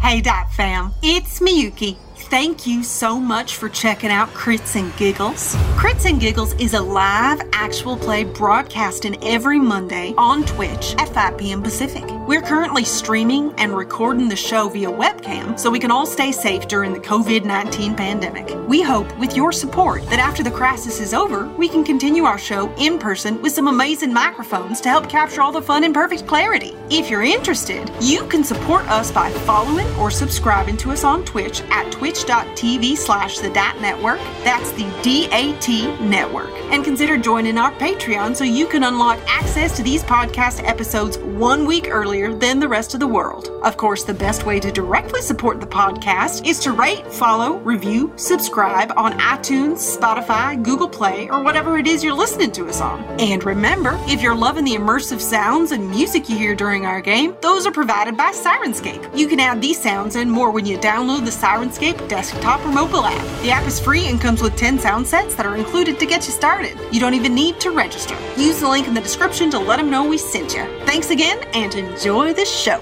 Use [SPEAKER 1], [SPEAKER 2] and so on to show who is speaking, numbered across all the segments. [SPEAKER 1] Hey, Dot fam, it's Miyuki. Thank you so much for checking out Crits and Giggles. Crits and Giggles is a live actual play broadcasted every Monday on Twitch at 5 p.m. Pacific. We're currently streaming and recording the show via webcam so we can all stay safe during the COVID 19 pandemic. We hope, with your support, that after the crisis is over, we can continue our show in person with some amazing microphones to help capture all the fun in perfect clarity. If you're interested, you can support us by following or subscribing to us on Twitch at twitch.tv slash the DAT network. That's the DAT network. And consider joining our Patreon so you can unlock access to these podcast episodes one week earlier than the rest of the world. Of course, the best way to directly support the podcast is to rate, follow, review, subscribe on iTunes, Spotify, Google Play, or whatever it is you're listening to us on. And remember, if you're loving the immersive sounds and music you hear during our game, those are provided by Sirenscape. You can add these sounds and more when you download the Sirenscape desktop or mobile app. The app is free and comes with 10 sound sets that are included to get you started. You don't even need to register. Use the link in the description to let them know we sent you. Thanks again and enjoy the show.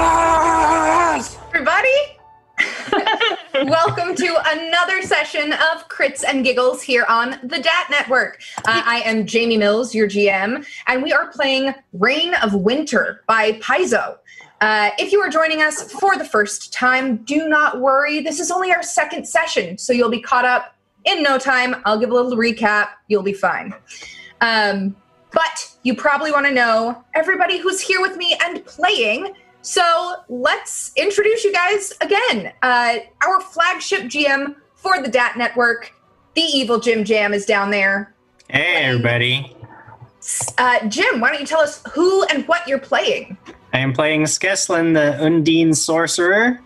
[SPEAKER 2] Yes!
[SPEAKER 3] everybody. Welcome to another session of Crits and Giggles here on the DAT Network. Uh, I am Jamie Mills, your GM, and we are playing Reign of Winter by Paizo. Uh, if you are joining us for the first time, do not worry. This is only our second session, so you'll be caught up in no time. I'll give a little recap. You'll be fine. Um, but you probably want to know everybody who's here with me and playing. So let's introduce you guys again. Uh, our flagship GM for the DAT network, the evil Jim Jam, is down there.
[SPEAKER 4] Hey, everybody.
[SPEAKER 3] S- Uh, Jim, why don't you tell us who and what you're playing?
[SPEAKER 4] I am playing Skeslin, the Undine Sorcerer.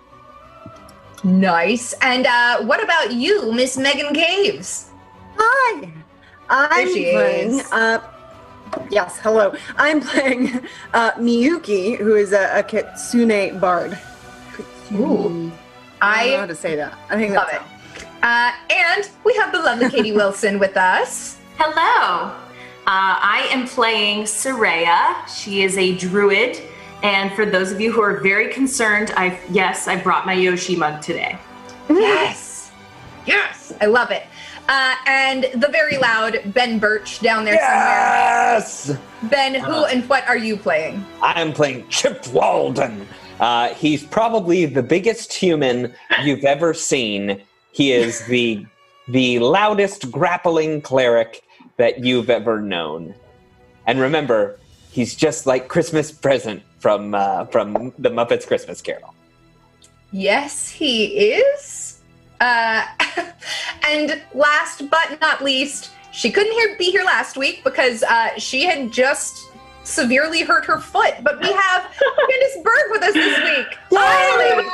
[SPEAKER 3] Nice. And uh, what about you, Miss Megan Caves?
[SPEAKER 5] Hi. I'm
[SPEAKER 3] she
[SPEAKER 5] playing.
[SPEAKER 3] is.
[SPEAKER 5] Uh, yes, hello. I'm playing uh, Miyuki, who is a, a kitsune bard. Kitsune. I don't know how
[SPEAKER 3] I
[SPEAKER 5] to say that. I think
[SPEAKER 3] love
[SPEAKER 5] that's
[SPEAKER 3] it. Uh, and we have the lovely Katie Wilson with us.
[SPEAKER 6] Hello. Uh, I am playing Soraya. She is a druid. And for those of you who are very concerned, I yes, I brought my Yoshi mug today.
[SPEAKER 3] Yes. Yes. I love it. Uh, and the very loud Ben Birch down there somewhere.
[SPEAKER 2] Yes!
[SPEAKER 3] Ben, who and what are you playing?
[SPEAKER 2] I am playing Chip Walden. Uh, he's probably the biggest human you've ever seen. He is the the loudest grappling cleric that you've ever known. And remember, he's just like Christmas present from uh, from the Muppets Christmas Carol.
[SPEAKER 3] Yes, he is. Uh, and last but not least, she couldn't hear, be here last week because uh, she had just severely hurt her foot. But we have Candice Berg with us this week. Finally.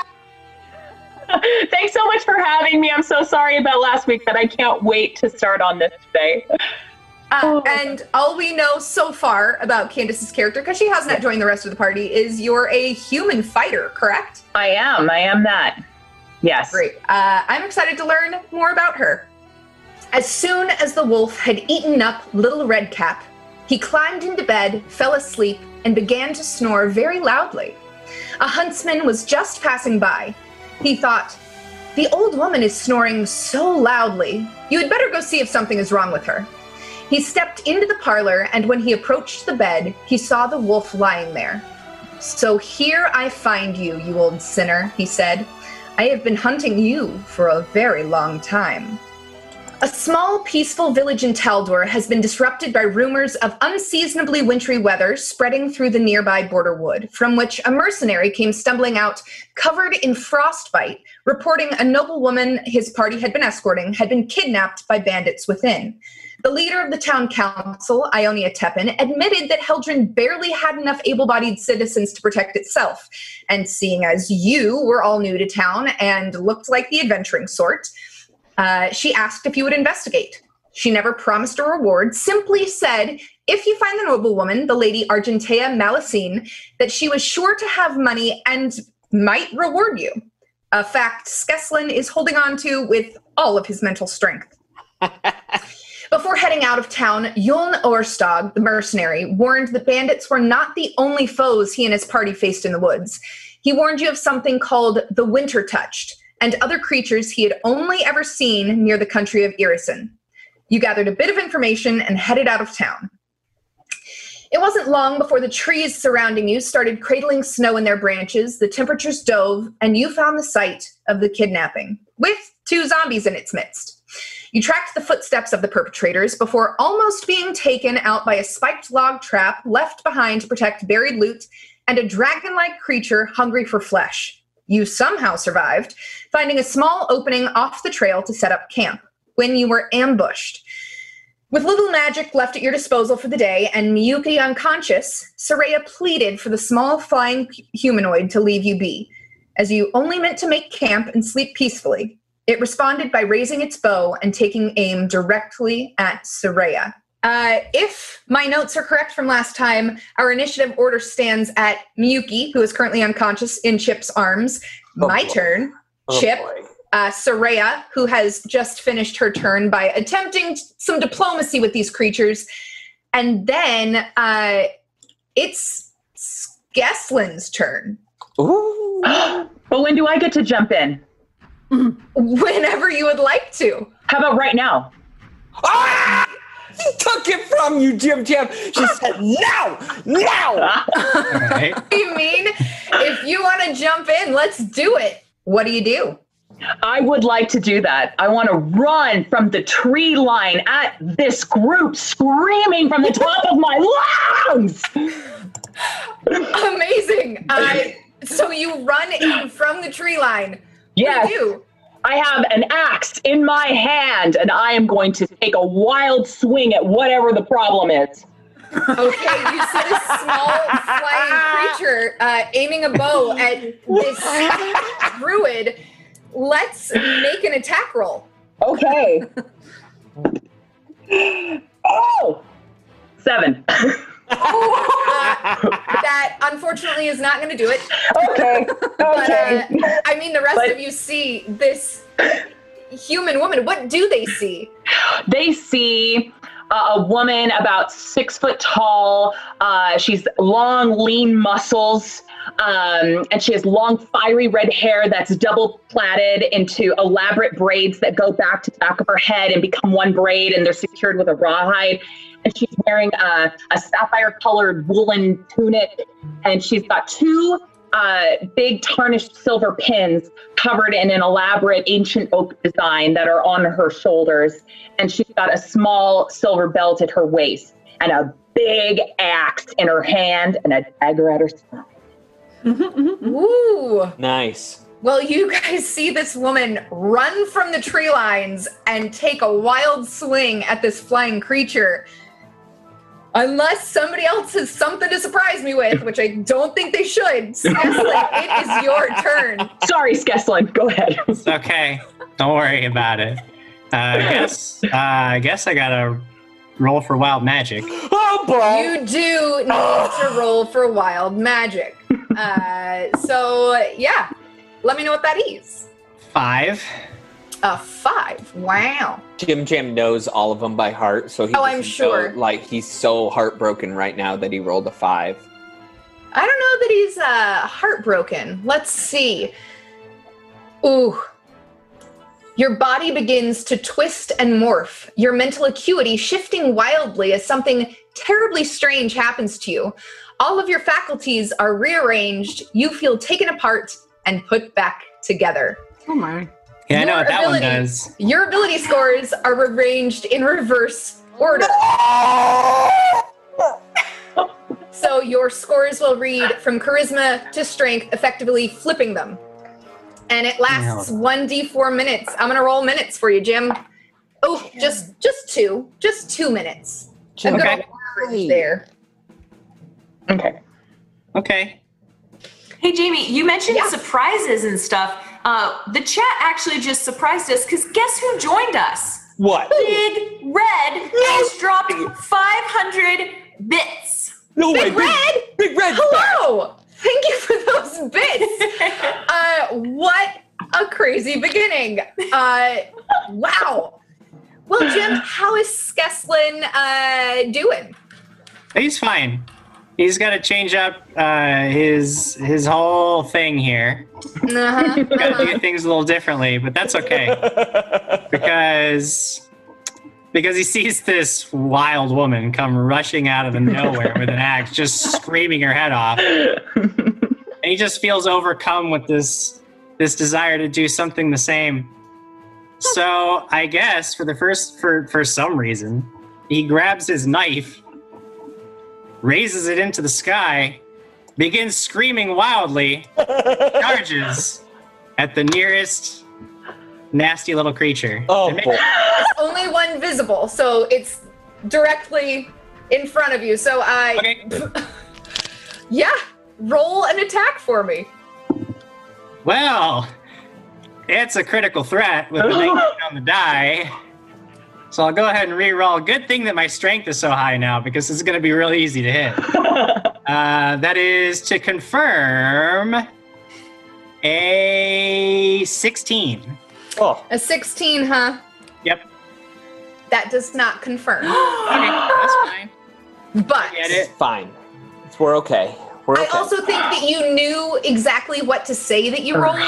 [SPEAKER 7] Thanks so much for having me. I'm so sorry about last week, but I can't wait to start on this today.
[SPEAKER 3] Uh, and all we know so far about Candice's character, because she has not joined the rest of the party, is you're a human fighter, correct?
[SPEAKER 7] I am. I am that. Yes.
[SPEAKER 3] Great. Uh, I'm excited to learn more about her. As soon as the wolf had eaten up Little Redcap, he climbed into bed, fell asleep, and began to snore very loudly. A huntsman was just passing by. He thought, The old woman is snoring so loudly. You had better go see if something is wrong with her. He stepped into the parlor, and when he approached the bed, he saw the wolf lying there. So here I find you, you old sinner, he said. I have been hunting you for a very long time. A small, peaceful village in Taldor has been disrupted by rumors of unseasonably wintry weather spreading through the nearby border wood, from which a mercenary came stumbling out, covered in frostbite, reporting a noblewoman his party had been escorting had been kidnapped by bandits within. The leader of the town council, Ionia Teppan, admitted that Heldrin barely had enough able bodied citizens to protect itself. And seeing as you were all new to town and looked like the adventuring sort, uh, she asked if you would investigate. She never promised a reward, simply said, if you find the noblewoman, the lady Argentea Malacine, that she was sure to have money and might reward you. A fact Skeslin is holding on to with all of his mental strength. Before heading out of town, Yuln Orstog, the mercenary, warned the bandits were not the only foes he and his party faced in the woods. He warned you of something called the Winter Touched and other creatures he had only ever seen near the country of Irison. You gathered a bit of information and headed out of town. It wasn't long before the trees surrounding you started cradling snow in their branches, the temperatures dove, and you found the site of the kidnapping, with two zombies in its midst. You tracked the footsteps of the perpetrators before almost being taken out by a spiked log trap left behind to protect buried loot and a dragon like creature hungry for flesh. You somehow survived, finding a small opening off the trail to set up camp when you were ambushed. With little magic left at your disposal for the day and Miyuki unconscious, Saraya pleaded for the small flying p- humanoid to leave you be, as you only meant to make camp and sleep peacefully. It responded by raising its bow and taking aim directly at Saraya. Uh, if my notes are correct from last time, our initiative order stands at Miyuki, who is currently unconscious in Chip's arms.
[SPEAKER 2] Oh,
[SPEAKER 3] my
[SPEAKER 2] boy.
[SPEAKER 3] turn.
[SPEAKER 2] Oh,
[SPEAKER 3] Chip,
[SPEAKER 2] boy.
[SPEAKER 3] uh, Saraya, who has just finished her turn by attempting t- some diplomacy with these creatures. And then uh, it's Skeslin's turn.
[SPEAKER 2] Ooh.
[SPEAKER 7] But when do I get to jump in?
[SPEAKER 3] Whenever you would like to.
[SPEAKER 7] How about right now?
[SPEAKER 2] Ah! She took it from you, Jim Jim. She said, "No, no."
[SPEAKER 4] All right.
[SPEAKER 3] I mean, if you want to jump in, let's do it. What do you do?
[SPEAKER 7] I would like to do that. I want to run from the tree line at this group screaming from the top of my lungs.
[SPEAKER 3] Amazing. Uh, so you run in from the tree line. What
[SPEAKER 7] Yes.
[SPEAKER 3] do you do?
[SPEAKER 7] I have an axe in my hand and I am going to take a wild swing at whatever the problem is.
[SPEAKER 3] Okay, you see this small flying creature uh, aiming a bow at this druid. Let's make an attack roll.
[SPEAKER 7] Okay. oh! Seven.
[SPEAKER 3] Uh, That unfortunately is not going to do it.
[SPEAKER 7] okay.
[SPEAKER 3] But uh,
[SPEAKER 7] Okay.
[SPEAKER 3] I mean, the rest
[SPEAKER 7] But-
[SPEAKER 3] of you see this human woman. What do they see?
[SPEAKER 7] they see uh, a woman about six foot tall. Uh, she's long, lean muscles, um, and she has long, fiery red hair that's double plaited into elaborate braids that go back to the back of her head and become one braid, and they're secured with a rawhide. And she's wearing a, a sapphire colored woolen tunic, and she's got two uh, big tarnished silver pins covered in an elaborate ancient oak design that are on her shoulders. And she's got a small silver belt at her waist and a big axe in her hand and a dagger at her side.
[SPEAKER 3] Ooh.
[SPEAKER 2] nice.
[SPEAKER 3] Well, you guys see this woman run from the tree lines and take a wild swing at this flying creature. Unless somebody else has something to surprise me with, which I don't think they should. Cecily, it is your turn.
[SPEAKER 7] Sorry, Skeslin, go ahead.
[SPEAKER 4] It's okay. Don't worry about it. Uh, I guess. Uh, I guess I gotta roll for wild magic.
[SPEAKER 2] Oh boy.
[SPEAKER 3] You do need to roll for wild magic. Uh, so, yeah, let me know what that is.
[SPEAKER 4] Five.
[SPEAKER 3] A five. Wow.
[SPEAKER 2] Jim Jim knows all of them by heart, so he.
[SPEAKER 3] Oh, I'm
[SPEAKER 2] doesn't
[SPEAKER 3] sure.
[SPEAKER 2] know- like he's so heartbroken right now that he rolled a five.
[SPEAKER 3] I don't know that he's uh, heartbroken. Let's see. Ooh. Your body begins to twist and morph, your mental acuity shifting wildly as something terribly strange happens to you. All of your faculties are rearranged, you feel taken apart and put back together.
[SPEAKER 5] Oh my.
[SPEAKER 4] Yeah, I know
[SPEAKER 3] Your
[SPEAKER 4] what that one
[SPEAKER 3] ability.
[SPEAKER 4] does.
[SPEAKER 3] Your ability scores are arranged in reverse order. So your scores will read from charisma to strength, effectively flipping them. And it lasts 1d4 minutes. I'm going to roll minutes for you, Jim. Oh, just just two. Just 2 minutes. A good
[SPEAKER 4] Okay.
[SPEAKER 3] average there.
[SPEAKER 7] Okay.
[SPEAKER 4] Okay.
[SPEAKER 6] Hey, Jamie, you mentioned
[SPEAKER 3] Yeah.
[SPEAKER 6] surprises and stuff. Uh, the chat actually just surprised us because guess who joined us?
[SPEAKER 2] What?
[SPEAKER 6] Big Red has dropped 500 bits.
[SPEAKER 2] No way.
[SPEAKER 3] Big Red,
[SPEAKER 2] Big Red.
[SPEAKER 3] hello. Thank you for those bits. Uh, what a crazy beginning. Uh, wow. Well, Jim, how is Skeslin uh, doing?
[SPEAKER 4] He's fine. He's got to change up uh, his his whole thing here.
[SPEAKER 3] Uh-huh.
[SPEAKER 4] Got to do things a little differently, but that's okay because because he sees this wild woman come rushing out of the nowhere with an axe, just screaming her head off, and he just feels overcome with this this desire to do something the same. So I guess for the first for for some reason, he grabs his knife, raises it into the sky, begins screaming wildly, charges at the nearest nasty little creature.
[SPEAKER 2] oh
[SPEAKER 4] It ma-
[SPEAKER 2] boy.
[SPEAKER 3] It's only one visible, so it's directly in front of you. So I,
[SPEAKER 4] Okay.
[SPEAKER 3] yeah, roll an attack for me.
[SPEAKER 4] Well, it's a critical threat with the 19 on the die. So I'll go ahead and reroll. Good thing that my strength is so high now because this is going to be real easy to hit. Uh, that is to confirm a 16.
[SPEAKER 2] Oh,
[SPEAKER 3] A 16, huh?
[SPEAKER 4] Yep.
[SPEAKER 3] That does not confirm.
[SPEAKER 4] Okay, that's fine.
[SPEAKER 3] But
[SPEAKER 4] Get it?
[SPEAKER 2] fine. We're okay. We're okay.
[SPEAKER 3] I also think that you knew exactly what to say that you rolled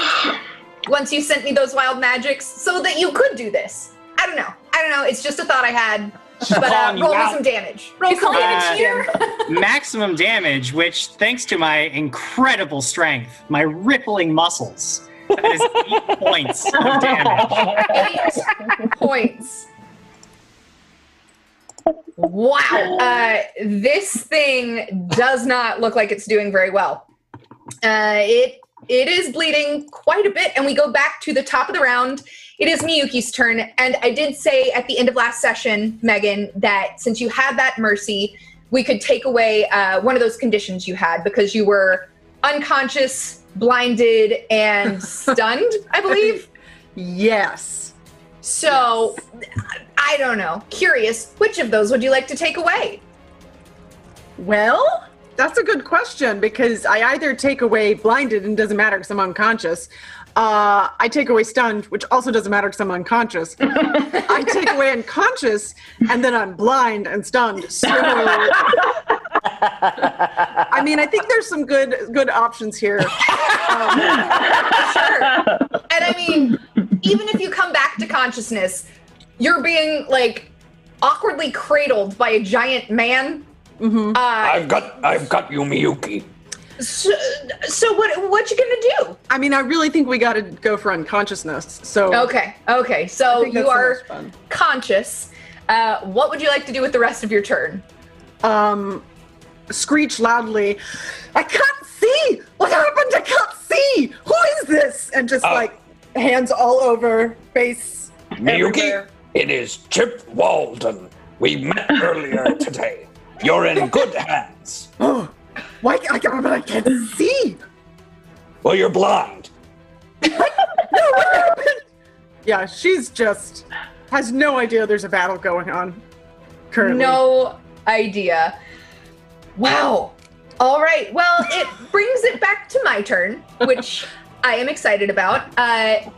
[SPEAKER 3] once you sent me those wild magics so that you could do this. I don't know. I don't know. It's just a thought I had. But uh,
[SPEAKER 2] calling you
[SPEAKER 3] roll me
[SPEAKER 2] out.
[SPEAKER 3] some damage. Roll
[SPEAKER 6] You
[SPEAKER 3] some
[SPEAKER 6] calling
[SPEAKER 4] it
[SPEAKER 3] damage.
[SPEAKER 6] cheater?
[SPEAKER 3] Jim.
[SPEAKER 4] maximum damage, which, thanks to my incredible strength, my rippling muscles, that is eight points of damage.
[SPEAKER 3] Eight points. Wow. Uh, this thing does not look like it's doing very well. Uh, it it is bleeding quite a bit, and we go back to the top of the round. It is Miyuki's turn, and I did say at the end of last session, Megan, that since you had that mercy, we could take away uh, one of those conditions you had because you were unconscious, blinded, and stunned. I believe.
[SPEAKER 5] Yes.
[SPEAKER 3] So, I don't know. Curious, which of those would you like to take away?
[SPEAKER 5] Well, that's a good question because I either take away blinded and doesn't matter because I'm unconscious. Uh, I take away stunned, which also doesn't matter because I'm unconscious. I take away unconscious, and then I'm blind and stunned. So, I mean, I think there's some good good options here. Um,
[SPEAKER 3] Sure. and I mean, even if you come back to consciousness, you're being like awkwardly cradled by a giant man.
[SPEAKER 5] mhm.
[SPEAKER 3] Uh,
[SPEAKER 2] got I've got you, Miyuki.
[SPEAKER 3] so, so what? What you gonna
[SPEAKER 5] I mean, I really think we got to go for unconsciousness. So
[SPEAKER 3] do? Okay, okay.
[SPEAKER 5] I
[SPEAKER 3] So
[SPEAKER 5] think that's
[SPEAKER 3] you
[SPEAKER 5] the
[SPEAKER 3] are
[SPEAKER 5] most fun.
[SPEAKER 3] conscious. Uh, what would you like to do with the rest of your turn?
[SPEAKER 5] um, screech loudly, I can't see! What happened? I can't see! Who is this? And just
[SPEAKER 2] Oh.
[SPEAKER 5] like hands all over, face.
[SPEAKER 2] Miyuki,
[SPEAKER 5] everywhere.
[SPEAKER 2] it is Chip Walden. We met earlier today. You're in good hands.
[SPEAKER 5] Oh, why ca- I can't, but I can't see!
[SPEAKER 2] Well, you're blind.
[SPEAKER 5] No, what happened? Yeah, she's just has no idea there's a battle going on currently.
[SPEAKER 3] No idea. Wow. All right. Well, it brings it back to my turn, which I am excited about. Uh,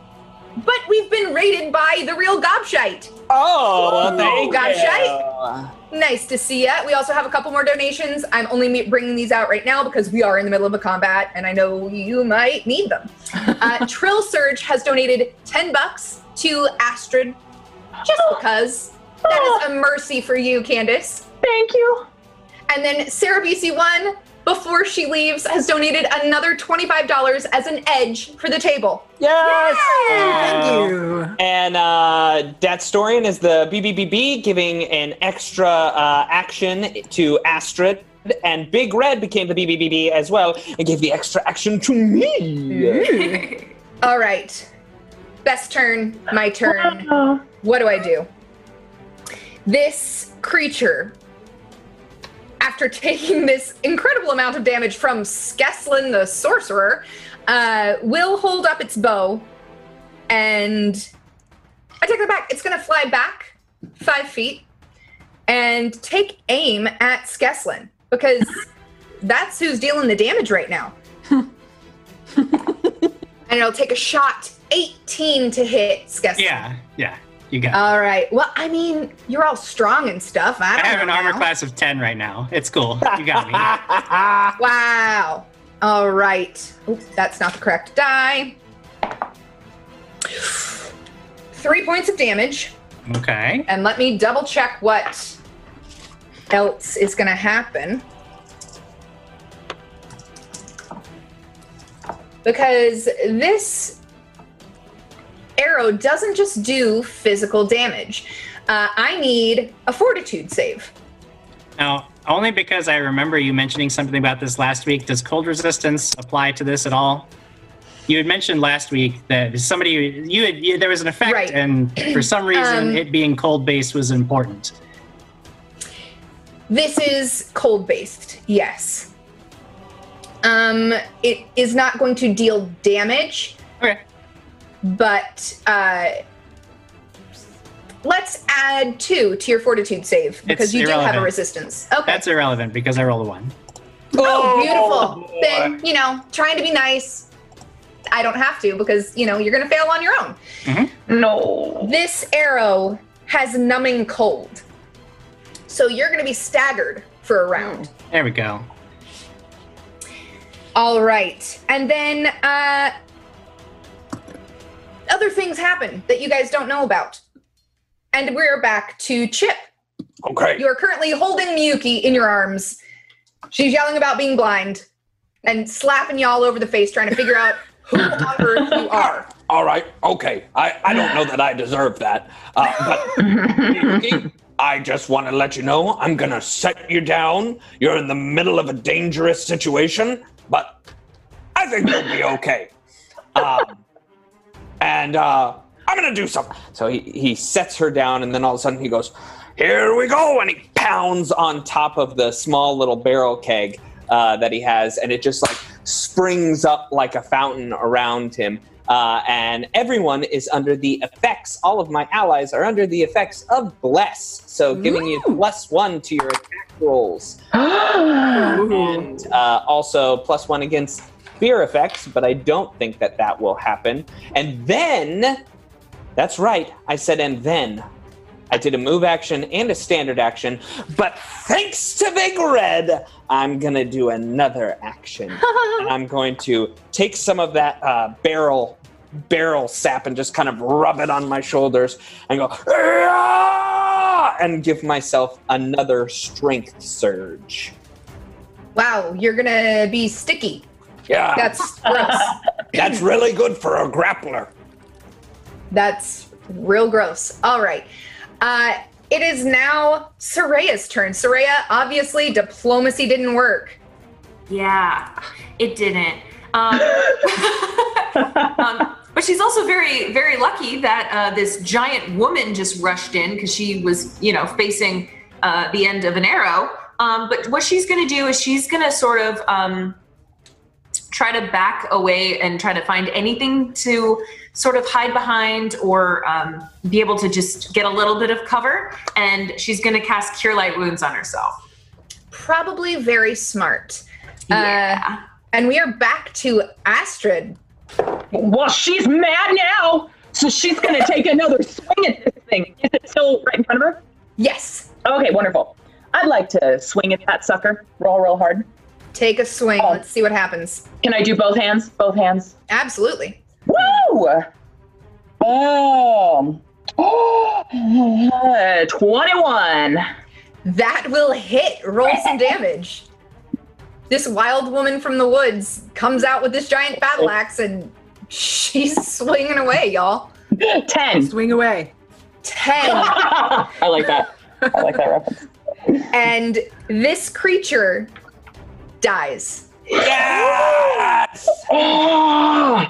[SPEAKER 3] but we've been raided by the real Gobshite.
[SPEAKER 2] Oh, well, thank
[SPEAKER 3] gotcha. Nice to see ya. We also have a couple more donations. I'm only me- bringing these out right now because we are in the middle of a combat, and I know you might need them. Uh, Trill Surge has donated ten bucks to Astrid, just
[SPEAKER 7] Oh.
[SPEAKER 3] because. That is a mercy for you, Candace.
[SPEAKER 7] Thank you.
[SPEAKER 3] And then Sarah BC1, before she leaves, has donated another $25 as an edge for the table.
[SPEAKER 2] Yes.
[SPEAKER 5] Thank you.
[SPEAKER 2] And uh, Datstorian is the BBBB giving an extra uh, action to Astrid. And Big Red became the BBBB as well and gave the extra action to me.
[SPEAKER 3] All right. Best turn, my turn. What do I do? This creature, after taking this incredible amount of damage from Skeslin the sorcerer, uh, will hold up its bow and I take that back. It's going to fly back five feet and take aim at Skeslin because that's who's dealing the damage right now. and it'll take a shot 18 to hit Skeslin.
[SPEAKER 4] Yeah, yeah. You got. it.
[SPEAKER 3] All right. Well, I mean, you're all strong and stuff. I,
[SPEAKER 4] I
[SPEAKER 3] don't
[SPEAKER 4] have an
[SPEAKER 3] know
[SPEAKER 4] armor
[SPEAKER 3] now.
[SPEAKER 4] class of ten right now. It's cool. You got me.
[SPEAKER 3] Wow. All right. Oops, that's not the correct die. Three points of damage.
[SPEAKER 4] Okay.
[SPEAKER 3] And let me double check what else is going to happen. Because this arrow doesn't just do physical damage. Uh, I need a fortitude save.
[SPEAKER 4] Now, only because I remember you mentioning something about this last week. Does cold resistance apply to this at all? You had mentioned last week that somebody you had you, there was an effect,
[SPEAKER 3] Right.
[SPEAKER 4] and for some reason,
[SPEAKER 3] Um,
[SPEAKER 4] it being cold based was important.
[SPEAKER 3] This is cold based, yes. Um, it is not going to deal damage,
[SPEAKER 4] Okay.
[SPEAKER 3] but uh, let's add two to your fortitude save because
[SPEAKER 4] It's
[SPEAKER 3] you do have a
[SPEAKER 4] irrelevant.
[SPEAKER 3] resistance. Okay.
[SPEAKER 4] That's irrelevant because I rolled a one.
[SPEAKER 3] oh, beautiful.
[SPEAKER 2] boy.
[SPEAKER 3] then, you know, trying to be nice. I don't have to because, you know, you're going to fail on your own.
[SPEAKER 4] Mm-hmm.
[SPEAKER 7] No.
[SPEAKER 3] This arrow has numbing cold. So you're going to be staggered for a round.
[SPEAKER 4] There we go.
[SPEAKER 3] All right. And then uh other things happen that you guys don't know about. And we're back to Chip.
[SPEAKER 2] Okay.
[SPEAKER 3] You are currently holding Miyuki in your arms. She's yelling about being blind and slapping you all over the face trying to figure out who on earth you are.
[SPEAKER 2] All right. Okay. I, I don't know that I deserve that. Uh, but Yuki, I just want to let you know I'm going to set you down. You're in the middle of a dangerous situation, but I think you'll be okay. Um, and uh, I'm going to do something. So he, he sets her down, and then all of a sudden he goes, Here we go. And he pounds on top of the small little barrel keg uh, that he has, and it just like springs up like a fountain around him. Uh, and everyone is under the effects. All of my allies are under the effects of bless. So giving you plus one to your attack rolls, and uh, also plus one against fear effects. But I don't think that that will happen. And then, that's right. I said and then. I did a move action and a standard action, but thanks to Big Red, I'm gonna do another action. and I'm going to take some of that uh, barrel barrel sap and just kind of rub it on my shoulders and go "Ah!" and give myself another strength surge.
[SPEAKER 3] Wow, you're gonna be sticky.
[SPEAKER 2] Yeah, that's,
[SPEAKER 3] That's gross.
[SPEAKER 2] really good for a grappler.
[SPEAKER 3] That's real gross. All right. Uh, it is now Soraya's turn. Soraya, obviously, diplomacy didn't work.
[SPEAKER 6] Yeah, it didn't. Um, um, but she's also very, very lucky that uh, this giant woman just rushed in because she was, you know, facing uh, the end of an arrow. Um, but what she's going to do is she's going to sort of um, try to back away and try to find anything to sort of hide behind or um, be able to just get a little bit of cover. And she's going to cast Cure Light Wounds on herself.
[SPEAKER 3] Probably very smart. Uh,
[SPEAKER 6] Yeah.
[SPEAKER 3] and we are back to Astrid.
[SPEAKER 7] Well, she's mad now, so she's gonna take another swing at this thing. Is it still right in front of her?
[SPEAKER 3] Yes,
[SPEAKER 7] Okay, wonderful. I'd like to swing at that sucker. Roll, roll hard.
[SPEAKER 3] take a swing.
[SPEAKER 7] Oh.
[SPEAKER 3] Let's see what happens.
[SPEAKER 7] Can I do both hands? Both hands.
[SPEAKER 3] Absolutely.
[SPEAKER 7] Woo! Um, oh, 21.
[SPEAKER 3] That will hit. Roll some damage. This wild woman from the woods comes out with this giant battle axe and she's swinging away, y'all.
[SPEAKER 7] 10.
[SPEAKER 5] Swing away.
[SPEAKER 3] 10.
[SPEAKER 7] I like that. I like that reference.
[SPEAKER 3] and this creature dies.
[SPEAKER 2] Yes,
[SPEAKER 7] Oh,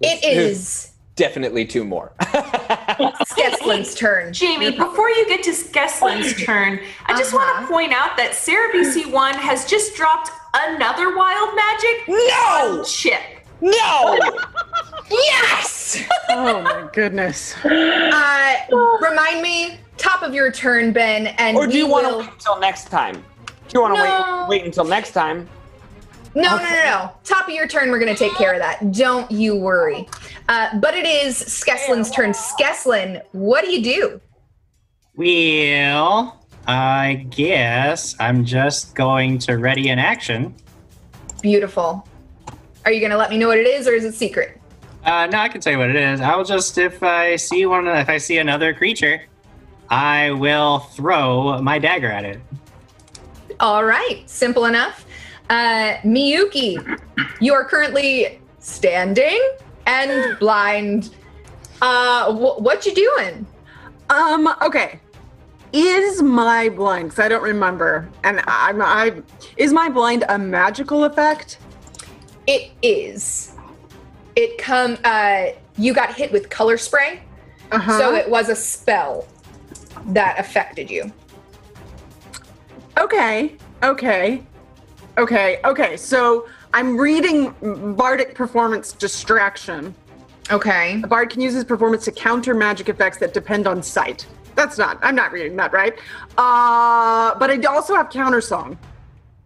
[SPEAKER 3] It is
[SPEAKER 2] definitely two more.
[SPEAKER 3] Skeslin's turn.
[SPEAKER 6] Jamie, before you get to Skeslin's turn, I just want
[SPEAKER 3] Uh-huh.
[SPEAKER 6] to point out that Sarah BC1 has just dropped another wild magic.
[SPEAKER 2] No!
[SPEAKER 6] on Chip.
[SPEAKER 2] no,
[SPEAKER 3] Yes!
[SPEAKER 5] Oh my goodness.
[SPEAKER 3] Uh, remind me, top of your turn, Ben, and
[SPEAKER 2] or do
[SPEAKER 3] we
[SPEAKER 2] you want to
[SPEAKER 3] will-
[SPEAKER 2] wait until next time? Do you want to
[SPEAKER 3] No.
[SPEAKER 2] wait wait until next time?
[SPEAKER 3] No, no, no, no. Top of your turn, we're going to take care of that. Don't you worry. Uh, but it is Skeslin's turn. Skeslin, what do you do?
[SPEAKER 4] Well, I guess I'm just going to ready an action.
[SPEAKER 3] Beautiful. Are you going to let me know what it is, or is it secret?
[SPEAKER 4] Uh, no, I can tell you what it is. I will just if I see one, if I see another creature, I will throw my dagger at it.
[SPEAKER 3] All right, simple enough. Uh, Miyuki, you are currently standing and blind. Uh, wh- what you doing?
[SPEAKER 5] Um. Okay. Is my blind? Because I don't remember. And I'm. I. Is my blind a magical effect?
[SPEAKER 3] It is. It come. Uh, you got hit with color spray,
[SPEAKER 5] Uh
[SPEAKER 3] so it was a spell that affected you.
[SPEAKER 5] okay. Okay. Okay. Okay. So I'm reading bardic performance distraction.
[SPEAKER 3] Okay.
[SPEAKER 5] A bard can use his performance to counter magic effects that depend on sight. That's not. I'm not reading that right. Uh, but I also have counter song.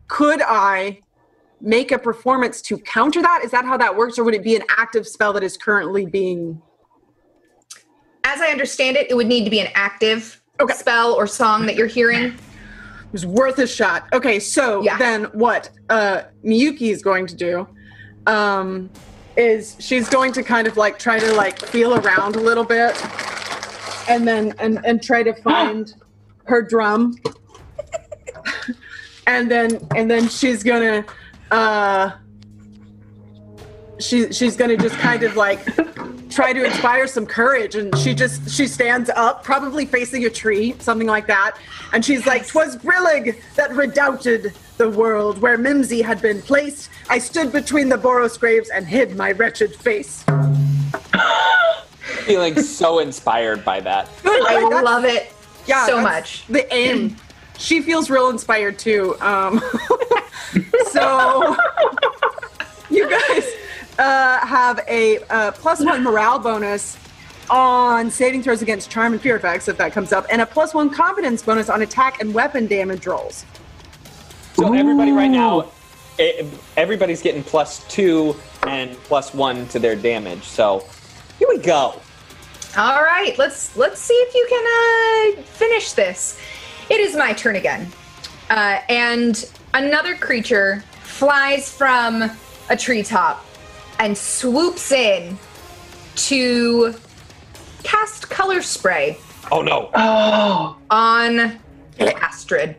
[SPEAKER 5] Could I make a performance to counter that? Is that how that works, or would it be an active spell that is currently being?
[SPEAKER 3] As I understand it, it would need to be an active
[SPEAKER 5] Okay.
[SPEAKER 3] spell or song that you're hearing.
[SPEAKER 5] It was worth a shot. Okay, so
[SPEAKER 3] Yeah.
[SPEAKER 5] then what? Uh, Miyuki is going to do. Um, is she's going to kind of like try to like feel around a little bit, and then and and try to find her drum. and then and then she's gonna uh she she's gonna just kind of like try to inspire some courage and she just she stands up probably facing a tree something like that and she's like twas brillig that redoubted the world where mimsy had been placed i stood between the boros graves and hid my wretched face
[SPEAKER 2] Feeling so inspired by that.
[SPEAKER 3] I
[SPEAKER 5] Like, that's-
[SPEAKER 3] love it
[SPEAKER 5] yeah,
[SPEAKER 3] so
[SPEAKER 5] that's
[SPEAKER 3] much.
[SPEAKER 5] the aim she feels real inspired too um so you guys uh, have a uh, plus one morale bonus on saving throws against charm and fear effects if that comes up and a plus one confidence bonus on attack and weapon damage rolls
[SPEAKER 2] So everybody right now, e- everybody's getting plus two and plus one to their damage. So here we go.
[SPEAKER 3] All right, let's let's see if you can uh, finish this. It is my turn again, uh, and another creature flies from a treetop and swoops in to cast color spray
[SPEAKER 2] Oh no!
[SPEAKER 7] Oh,
[SPEAKER 3] on Astrid.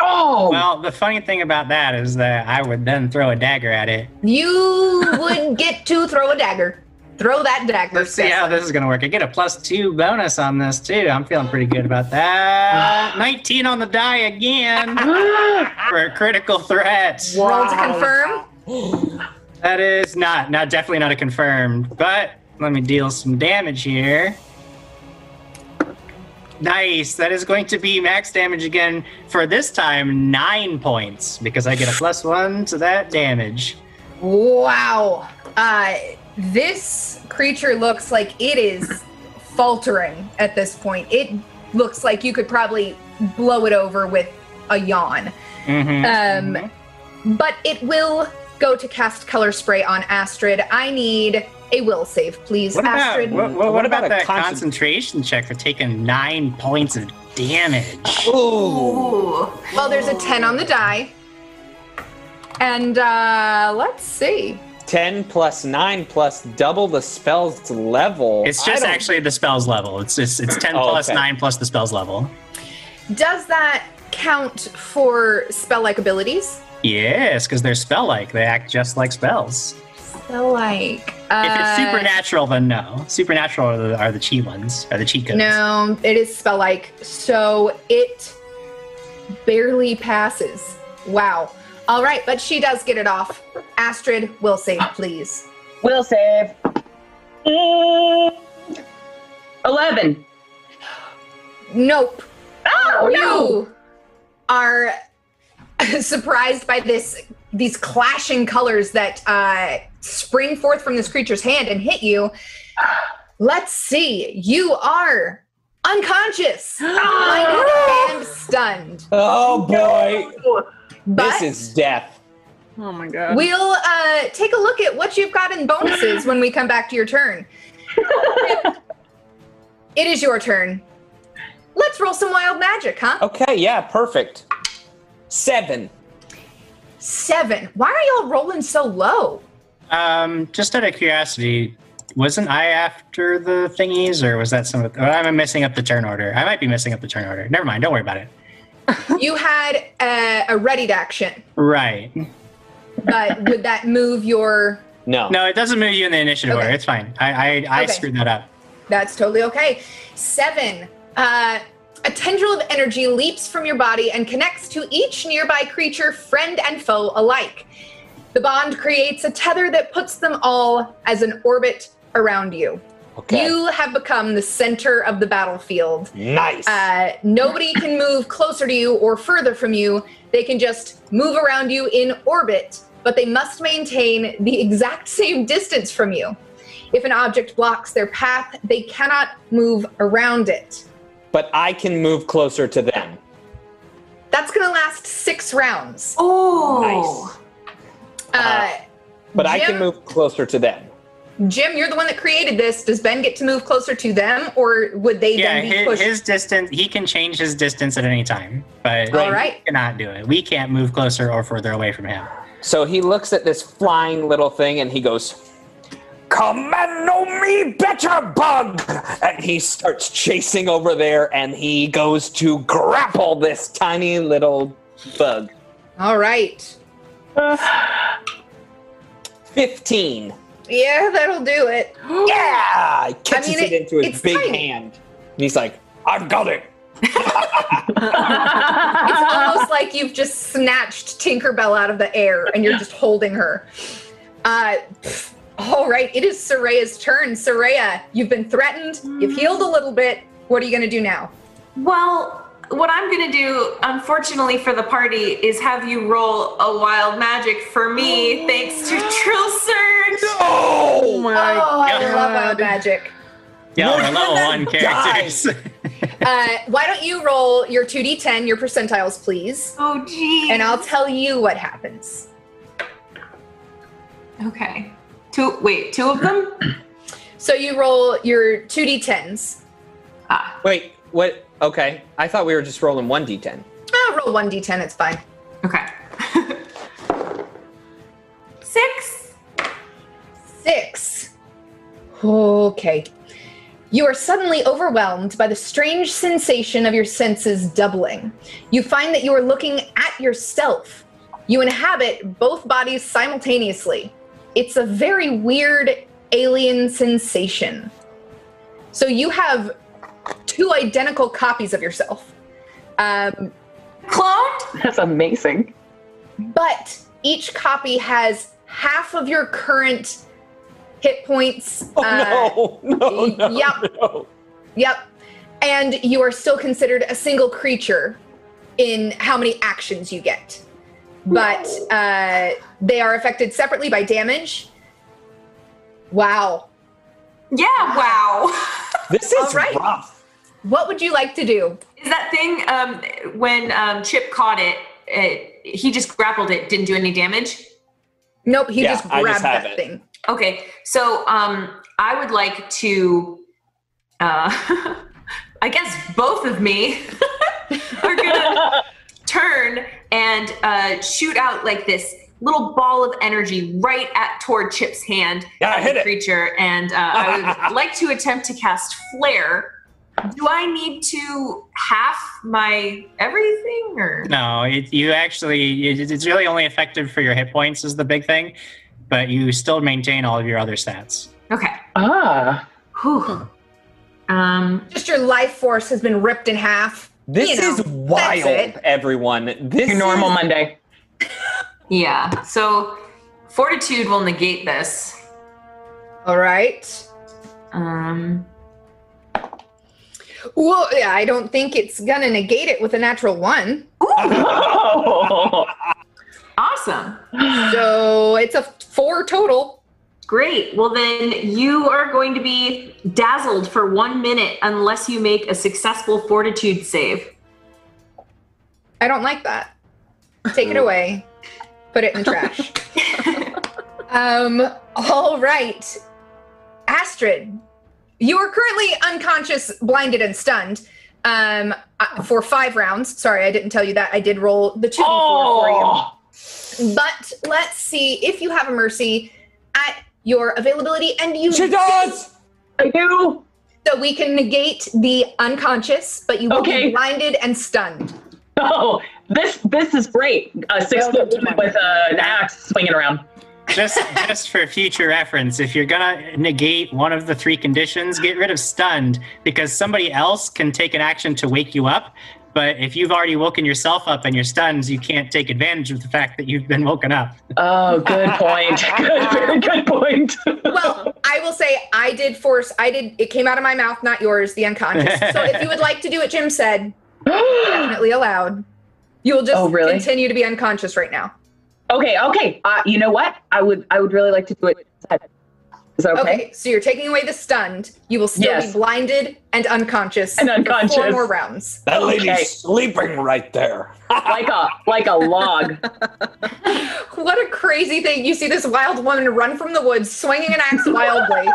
[SPEAKER 7] oh,
[SPEAKER 4] Well, the funny thing about that is that I would then throw a dagger at it.
[SPEAKER 3] You would get to throw a dagger. Throw that dagger.
[SPEAKER 4] Let's see how this is going to work. I get a plus two bonus on this too. I'm feeling pretty good about that. 19 on the die again for a critical threat.
[SPEAKER 3] Roll to confirm.
[SPEAKER 4] That is not, not definitely not a confirmed. But let me deal some damage here. Nice. That is going to be max damage again for this time nine points because I get a plus one to that damage.
[SPEAKER 3] Wow. Uh, this creature looks like it is faltering at this point. It looks like you could probably blow it over with a yawn.
[SPEAKER 4] Mhm.
[SPEAKER 3] Um, but it will go to cast color spray on Astrid. I need a will save, please,
[SPEAKER 4] What about,
[SPEAKER 3] Astrid.
[SPEAKER 4] what, what-
[SPEAKER 2] What
[SPEAKER 4] what
[SPEAKER 2] about
[SPEAKER 4] about,
[SPEAKER 2] a
[SPEAKER 4] that
[SPEAKER 2] concent-
[SPEAKER 4] concentration check for taking nine points of damage?
[SPEAKER 2] Oh, Ooh.
[SPEAKER 6] Ooh.
[SPEAKER 3] Well, there's a 10 on the die. And uh, let's see.
[SPEAKER 2] 10 plus 9 plus double the spell's level.
[SPEAKER 4] It's
[SPEAKER 2] I
[SPEAKER 4] just
[SPEAKER 2] don't-
[SPEAKER 4] actually the spell's level. It's just, it's 10
[SPEAKER 2] Oh,
[SPEAKER 4] plus
[SPEAKER 2] okay.
[SPEAKER 4] 9 plus the spell's level.
[SPEAKER 3] Does that count for spell like abilities?
[SPEAKER 4] Yes, because they're spell like. They act just like spells.
[SPEAKER 3] So like, uh,
[SPEAKER 4] If it's supernatural, then no. Supernatural are the, are the chi ones, are the chi codes.
[SPEAKER 3] no, it is spell like. So it barely passes. Wow. All right, but she does get it off. Astrid will save,
[SPEAKER 7] Ah.
[SPEAKER 3] please.
[SPEAKER 7] will save. Mm, Eleven.
[SPEAKER 3] Nope.
[SPEAKER 7] Oh no!
[SPEAKER 3] You are surprised by this these clashing colors that uh, spring forth from this creature's hand and hit you. Let's see. You are unconscious, blinded, and stunned.
[SPEAKER 2] Oh boy.
[SPEAKER 3] But
[SPEAKER 2] This is death.
[SPEAKER 5] Oh my god.
[SPEAKER 3] We'll uh, take a look at what you've got in bonuses when we come back to your turn. it is your turn. Let's roll some wild magic, huh?
[SPEAKER 2] Okay, yeah, perfect. Seven.
[SPEAKER 3] Seven. Why are y'all rolling so low?
[SPEAKER 4] Um, just out of curiosity, wasn't I after the thingies, or was that some? Of, or am I messing up the turn order? I might be messing up the turn order. Never mind. Don't worry about it.
[SPEAKER 3] You had a, a readied action,
[SPEAKER 4] Right.
[SPEAKER 3] but would that move your?
[SPEAKER 2] No.
[SPEAKER 4] No, it doesn't move you in the initiative
[SPEAKER 3] Okay.
[SPEAKER 4] order. It's fine. I I, I
[SPEAKER 3] Okay.
[SPEAKER 4] screwed that up.
[SPEAKER 3] That's totally okay. Seven. Uh, a tendril of energy leaps from your body and connects to each nearby creature, friend and foe alike. The bond creates a tether that puts them all as an orbit around you.
[SPEAKER 2] Okay.
[SPEAKER 3] You have become the center of the battlefield.
[SPEAKER 2] nice.
[SPEAKER 3] Uh, nobody can move closer to you or further from you. They can just move around you in orbit, but they must maintain the exact same distance from you. If an object blocks their path, they cannot move around it.
[SPEAKER 2] but I can move closer to them.
[SPEAKER 3] That's going to last six rounds.
[SPEAKER 6] Oh,
[SPEAKER 3] Uh,
[SPEAKER 2] But I can
[SPEAKER 3] Jim?
[SPEAKER 2] move closer to them.
[SPEAKER 3] Jim, you're the one that created this. Does Ben get to move closer to them, or would they
[SPEAKER 4] Yeah,
[SPEAKER 3] then be
[SPEAKER 4] his,
[SPEAKER 3] pushed?
[SPEAKER 4] his distance. He can change his distance at any time, but
[SPEAKER 3] All right.
[SPEAKER 4] he cannot do it. We can't move closer or further away from him.
[SPEAKER 2] So he looks at this flying little thing and he goes, Commando me better bug! And he starts chasing over there and he goes to grapple this tiny little bug.
[SPEAKER 3] All right.
[SPEAKER 2] 15.
[SPEAKER 3] Yeah, that'll do it.
[SPEAKER 2] Yeah! He catches
[SPEAKER 3] mean,
[SPEAKER 2] it,
[SPEAKER 3] it-
[SPEAKER 2] into his
[SPEAKER 3] it's
[SPEAKER 2] big
[SPEAKER 3] tiny.
[SPEAKER 2] hand. And he's like, I've got it.
[SPEAKER 3] It's almost like you've just snatched Tinkerbell out of the air and you're just holding her. Uh, pff, all right, it is Soraya's turn. Soraya, you've been threatened, you've healed a little bit. What are you going to do now?
[SPEAKER 6] well, what I'm gonna do, unfortunately for the party, is have you roll a wild magic for me, thanks to Trill Surge.
[SPEAKER 5] Oh my
[SPEAKER 3] oh, I
[SPEAKER 4] God.
[SPEAKER 3] love wild magic.
[SPEAKER 4] Yeah,
[SPEAKER 2] Look
[SPEAKER 4] we're
[SPEAKER 2] at
[SPEAKER 4] level
[SPEAKER 2] that
[SPEAKER 4] one
[SPEAKER 2] guy.
[SPEAKER 4] characters.
[SPEAKER 3] Uh, why don't you roll your 2d10, your percentiles, please,
[SPEAKER 6] Oh, geez.
[SPEAKER 3] and I'll tell you what happens.
[SPEAKER 6] Okay. Two. Wait. Two of them.
[SPEAKER 3] So you roll your 2d10s.
[SPEAKER 6] ah.
[SPEAKER 2] Wait, what? Okay. I thought we were just rolling 1d10.
[SPEAKER 3] Ah, roll 1d10, it's fine.
[SPEAKER 6] Okay. Six.
[SPEAKER 3] Six. Okay. You are suddenly overwhelmed by the strange sensation of your senses doubling. You find that you are looking at yourself. You inhabit both bodies simultaneously. It's a very weird alien sensation. So you have two identical copies of yourself. Um,
[SPEAKER 6] Cloned.
[SPEAKER 7] That's amazing.
[SPEAKER 3] but each copy has half of your current hit points.
[SPEAKER 2] Oh,
[SPEAKER 3] uh,
[SPEAKER 2] no. No, no.
[SPEAKER 3] yep.
[SPEAKER 2] no.
[SPEAKER 3] Yep. And you are still considered a single creature in how many actions you get. But uh, they are affected separately by damage. Wow.
[SPEAKER 6] Yeah. Wow.
[SPEAKER 2] This
[SPEAKER 3] All
[SPEAKER 2] is
[SPEAKER 3] right.
[SPEAKER 2] rough.
[SPEAKER 3] What would you like to do?
[SPEAKER 6] Is that thing um, when um, Chip caught it, it? He just grappled it. Didn't do any damage.
[SPEAKER 3] Nope, he
[SPEAKER 2] Yeah,
[SPEAKER 3] just
[SPEAKER 2] I
[SPEAKER 3] grabbed
[SPEAKER 2] just have
[SPEAKER 3] that
[SPEAKER 2] it.
[SPEAKER 3] thing.
[SPEAKER 6] Okay, so um, I would like to, uh, I guess both of me are gonna turn and uh, shoot out like this little ball of energy right at toward Chip's hand,
[SPEAKER 2] Yeah,
[SPEAKER 6] at
[SPEAKER 2] hit
[SPEAKER 6] the
[SPEAKER 2] it.
[SPEAKER 6] creature, and uh, I would like to attempt to cast flare. Do I need to half my everything or?
[SPEAKER 4] no, it, you actually, it, it's really only effective for your hit points, is the big thing, but you still maintain all of your other stats.
[SPEAKER 6] Okay.
[SPEAKER 7] Ah.
[SPEAKER 6] Whew. Um,
[SPEAKER 3] Just your life force has been ripped in half.
[SPEAKER 2] This
[SPEAKER 3] You know,
[SPEAKER 2] is wild,
[SPEAKER 3] it.
[SPEAKER 2] everyone. This
[SPEAKER 7] Your normal
[SPEAKER 2] is-
[SPEAKER 7] Monday.
[SPEAKER 6] Yeah. So fortitude will negate this.
[SPEAKER 3] All right.
[SPEAKER 6] Um
[SPEAKER 3] Well, yeah, I don't think it's gonna negate it with a natural one.
[SPEAKER 7] Oh.
[SPEAKER 6] awesome.
[SPEAKER 3] So it's a four total.
[SPEAKER 6] Great. Well then you are going to be dazzled for 1 minute unless you make a successful fortitude save.
[SPEAKER 3] I don't like that. Take it away. Put it in the trash. um, all right. Astrid, you are currently unconscious, blinded, and stunned um, I- for five rounds. Sorry, I didn't tell you that. I did roll the two d4 for you.
[SPEAKER 7] Oh,
[SPEAKER 3] But let's see if you have a mercy at your availability, and you
[SPEAKER 2] She does!
[SPEAKER 7] I do.
[SPEAKER 3] so we can negate the unconscious, but you will
[SPEAKER 7] Okay.
[SPEAKER 3] be blinded and stunned.
[SPEAKER 7] Oh, this this is great. A six foot woman with uh, an axe swinging around.
[SPEAKER 4] just just for future reference, if you're gonna negate one of the three conditions, get rid of stunned because somebody else can take an action to wake you up. But if you've already woken yourself up and you're stunned, you can't take advantage of the fact that you've been woken up.
[SPEAKER 7] Oh, good point. good, very good point.
[SPEAKER 3] Well, I will say I did force. I did. It came out of my mouth, not yours. The unconscious. so if you would like to do what Jim said, definitely allowed. You will just
[SPEAKER 7] Oh, really?
[SPEAKER 3] continue to be unconscious right now.
[SPEAKER 7] okay, okay. Uh, you know what? I would I would really like to do it. Is that okay?
[SPEAKER 3] Okay. So you're taking away the stunned. You will still
[SPEAKER 7] Yes.
[SPEAKER 3] be blinded and unconscious.
[SPEAKER 7] And
[SPEAKER 3] for Four
[SPEAKER 7] unconscious.
[SPEAKER 3] more rounds.
[SPEAKER 2] That lady's
[SPEAKER 7] Okay.
[SPEAKER 2] sleeping right there.
[SPEAKER 7] Like a like a log.
[SPEAKER 3] What a crazy thing! You see this wild woman run from the woods, swinging an axe wildly,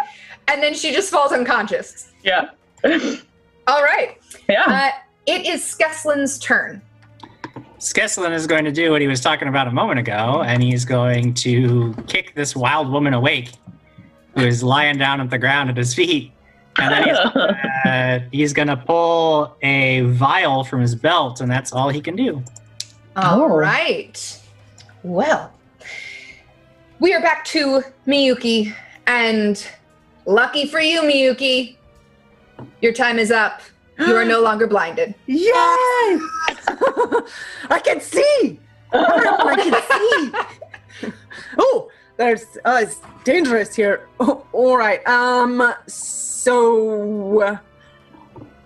[SPEAKER 3] and then she just falls unconscious.
[SPEAKER 7] Yeah.
[SPEAKER 3] All right.
[SPEAKER 7] Yeah.
[SPEAKER 3] Uh, it is Skeslin's turn.
[SPEAKER 4] Skeslin is going to do what he was talking about a moment ago, and he's going to kick this wild woman awake who is lying down at the ground at his feet. And then he's, uh, he's going to pull a vial from his belt, and that's all he can do.
[SPEAKER 3] All right.
[SPEAKER 7] Oh.
[SPEAKER 3] Well, we are back to Miyuki, and lucky for you, Miyuki, your time is up. You are no longer blinded.
[SPEAKER 5] Yes! I can see! I can see! Oh, there's uh, it's dangerous here. Oh, all right. Um. So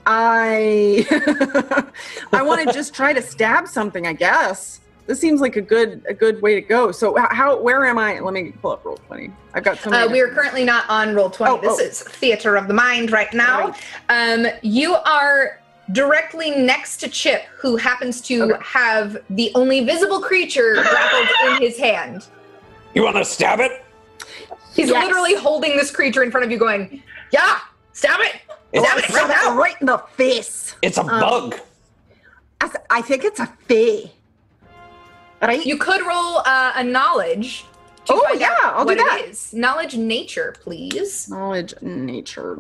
[SPEAKER 5] I I want to just try to stab something. I guess this seems like a good a good way to go. So h- how where am I? Let me pull up roll twenty. I've got so many.
[SPEAKER 3] Uh, we are currently not on roll 20.
[SPEAKER 5] Oh,
[SPEAKER 3] this
[SPEAKER 5] oh.
[SPEAKER 3] is theater of the mind right now. Um, you are directly next to Chip, who happens to
[SPEAKER 5] Okay.
[SPEAKER 3] have the only visible creature grappled in his hand.
[SPEAKER 2] You want to stab it?
[SPEAKER 3] He's
[SPEAKER 5] Yes.
[SPEAKER 3] literally holding this creature in front of you, going, "Yeah, stab it."
[SPEAKER 2] It's,
[SPEAKER 3] Stab it Um,
[SPEAKER 2] it's,
[SPEAKER 3] right
[SPEAKER 2] a,
[SPEAKER 3] now.
[SPEAKER 5] right in the face.
[SPEAKER 2] it's a bug.
[SPEAKER 5] I, th- I think it's a fey. Right?
[SPEAKER 3] You could roll uh, a knowledge. to
[SPEAKER 5] Oh,
[SPEAKER 3] find
[SPEAKER 5] yeah,
[SPEAKER 3] out
[SPEAKER 5] I'll do
[SPEAKER 3] what it
[SPEAKER 5] that.
[SPEAKER 3] is. Knowledge nature, please.
[SPEAKER 5] Knowledge, nature.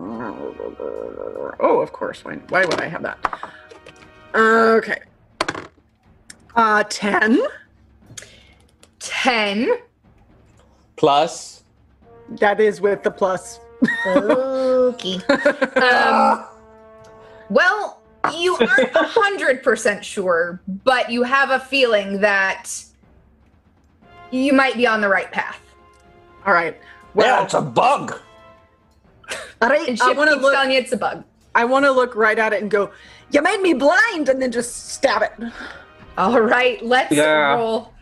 [SPEAKER 5] Oh, of course. Why, why would I have that? Okay. Uh, 10.
[SPEAKER 3] Ten.
[SPEAKER 2] Plus,
[SPEAKER 5] That is with the plus.
[SPEAKER 3] Okay. um, well, you aren't a hundred percent sure, but you have a feeling that you might be on the right path.
[SPEAKER 5] All right.
[SPEAKER 2] yeah,
[SPEAKER 5] Well,
[SPEAKER 2] it's a bug.
[SPEAKER 5] all right,
[SPEAKER 3] And
[SPEAKER 5] I
[SPEAKER 3] Chip
[SPEAKER 5] want to
[SPEAKER 3] keeps
[SPEAKER 5] look.
[SPEAKER 3] telling you it's a bug.
[SPEAKER 5] I want to look right at it and go, "You made me blind," and then just stab it.
[SPEAKER 3] All right, let's
[SPEAKER 2] Yeah.
[SPEAKER 3] roll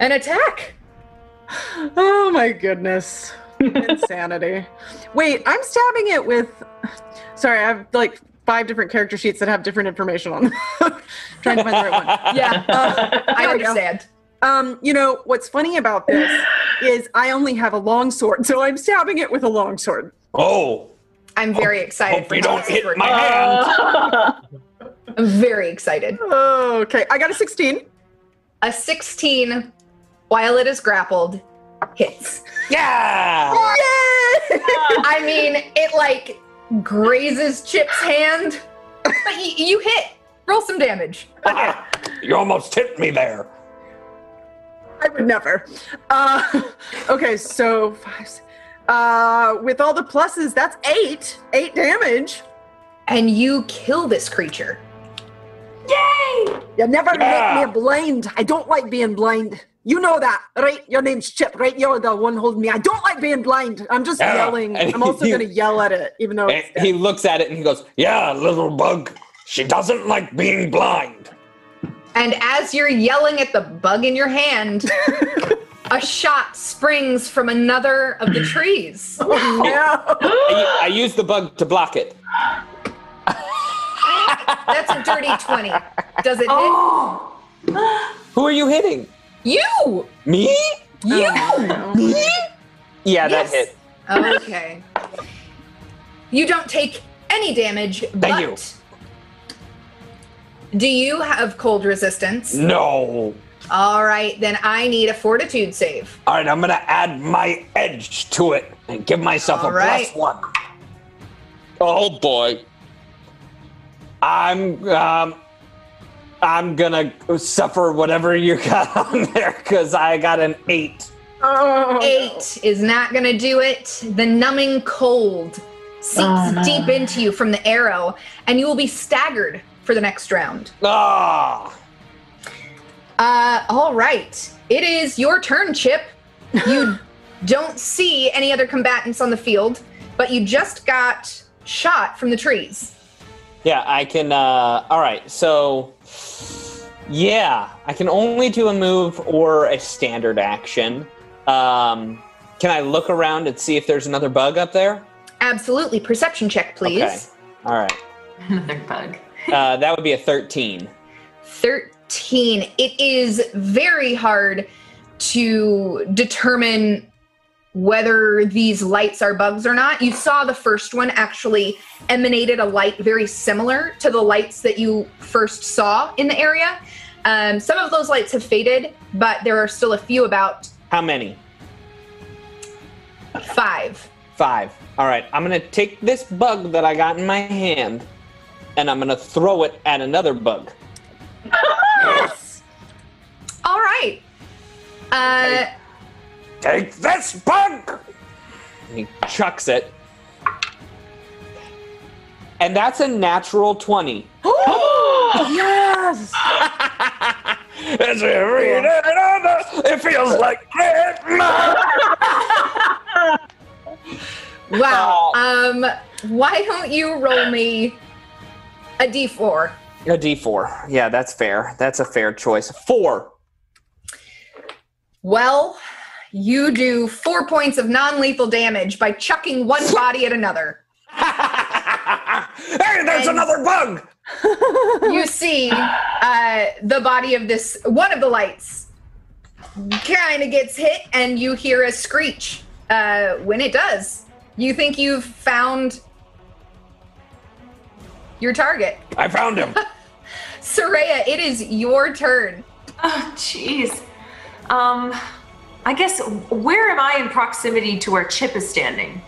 [SPEAKER 3] an attack.
[SPEAKER 5] Oh my goodness. Insanity. Wait, I'm stabbing it with sorry, I have like five different character sheets that have different information on them. Trying to find the right one.
[SPEAKER 3] Yeah, Uh, I
[SPEAKER 5] There we go.
[SPEAKER 3] understand.
[SPEAKER 5] Um, you know, what's funny about this is I only have a long sword, so I'm stabbing it with a long sword.
[SPEAKER 2] Oh,
[SPEAKER 3] I'm very excited
[SPEAKER 2] hope
[SPEAKER 3] for
[SPEAKER 2] you don't
[SPEAKER 3] this
[SPEAKER 2] hit
[SPEAKER 3] work.
[SPEAKER 2] my hand.
[SPEAKER 7] Uh,
[SPEAKER 3] I'm very excited.
[SPEAKER 5] Okay, I got a 16.
[SPEAKER 3] A 16, while it is grappled, hits.
[SPEAKER 2] Yeah!
[SPEAKER 3] I mean, it like grazes Chip's hand, but y- you hit. Roll some damage.
[SPEAKER 2] Ah, you almost hit me there.
[SPEAKER 5] I would never. Uh, okay, so five. s- Uh, with all the pluses, that's eight. Eight damage.
[SPEAKER 3] And you kill this creature.
[SPEAKER 5] You never
[SPEAKER 2] Yeah.
[SPEAKER 5] make me blind. I don't like being blind. You know that, right? Your name's Chip, right? You're the one holding me. I don't like being blind. I'm just
[SPEAKER 2] Yeah. Eh,
[SPEAKER 5] yelling.
[SPEAKER 2] And
[SPEAKER 5] I'm also
[SPEAKER 2] he-
[SPEAKER 5] gonna yell at it, even though
[SPEAKER 2] And
[SPEAKER 5] it's
[SPEAKER 2] he looks at it and he goes, Yeah, little bug. She doesn't like being blind.
[SPEAKER 3] And as you're yelling at the bug in your hand, a shot springs from another of the trees.
[SPEAKER 5] Oh, no.
[SPEAKER 2] I, I use the bug to block it.
[SPEAKER 3] That's a dirty 20. Does it hit?
[SPEAKER 6] Oh,
[SPEAKER 2] Who are you hitting?
[SPEAKER 3] You!
[SPEAKER 2] Me?
[SPEAKER 3] You!
[SPEAKER 5] Oh,
[SPEAKER 2] Yeah,
[SPEAKER 3] Yes.
[SPEAKER 2] that hit.
[SPEAKER 3] Okay. You don't take any damage, but
[SPEAKER 2] you.
[SPEAKER 3] do you have cold resistance?
[SPEAKER 2] No.
[SPEAKER 3] All right, then I need a fortitude save.
[SPEAKER 2] All right, I'm gonna add my edge to it and give myself
[SPEAKER 3] All
[SPEAKER 2] a
[SPEAKER 3] right.
[SPEAKER 2] plus one.
[SPEAKER 8] Oh boy.
[SPEAKER 2] I'm um, I'm gonna suffer whatever you got on there because I got an eight. Oh,
[SPEAKER 5] no.
[SPEAKER 3] Eight is not going to do it. The numbing cold seeps deep into you from the arrow, and you will be staggered for the next round.
[SPEAKER 2] Ah,
[SPEAKER 3] Uh, all right. It is your turn, Chip. You don't see any other combatants on the field, but you just got shot from the trees.
[SPEAKER 2] yeah, I can. Uh, all right, so yeah, I can only do a move or a standard action. Um, can I look around and see if there's another bug up there?
[SPEAKER 3] Absolutely. Perception check, please.
[SPEAKER 2] Okay. All right,
[SPEAKER 6] Another bug.
[SPEAKER 2] uh, that would be a thirteen.
[SPEAKER 3] 13. It is very hard to determine whether these lights are bugs or not. You saw the first one actually emanated a light very similar to the lights that you first saw in the area. Um, some of those lights have faded, but there are still a few about
[SPEAKER 2] How many?
[SPEAKER 3] five.
[SPEAKER 2] Five. All right, I'm gonna take this bug that I got in my hand, and I'm gonna throw it at another bug.
[SPEAKER 3] All right. Uh,
[SPEAKER 2] Take this bug! And he chucks it. And that's a natural 20.
[SPEAKER 5] Yes.
[SPEAKER 2] As we read it, on us, it feels like Christmas!
[SPEAKER 3] wow. Um, why don't you roll me a d4?
[SPEAKER 2] A d4. Yeah, that's fair. That's a fair choice. Four.
[SPEAKER 3] Well, you do four points of non lethal damage by chucking one body at another.
[SPEAKER 2] hey, there's
[SPEAKER 3] And-
[SPEAKER 2] another bug!
[SPEAKER 3] You see uh, the body of this one of the lights kind of gets hit, and you hear a screech uh, when it does. You think you've found your target.
[SPEAKER 2] I found him.
[SPEAKER 3] Soraya, it is your turn.
[SPEAKER 6] Oh, jeez. Um, I guess where am I in proximity to where Chip is standing?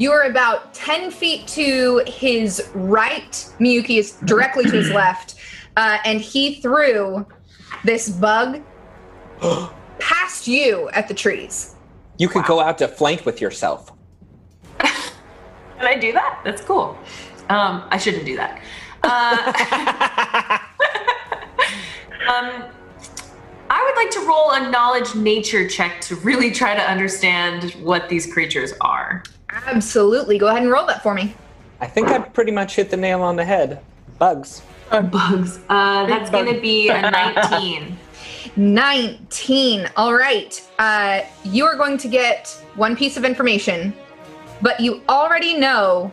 [SPEAKER 3] You are about 10 feet to his right. Miyuki is directly to his left. Uh, and he threw this bug past you at the trees.
[SPEAKER 2] You could go out to flank with yourself.
[SPEAKER 6] Can I do that? That's cool. Um, I shouldn't do that. Uh, um, I would like to roll a knowledge nature check to really try to understand what these creatures are.
[SPEAKER 3] Absolutely. Go ahead and roll that for me.
[SPEAKER 2] I think I pretty much hit the nail on the head. Bugs.
[SPEAKER 6] Bugs. Uh, that's going to be a 19.
[SPEAKER 3] 19. All right. Uh, you are going to get one piece of information, but you already know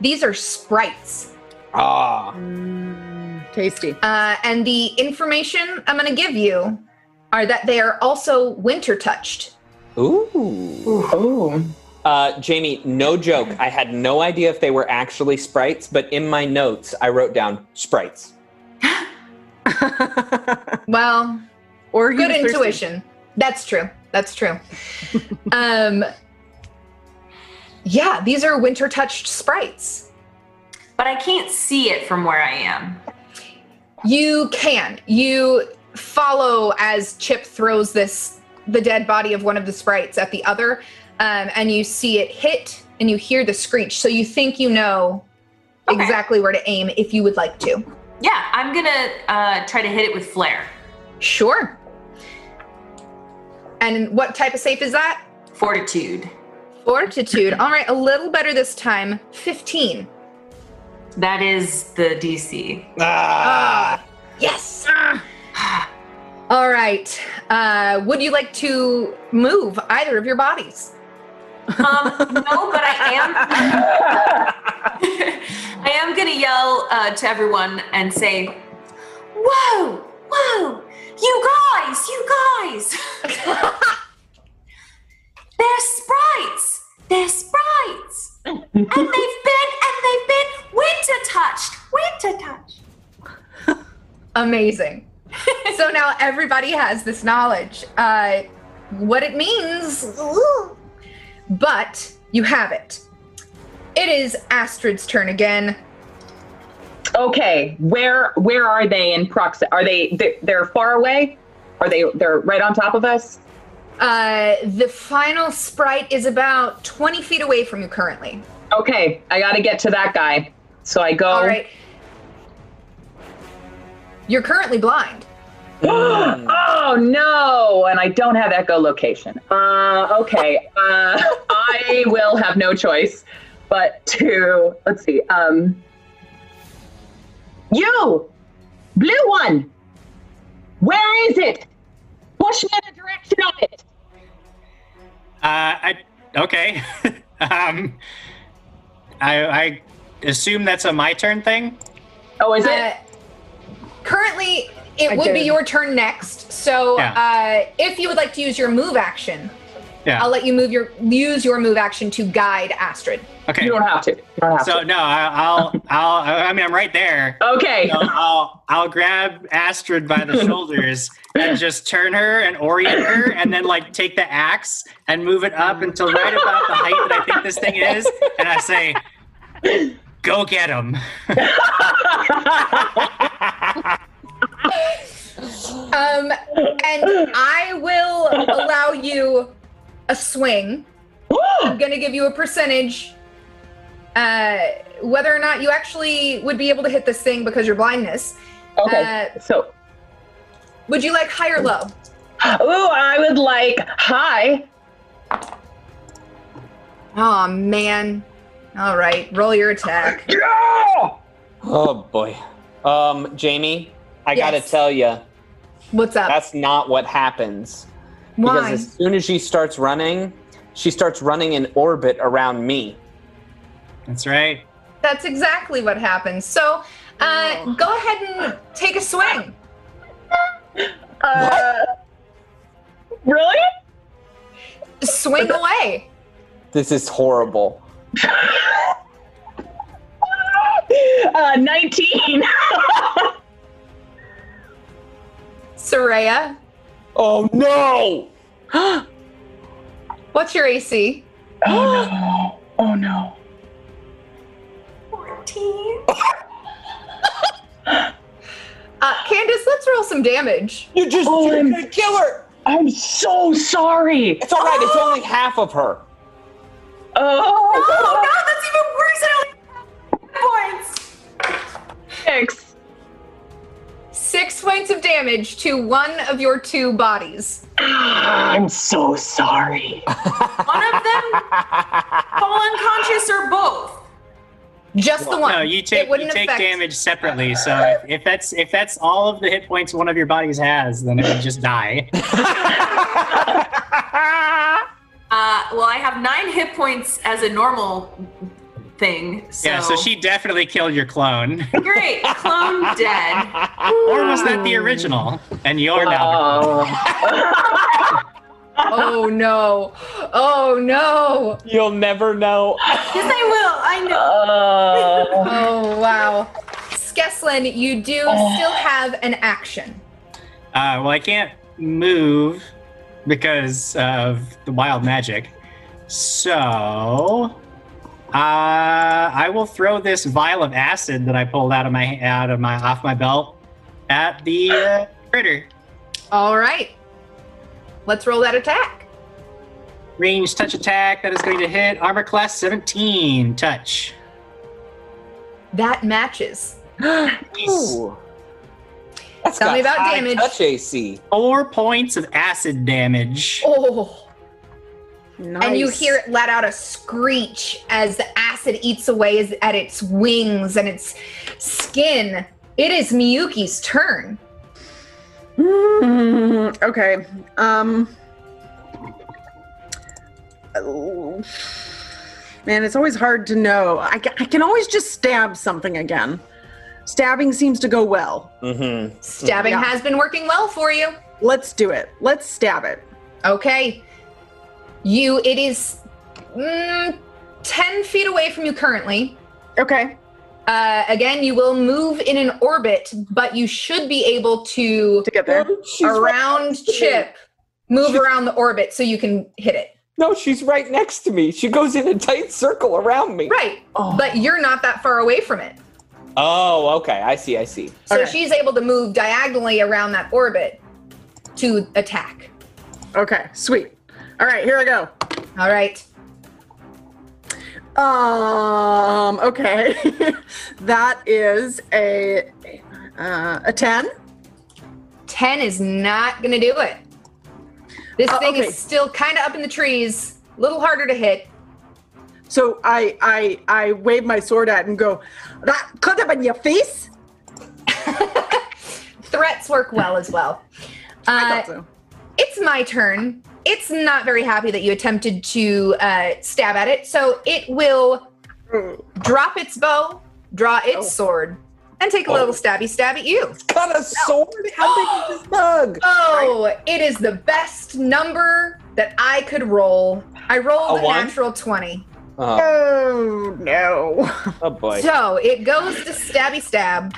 [SPEAKER 3] these are sprites.
[SPEAKER 2] Ah.
[SPEAKER 5] Tasty.
[SPEAKER 3] Uh, and the information I'm going to give you are that they are also winter touched.
[SPEAKER 2] Ooh.
[SPEAKER 7] Oh.
[SPEAKER 2] Uh, Jamie, no joke. I had no idea if they were actually sprites, but in my notes, I wrote down sprites.
[SPEAKER 3] Well,
[SPEAKER 5] or
[SPEAKER 3] good
[SPEAKER 5] thirsty.
[SPEAKER 3] intuition. That's true. That's true. um, yeah, these are winter touched sprites.
[SPEAKER 6] But I can't see it from where I am.
[SPEAKER 3] You can. You follow as Chip throws this the dead body of one of the sprites at the other, um, and you see it hit, and you hear the screech. So you think you know
[SPEAKER 6] Okay.
[SPEAKER 3] exactly where to aim if you would like to.
[SPEAKER 6] Yeah, I'm going to uh, try to hit it with flare.
[SPEAKER 3] Sure. And what type of safe is that?
[SPEAKER 6] Fortitude.
[SPEAKER 3] Fortitude. All right, a little better this time. 15.
[SPEAKER 6] That is the DC.
[SPEAKER 2] Ah.
[SPEAKER 3] Yes. All right. Uh, would you like to move either of your bodies?
[SPEAKER 6] Um, no, but I am. I am gonna yell uh, to everyone and say, "Whoa, whoa! You guys, you guys. They're sprites. They're sprites. and they've been and they've been winter touched. Winter touched.
[SPEAKER 3] Amazing. so now everybody has this knowledge. Uh, what it means, ooh, but you have it. It is Astrid's turn again.
[SPEAKER 7] Okay, where where are they in proxy? Are they they're, they're far away? Are they they're right on top of us?
[SPEAKER 3] Uh, the final sprite is about 20 feet away from you currently.
[SPEAKER 7] Okay, I got to get to that guy. So I go.
[SPEAKER 3] All right. You're currently blind.
[SPEAKER 7] Oh no! And I don't have echolocation. Uh, okay, uh, I will have no choice but to let's see. Um, you, blue one, where is it? Push me in the direction of it.
[SPEAKER 4] Uh, I okay. um, I I assume that's a my turn thing.
[SPEAKER 7] Oh, is
[SPEAKER 3] Uh, currently, it
[SPEAKER 7] I
[SPEAKER 3] would be
[SPEAKER 7] did.
[SPEAKER 3] your turn next. So, uh, if you would like to use your move action,
[SPEAKER 4] Yeah.
[SPEAKER 3] I'll let you move your use your move action to guide Astrid.
[SPEAKER 7] it?
[SPEAKER 4] Okay.
[SPEAKER 7] You don't have to. You don't have
[SPEAKER 4] So
[SPEAKER 7] to.
[SPEAKER 4] no, I, I'll I'll I mean I'm right there.
[SPEAKER 7] Okay.
[SPEAKER 4] So I'll I'll grab Astrid by the shoulders and just turn her and orient her, and then like take the axe and move it up until right about the height that I think this thing is, and I say, "Go get him!"
[SPEAKER 3] Um, and I will allow you a swing. I'm going to give you a percentage. Uh, whether or not you actually would be able to hit this thing because your blindness.
[SPEAKER 7] okay.
[SPEAKER 3] uh,
[SPEAKER 7] so,
[SPEAKER 3] Would you like high or low?
[SPEAKER 7] oh, I would like hi.
[SPEAKER 3] Oh man. All right, roll your attack.
[SPEAKER 2] Oh boy. Um, Jamie, I gotta
[SPEAKER 3] Yes.
[SPEAKER 2] tell you,
[SPEAKER 3] What's up?
[SPEAKER 2] that's not what happens. Because
[SPEAKER 3] Why?
[SPEAKER 2] as soon as she starts running, she starts running in orbit around me.
[SPEAKER 4] That's right.
[SPEAKER 3] That's exactly what happens. So, uh, go ahead and take a swing.
[SPEAKER 7] Uh, really?
[SPEAKER 3] Swing away.
[SPEAKER 2] This is horrible.
[SPEAKER 7] Uh, 19.
[SPEAKER 3] Soraya,
[SPEAKER 2] Oh no!
[SPEAKER 3] what's your AC?
[SPEAKER 7] oh no. Oh no.
[SPEAKER 6] 14.
[SPEAKER 3] Uh, Candace, let's roll some damage.
[SPEAKER 2] You just
[SPEAKER 7] Oh,
[SPEAKER 2] you're
[SPEAKER 7] I'm-
[SPEAKER 2] gonna kill her!
[SPEAKER 7] I'm so sorry.
[SPEAKER 2] It's alright, it's only half of her.
[SPEAKER 6] Oh
[SPEAKER 7] Oh,
[SPEAKER 6] no, that's even worse. I only have points.
[SPEAKER 3] Oh,
[SPEAKER 7] six.
[SPEAKER 3] Six points of damage to one of your two bodies.
[SPEAKER 7] I'm so sorry.
[SPEAKER 6] One of them fall unconscious or both.
[SPEAKER 3] Just the one.
[SPEAKER 4] No, you
[SPEAKER 3] It
[SPEAKER 4] take you
[SPEAKER 3] wouldn't
[SPEAKER 4] take
[SPEAKER 3] affect-
[SPEAKER 4] damage separately. So if that's if that's all of the hit points one of your bodies has, then it would just die.
[SPEAKER 6] Uh, well, I have nine hit points as a normal thing. So,
[SPEAKER 4] Yeah. So she definitely killed your clone.
[SPEAKER 6] great clone dead.
[SPEAKER 4] Or was that the original? And you're now.
[SPEAKER 3] Oh no. Oh no.
[SPEAKER 2] You'll never know.
[SPEAKER 6] Yes, I will. I know.
[SPEAKER 7] Uh,
[SPEAKER 3] Oh wow. Skeslin, you do still have an action.
[SPEAKER 4] Uh, well, I can't move because of the wild magic. So. Uh, I will throw this vial of acid that I pulled out of my out of my off my belt at the uh, critter.
[SPEAKER 3] All right. Let's roll that attack.
[SPEAKER 4] Range touch attack that is going to hit armor class 17 touch.
[SPEAKER 3] That matches.
[SPEAKER 2] Ooh. That's
[SPEAKER 3] Tell
[SPEAKER 2] got
[SPEAKER 3] me about
[SPEAKER 2] high
[SPEAKER 3] damage.
[SPEAKER 2] Touch AC.
[SPEAKER 4] Four points of acid damage.
[SPEAKER 3] Oh.
[SPEAKER 5] Nice.
[SPEAKER 3] And you hear it let out a screech as the acid eats away is- at its wings and its skin. It is Miyuki's turn.
[SPEAKER 5] Mm, okay. Um. oh, Man, it's always hard to know. I, ca- I can always just stab something again. Stabbing seems to go well.
[SPEAKER 2] Mm-hmm.
[SPEAKER 3] Stabbing
[SPEAKER 5] Yeah.
[SPEAKER 3] has been working well for you.
[SPEAKER 5] Let's do it. Let's stab it.
[SPEAKER 3] Okay. You, it is mm, 10 feet away from you currently.
[SPEAKER 5] Okay.
[SPEAKER 3] Uh, again, you will move in an orbit, but you should be able to,
[SPEAKER 5] To get there.
[SPEAKER 3] around Chip, move around the orbit so you can hit it.
[SPEAKER 2] No, she's right next to me. She goes in a tight circle around me.
[SPEAKER 3] Right. But you're not that far away from it.
[SPEAKER 2] Oh, okay. I see. I see.
[SPEAKER 3] So
[SPEAKER 5] Okay.
[SPEAKER 3] she's able to move diagonally around that orbit to attack.
[SPEAKER 5] Okay. Sweet. All right. Here I go.
[SPEAKER 3] All right.
[SPEAKER 5] Um. Okay. that is a uh, a ten.
[SPEAKER 3] 10 is not going to do it. This
[SPEAKER 5] Uh,
[SPEAKER 3] thing
[SPEAKER 5] okay.
[SPEAKER 3] is still kind of up in the trees, a little harder to hit.
[SPEAKER 5] So I I I wave my sword at it and go. That could have been your face.
[SPEAKER 3] Threats work well as well.
[SPEAKER 5] I
[SPEAKER 3] Uh,
[SPEAKER 5] thought so.
[SPEAKER 3] it's my turn. It's not very happy that you attempted to uh, stab at it, so it will
[SPEAKER 5] Mm.
[SPEAKER 3] drop its bow, draw its
[SPEAKER 5] Oh.
[SPEAKER 3] sword, and take a little stabby stab at you.
[SPEAKER 2] Got a sword? How big is this bug?
[SPEAKER 3] Oh, it is the best number that I could roll. I rolled
[SPEAKER 2] A
[SPEAKER 3] a,
[SPEAKER 2] one?
[SPEAKER 3] natural 20.
[SPEAKER 2] Oh,
[SPEAKER 5] Oh no.
[SPEAKER 2] oh boy.
[SPEAKER 3] So it goes to stabby stab.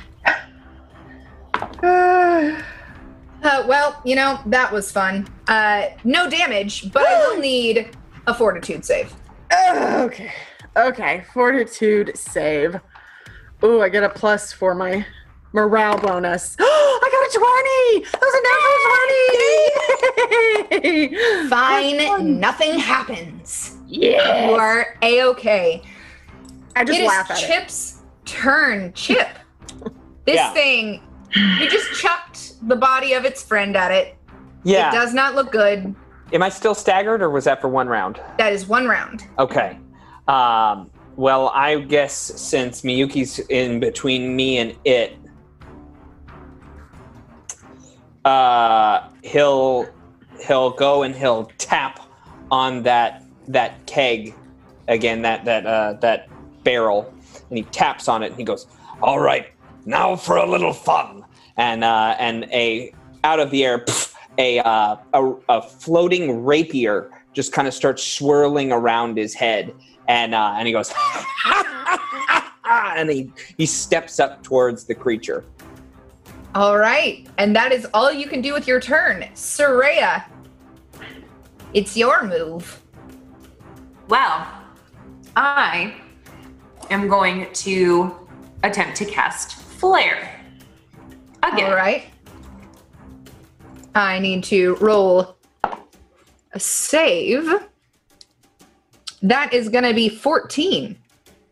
[SPEAKER 3] Uh, well, you know, that was fun. Uh, no damage, but I will need a fortitude save.
[SPEAKER 5] okay. Okay. Fortitude save. Ooh, I get a plus for my morale bonus. I got a 20! That was a natural 20! Yay!
[SPEAKER 3] Fine, nothing happens. You
[SPEAKER 7] Yeah.
[SPEAKER 3] are a okay.
[SPEAKER 5] I just
[SPEAKER 3] It is
[SPEAKER 5] laugh at it.
[SPEAKER 3] Chip's turn. Chip, this
[SPEAKER 2] Yeah.
[SPEAKER 3] thing, you just chucked the body of its friend at it. It
[SPEAKER 2] Yeah.
[SPEAKER 3] does not look good.
[SPEAKER 2] Am I still staggered or was that for one round?
[SPEAKER 3] That is one round.
[SPEAKER 2] Okay. Um, well, I guess since Miyuki's in between me and it, uh, he'll he'll go and he'll tap on that that keg again, that that uh, that barrel, and he taps on it and he goes, "All right, now for a little fun." And uh, and a out of the air, pff, a, uh, a a floating rapier just kind of starts swirling around his head, and uh, and he goes, and he he steps up towards the creature.
[SPEAKER 3] All right. And that is all you can do with your turn. Soraya, it's your move.
[SPEAKER 6] Well, I am going to attempt to cast Flare. Again.
[SPEAKER 3] All right. I need to roll a save. That is going to be 14.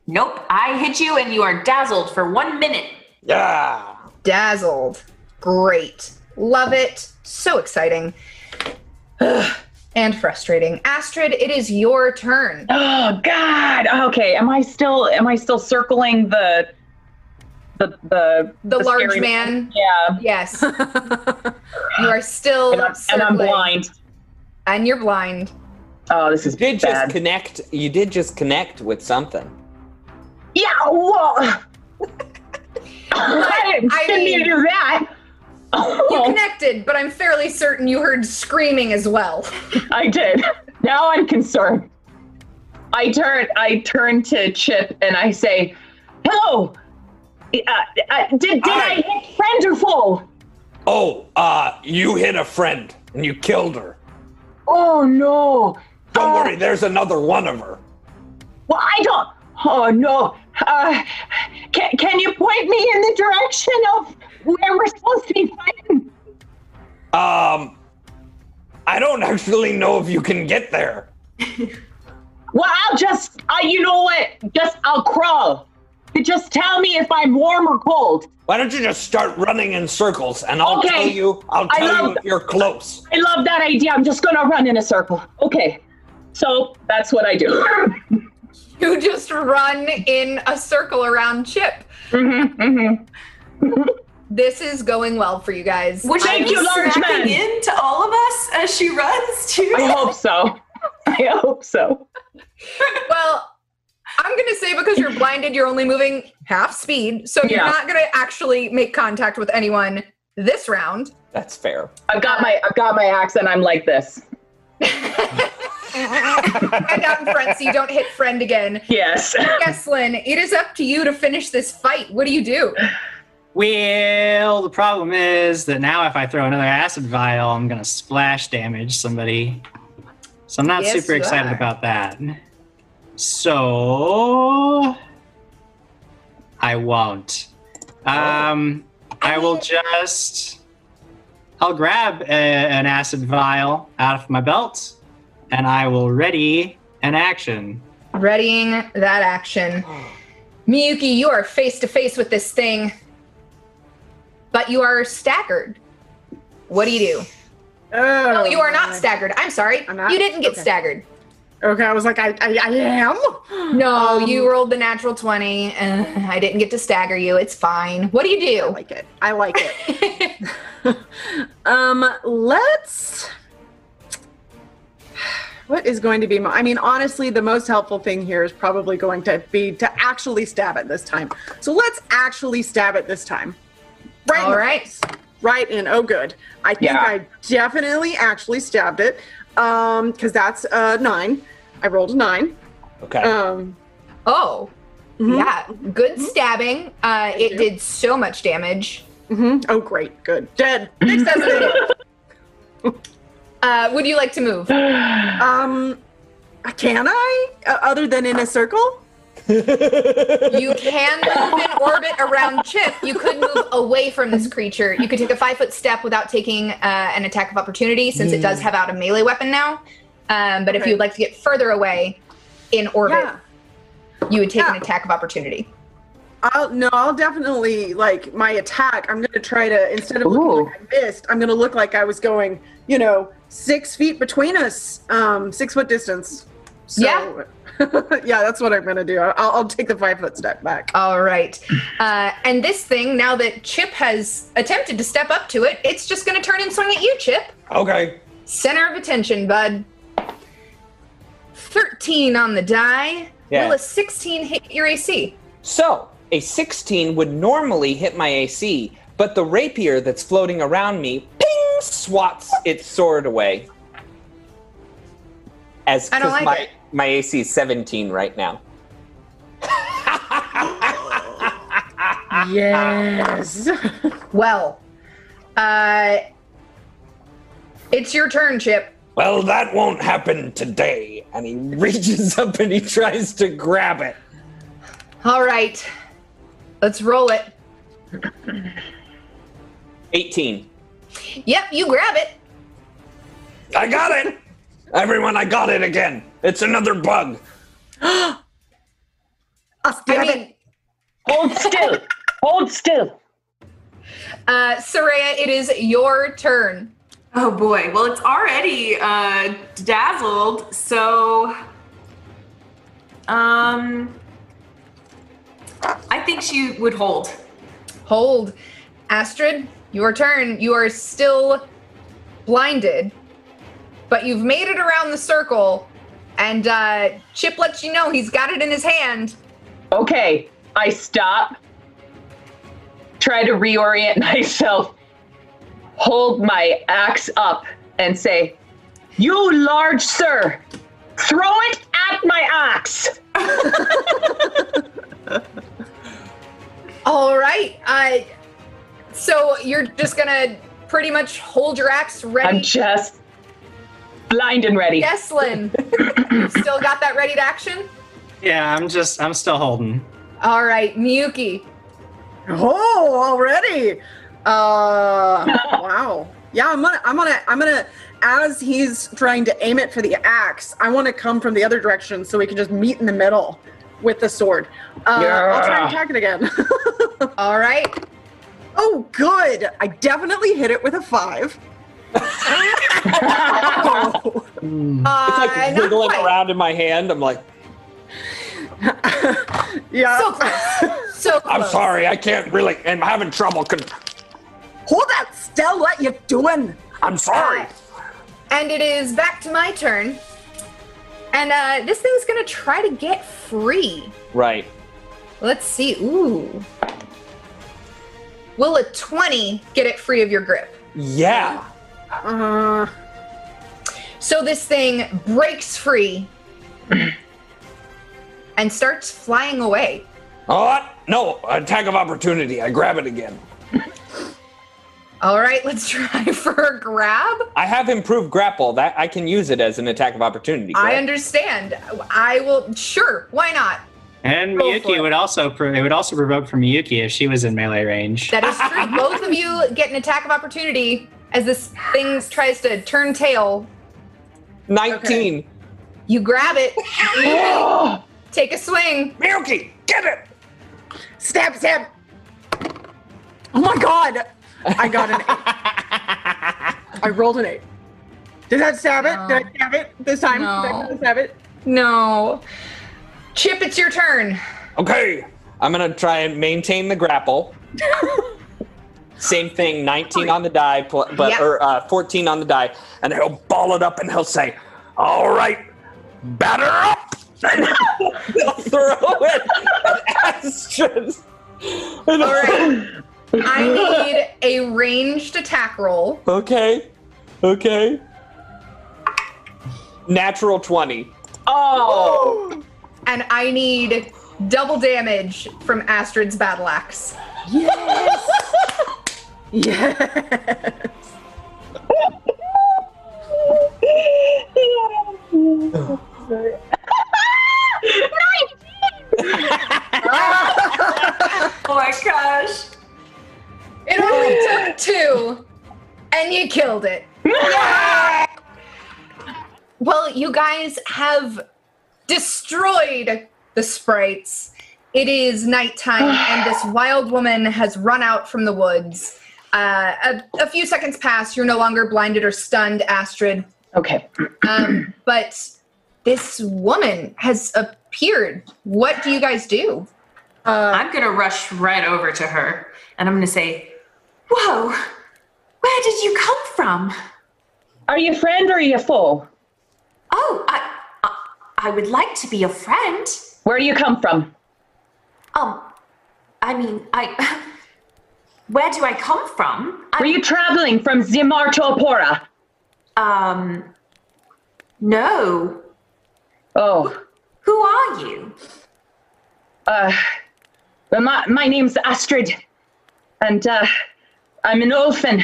[SPEAKER 6] Nope. I hit you and you are dazzled for one minute.
[SPEAKER 2] Yeah.
[SPEAKER 3] Dazzled. Great. Love it. So exciting. Ugh, And frustrating. Astrid, it is your turn.
[SPEAKER 7] Oh God. Okay. Am I still? Am I still circling the? The the
[SPEAKER 3] The large
[SPEAKER 7] scary-
[SPEAKER 3] man.
[SPEAKER 7] Yeah.
[SPEAKER 3] Yes. you are still
[SPEAKER 7] And I'm, and I'm
[SPEAKER 3] circling.
[SPEAKER 7] blind.
[SPEAKER 3] And you're blind.
[SPEAKER 7] Oh, this
[SPEAKER 2] You
[SPEAKER 7] is
[SPEAKER 2] did
[SPEAKER 7] bad.
[SPEAKER 2] just connect. You did just connect with something.
[SPEAKER 7] Yeah, well. I didn't,
[SPEAKER 3] I
[SPEAKER 7] didn't mean to
[SPEAKER 3] mean-
[SPEAKER 7] do that.
[SPEAKER 3] You
[SPEAKER 7] Oh,
[SPEAKER 3] connected, but I'm fairly certain you heard screaming as well.
[SPEAKER 7] I did. Now I'm concerned. I turn. I turn to Chip and I say, "Hello. Uh, uh, did did I, hit friend or foe?
[SPEAKER 8] Oh, uh, you hit a friend and you killed her.
[SPEAKER 7] Oh no.
[SPEAKER 8] Don't
[SPEAKER 2] Oh.
[SPEAKER 7] Uh,
[SPEAKER 8] worry, there's another one of her.
[SPEAKER 7] Well, I don't. Oh no. Uh, can can you point me in the direction of where we're supposed to be fighting?
[SPEAKER 8] Um, I don't actually know if you can get there.
[SPEAKER 7] Well, I'll just, I, you know what? Just, I'll crawl. Just tell me if I'm warm or cold.
[SPEAKER 8] Why don't you just start running in circles and I'll
[SPEAKER 7] Okay.
[SPEAKER 8] tell you, I'll
[SPEAKER 7] I
[SPEAKER 8] tell you
[SPEAKER 7] love-
[SPEAKER 8] if you're close.
[SPEAKER 7] I love that idea. I'm just gonna run in a circle. Okay. So that's what I do.
[SPEAKER 3] You just run in a circle around Chip.
[SPEAKER 7] Mhm, mhm.
[SPEAKER 3] This is going well for you guys.
[SPEAKER 6] Would she
[SPEAKER 7] Thank
[SPEAKER 6] be
[SPEAKER 7] you, large
[SPEAKER 6] smacking
[SPEAKER 7] man.
[SPEAKER 6] in to all of us as she runs too?
[SPEAKER 7] I hope so. I hope so.
[SPEAKER 3] Well, I'm going to say because because you're blinded, you're only moving half speed, so you're
[SPEAKER 7] Yeah.
[SPEAKER 3] not going to actually make contact with anyone this round.
[SPEAKER 2] That's fair.
[SPEAKER 7] I've got my I've got my axe and I'm like this.
[SPEAKER 3] And out in front, so you don't hit friend again.
[SPEAKER 7] Yes.
[SPEAKER 3] Kesslin, it is up to you to finish this fight. What do you do?
[SPEAKER 4] Well, the problem is that now if I throw another acid vial, I'm gonna splash damage somebody. So I'm not
[SPEAKER 3] Yes,
[SPEAKER 4] super
[SPEAKER 3] you
[SPEAKER 4] excited
[SPEAKER 3] are.
[SPEAKER 4] about that. So I won't. Um, I will just. I'll grab a, an acid vial out of my belt, and I will ready an action.
[SPEAKER 3] Readying that action. Miyuki, you are face to face with this thing, but you are staggered. What do you do?
[SPEAKER 5] Oh,
[SPEAKER 3] No, you are not
[SPEAKER 5] my.
[SPEAKER 3] staggered. I'm sorry.
[SPEAKER 5] I'm not?
[SPEAKER 3] You didn't get
[SPEAKER 5] Okay.
[SPEAKER 3] staggered.
[SPEAKER 5] Oh, Okay, I was like, I, I, I am.
[SPEAKER 3] No,
[SPEAKER 5] Um,
[SPEAKER 3] you rolled the natural 20. Uh, I didn't get to stagger you. It's fine. What do you
[SPEAKER 5] I
[SPEAKER 3] do?
[SPEAKER 5] like it. I like it. um, let's. What is going to be? Mo- I mean, honestly, the most helpful thing here is probably going to be to actually stab it this time. So let's actually stab it this time. Right. in
[SPEAKER 3] All
[SPEAKER 5] the
[SPEAKER 3] right.
[SPEAKER 5] face. Right in. Oh, good. I think
[SPEAKER 7] Yeah.
[SPEAKER 5] I definitely actually stabbed it. Um, because that's a nine. I rolled a nine.
[SPEAKER 2] Okay.
[SPEAKER 3] Uh.
[SPEAKER 5] Um.
[SPEAKER 3] Oh,
[SPEAKER 5] mhm,
[SPEAKER 3] yeah. Good stabbing. Uh, it
[SPEAKER 5] you.
[SPEAKER 3] did so much damage.
[SPEAKER 5] mhm. Oh, great. Good. Dead.
[SPEAKER 3] Next hesitant. uh, would you like to move?
[SPEAKER 5] Um, can I? Uh, other than in a circle?
[SPEAKER 3] You can move in orbit around Chip. You could move away from this creature. You could take a five foot step without taking uh, an attack of opportunity, since it does have out a melee weapon now. Um, but if
[SPEAKER 5] Okay.
[SPEAKER 3] you'd like to get further away in orbit,
[SPEAKER 5] Yeah.
[SPEAKER 3] you would take an
[SPEAKER 5] Yeah.
[SPEAKER 3] attack of opportunity.
[SPEAKER 5] I'll no. I'll definitely like my attack. I'm gonna try to instead of looking like I missed, I'm gonna look like I was going. You know, six feet between us. Um, six foot distance. So,
[SPEAKER 3] Yeah.
[SPEAKER 5] yeah, that's what I'm gonna do. I'll, I'll take the five foot step back.
[SPEAKER 3] All right. Uh, and this thing, now that Chip has attempted to step up to it, it's just going to turn and swing at you, Chip.
[SPEAKER 2] okay.
[SPEAKER 3] Center of attention, bud. 13 on the die.
[SPEAKER 2] Yeah.
[SPEAKER 3] Will a 16 hit your AC?
[SPEAKER 2] So, a 16 would normally hit my AC, but the rapier that's floating around me, ping, swats its sword away. As
[SPEAKER 3] I don't
[SPEAKER 2] 'cause
[SPEAKER 3] like
[SPEAKER 2] my,
[SPEAKER 3] it.
[SPEAKER 2] my AC is 17 right now.
[SPEAKER 5] Yes.
[SPEAKER 3] Well, uh, it's your turn, Chip.
[SPEAKER 8] Well, that won't happen today.
[SPEAKER 2] And he reaches up and he tries to grab it.
[SPEAKER 3] All right. Let's roll it.
[SPEAKER 2] 18.
[SPEAKER 3] Yep, you grab it.
[SPEAKER 8] I got it! Everyone, I got it again. It's another bug.
[SPEAKER 5] I'll
[SPEAKER 3] I
[SPEAKER 5] stab
[SPEAKER 3] mean,
[SPEAKER 5] it.
[SPEAKER 7] Hold still. Hold still.
[SPEAKER 3] uh, Soraya, it is your turn.
[SPEAKER 6] Oh boy. Well, it's already uh, dazzled. So, um, I think she would hold.
[SPEAKER 3] Hold. Astrid, your turn. You are still blinded, but you've made it around the circle, and uh, Chip lets you know he's got it in his hand.
[SPEAKER 7] Okay. I stop. Try to reorient myself. Hold my axe up and say, "You large sir, throw it at my axe."
[SPEAKER 3] All right. Uh, so you're just gonna pretty much hold your axe ready.
[SPEAKER 7] I'm just blind and ready.
[SPEAKER 3] Deslin, you've still got that ready to action.
[SPEAKER 4] Yeah, I'm just. I'm still holding.
[SPEAKER 3] All right, Miyuki.
[SPEAKER 5] Oh, already. Uh, wow. Yeah, I'm gonna, I'm gonna, I'm gonna. As he's trying to aim it for the axe, I want to come from the other direction so we can just meet in the middle with the sword. Uh, I'll try and
[SPEAKER 7] Yeah.
[SPEAKER 5] attack it again.
[SPEAKER 3] All right.
[SPEAKER 5] oh, good. I definitely hit it with a five. Oh.
[SPEAKER 3] Uh,
[SPEAKER 2] It's like
[SPEAKER 3] not
[SPEAKER 2] wiggling
[SPEAKER 3] quite.
[SPEAKER 2] around in my hand. I'm like,
[SPEAKER 5] yeah.
[SPEAKER 3] So close. So close.
[SPEAKER 8] I'm sorry, I can't really. I'm having trouble. Con-
[SPEAKER 5] Hold that, Stell. What you doing?
[SPEAKER 8] I'm sorry.
[SPEAKER 2] Uh,
[SPEAKER 3] And it is back to my turn. And uh, this thing's gonna try to get free.
[SPEAKER 2] right.
[SPEAKER 3] Let's see. Ooh. Will a 20 get it free of your grip?
[SPEAKER 2] Yeah.
[SPEAKER 5] Uh,
[SPEAKER 3] So this thing breaks free and starts flying away.
[SPEAKER 8] Oh, what? No, attack of opportunity. I grab it again.
[SPEAKER 3] All right, let's try for a grab.
[SPEAKER 2] I have improved grapple. That I can use it as an attack of opportunity.
[SPEAKER 3] I
[SPEAKER 2] correct?
[SPEAKER 3] understand. I will. Sure. Why not?
[SPEAKER 4] And
[SPEAKER 3] Go for
[SPEAKER 4] Miyuki
[SPEAKER 3] it.
[SPEAKER 4] would also pro- it would also provoke from Miyuki if she was in melee range.
[SPEAKER 3] That is true. Both of you get an attack of opportunity as this thing tries to turn tail.
[SPEAKER 2] 19.
[SPEAKER 3] You grab it.
[SPEAKER 7] Oh,
[SPEAKER 3] Take a swing.
[SPEAKER 8] Miyuki, get it!
[SPEAKER 5] stab, stab. Oh my god! I got an eight. I rolled an eight. Did that stab it? Did I stab it this time?
[SPEAKER 3] No.
[SPEAKER 5] Did I stab it?
[SPEAKER 3] No. Chip, it's your turn.
[SPEAKER 8] Okay.
[SPEAKER 2] I'm going to try and maintain the grapple. Same thing, 19 on the die, pl- but
[SPEAKER 3] Yeah.
[SPEAKER 2] or uh, 14 on the die.
[SPEAKER 8] And he'll ball it up and he'll say, All right, batter up!
[SPEAKER 2] They'll throw it at Astra's.
[SPEAKER 3] All right. I need a ranged attack roll.
[SPEAKER 2] Okay. Okay. Natural 20.
[SPEAKER 7] oh,
[SPEAKER 3] and I need double damage from Astrid's battle axe.
[SPEAKER 5] Yes! yes!
[SPEAKER 6] Oh my gosh.
[SPEAKER 3] It only took two, and you killed it. Well, you guys have destroyed the sprites. It is nighttime, and this wild woman has run out from the woods. Uh, a, a few seconds pass. You're no longer blinded or stunned, Astrid.
[SPEAKER 7] okay.
[SPEAKER 3] Um, but this woman has appeared. What do you guys do?
[SPEAKER 6] Uh, I'm gonna rush right over to her and I'm gonna say, Whoa, where did you come from?
[SPEAKER 7] Are you a friend or are you a foe?
[SPEAKER 6] Oh, I, I, I would like to be a friend.
[SPEAKER 7] Where do you come from?
[SPEAKER 6] Um, I mean, I, where do I come from?
[SPEAKER 7] Were
[SPEAKER 6] I,
[SPEAKER 7] you traveling from Zimar to Apora?
[SPEAKER 6] um, no.
[SPEAKER 7] Oh,
[SPEAKER 6] Who are you?
[SPEAKER 7] uh, well, my, my name's Astrid, and uh, I'm an orphan,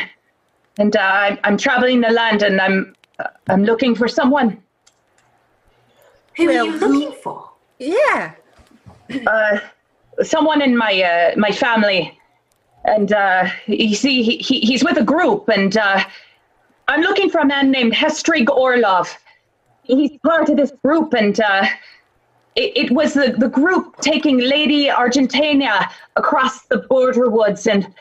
[SPEAKER 7] and uh, I'm, I'm traveling the land, and I'm uh, I'm looking for someone.
[SPEAKER 6] Who
[SPEAKER 5] Well,
[SPEAKER 6] are you
[SPEAKER 5] who-
[SPEAKER 6] looking for?
[SPEAKER 5] Yeah!
[SPEAKER 7] uh, someone in my uh, my family, and uh, you see, he, he he's with a group, and uh, I'm looking for a man named Hestrig Orlov. He's part of this group, and uh, it, it was the, the group taking Lady Argentina across the border woods, and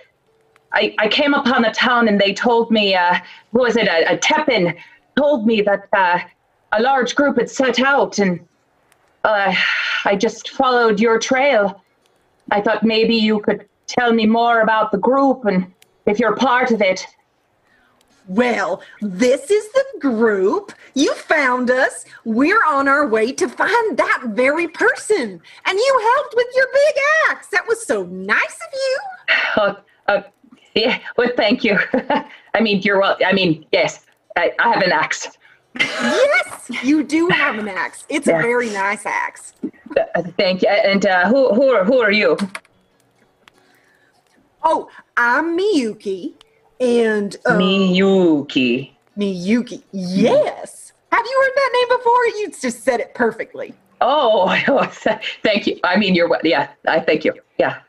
[SPEAKER 7] I, I came upon a town, and they told me, uh, what was it, a, a Tepin, told me that uh, a large group had set out, and uh, I just followed your trail. I thought maybe you could tell me more about the group and if you're part of it.
[SPEAKER 5] Well, this is the group. You found us. We're on our way to find that very person. And you helped with your big axe. That was so nice of you.
[SPEAKER 7] Oh, uh, yeah, well, thank you. I mean, you're well. I mean, yes, I, I have an axe.
[SPEAKER 5] Yes, you do have an axe. It's a
[SPEAKER 7] Yeah.
[SPEAKER 5] very nice axe.
[SPEAKER 7] Uh, thank you. And uh, who, who, are, who are you?
[SPEAKER 5] Oh, I'm Miyuki. And um,
[SPEAKER 7] Miyuki.
[SPEAKER 5] Miyuki. Yes. Have you heard that name before? You just said it perfectly.
[SPEAKER 7] Oh, thank you. I mean, you're well. Yeah, I thank you. Yeah.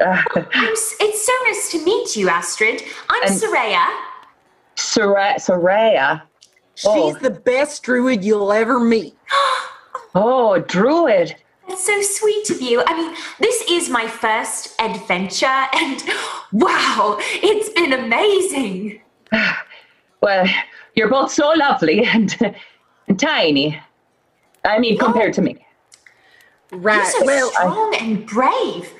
[SPEAKER 7] Uh,
[SPEAKER 6] I'm, s- it's so nice to meet you, Astrid. I'm
[SPEAKER 7] And-
[SPEAKER 6] Soraya.
[SPEAKER 7] Soraya. Soraya. Oh.
[SPEAKER 5] She's the best druid you'll ever meet.
[SPEAKER 7] Oh, druid.
[SPEAKER 6] That's so sweet of you. I mean, this is my first adventure, and wow, it's been amazing.
[SPEAKER 7] Well, you're both so lovely and, and tiny. I mean, compared to me.
[SPEAKER 5] Right.
[SPEAKER 6] You're so
[SPEAKER 5] Uh, well, Oh.
[SPEAKER 6] strong and brave,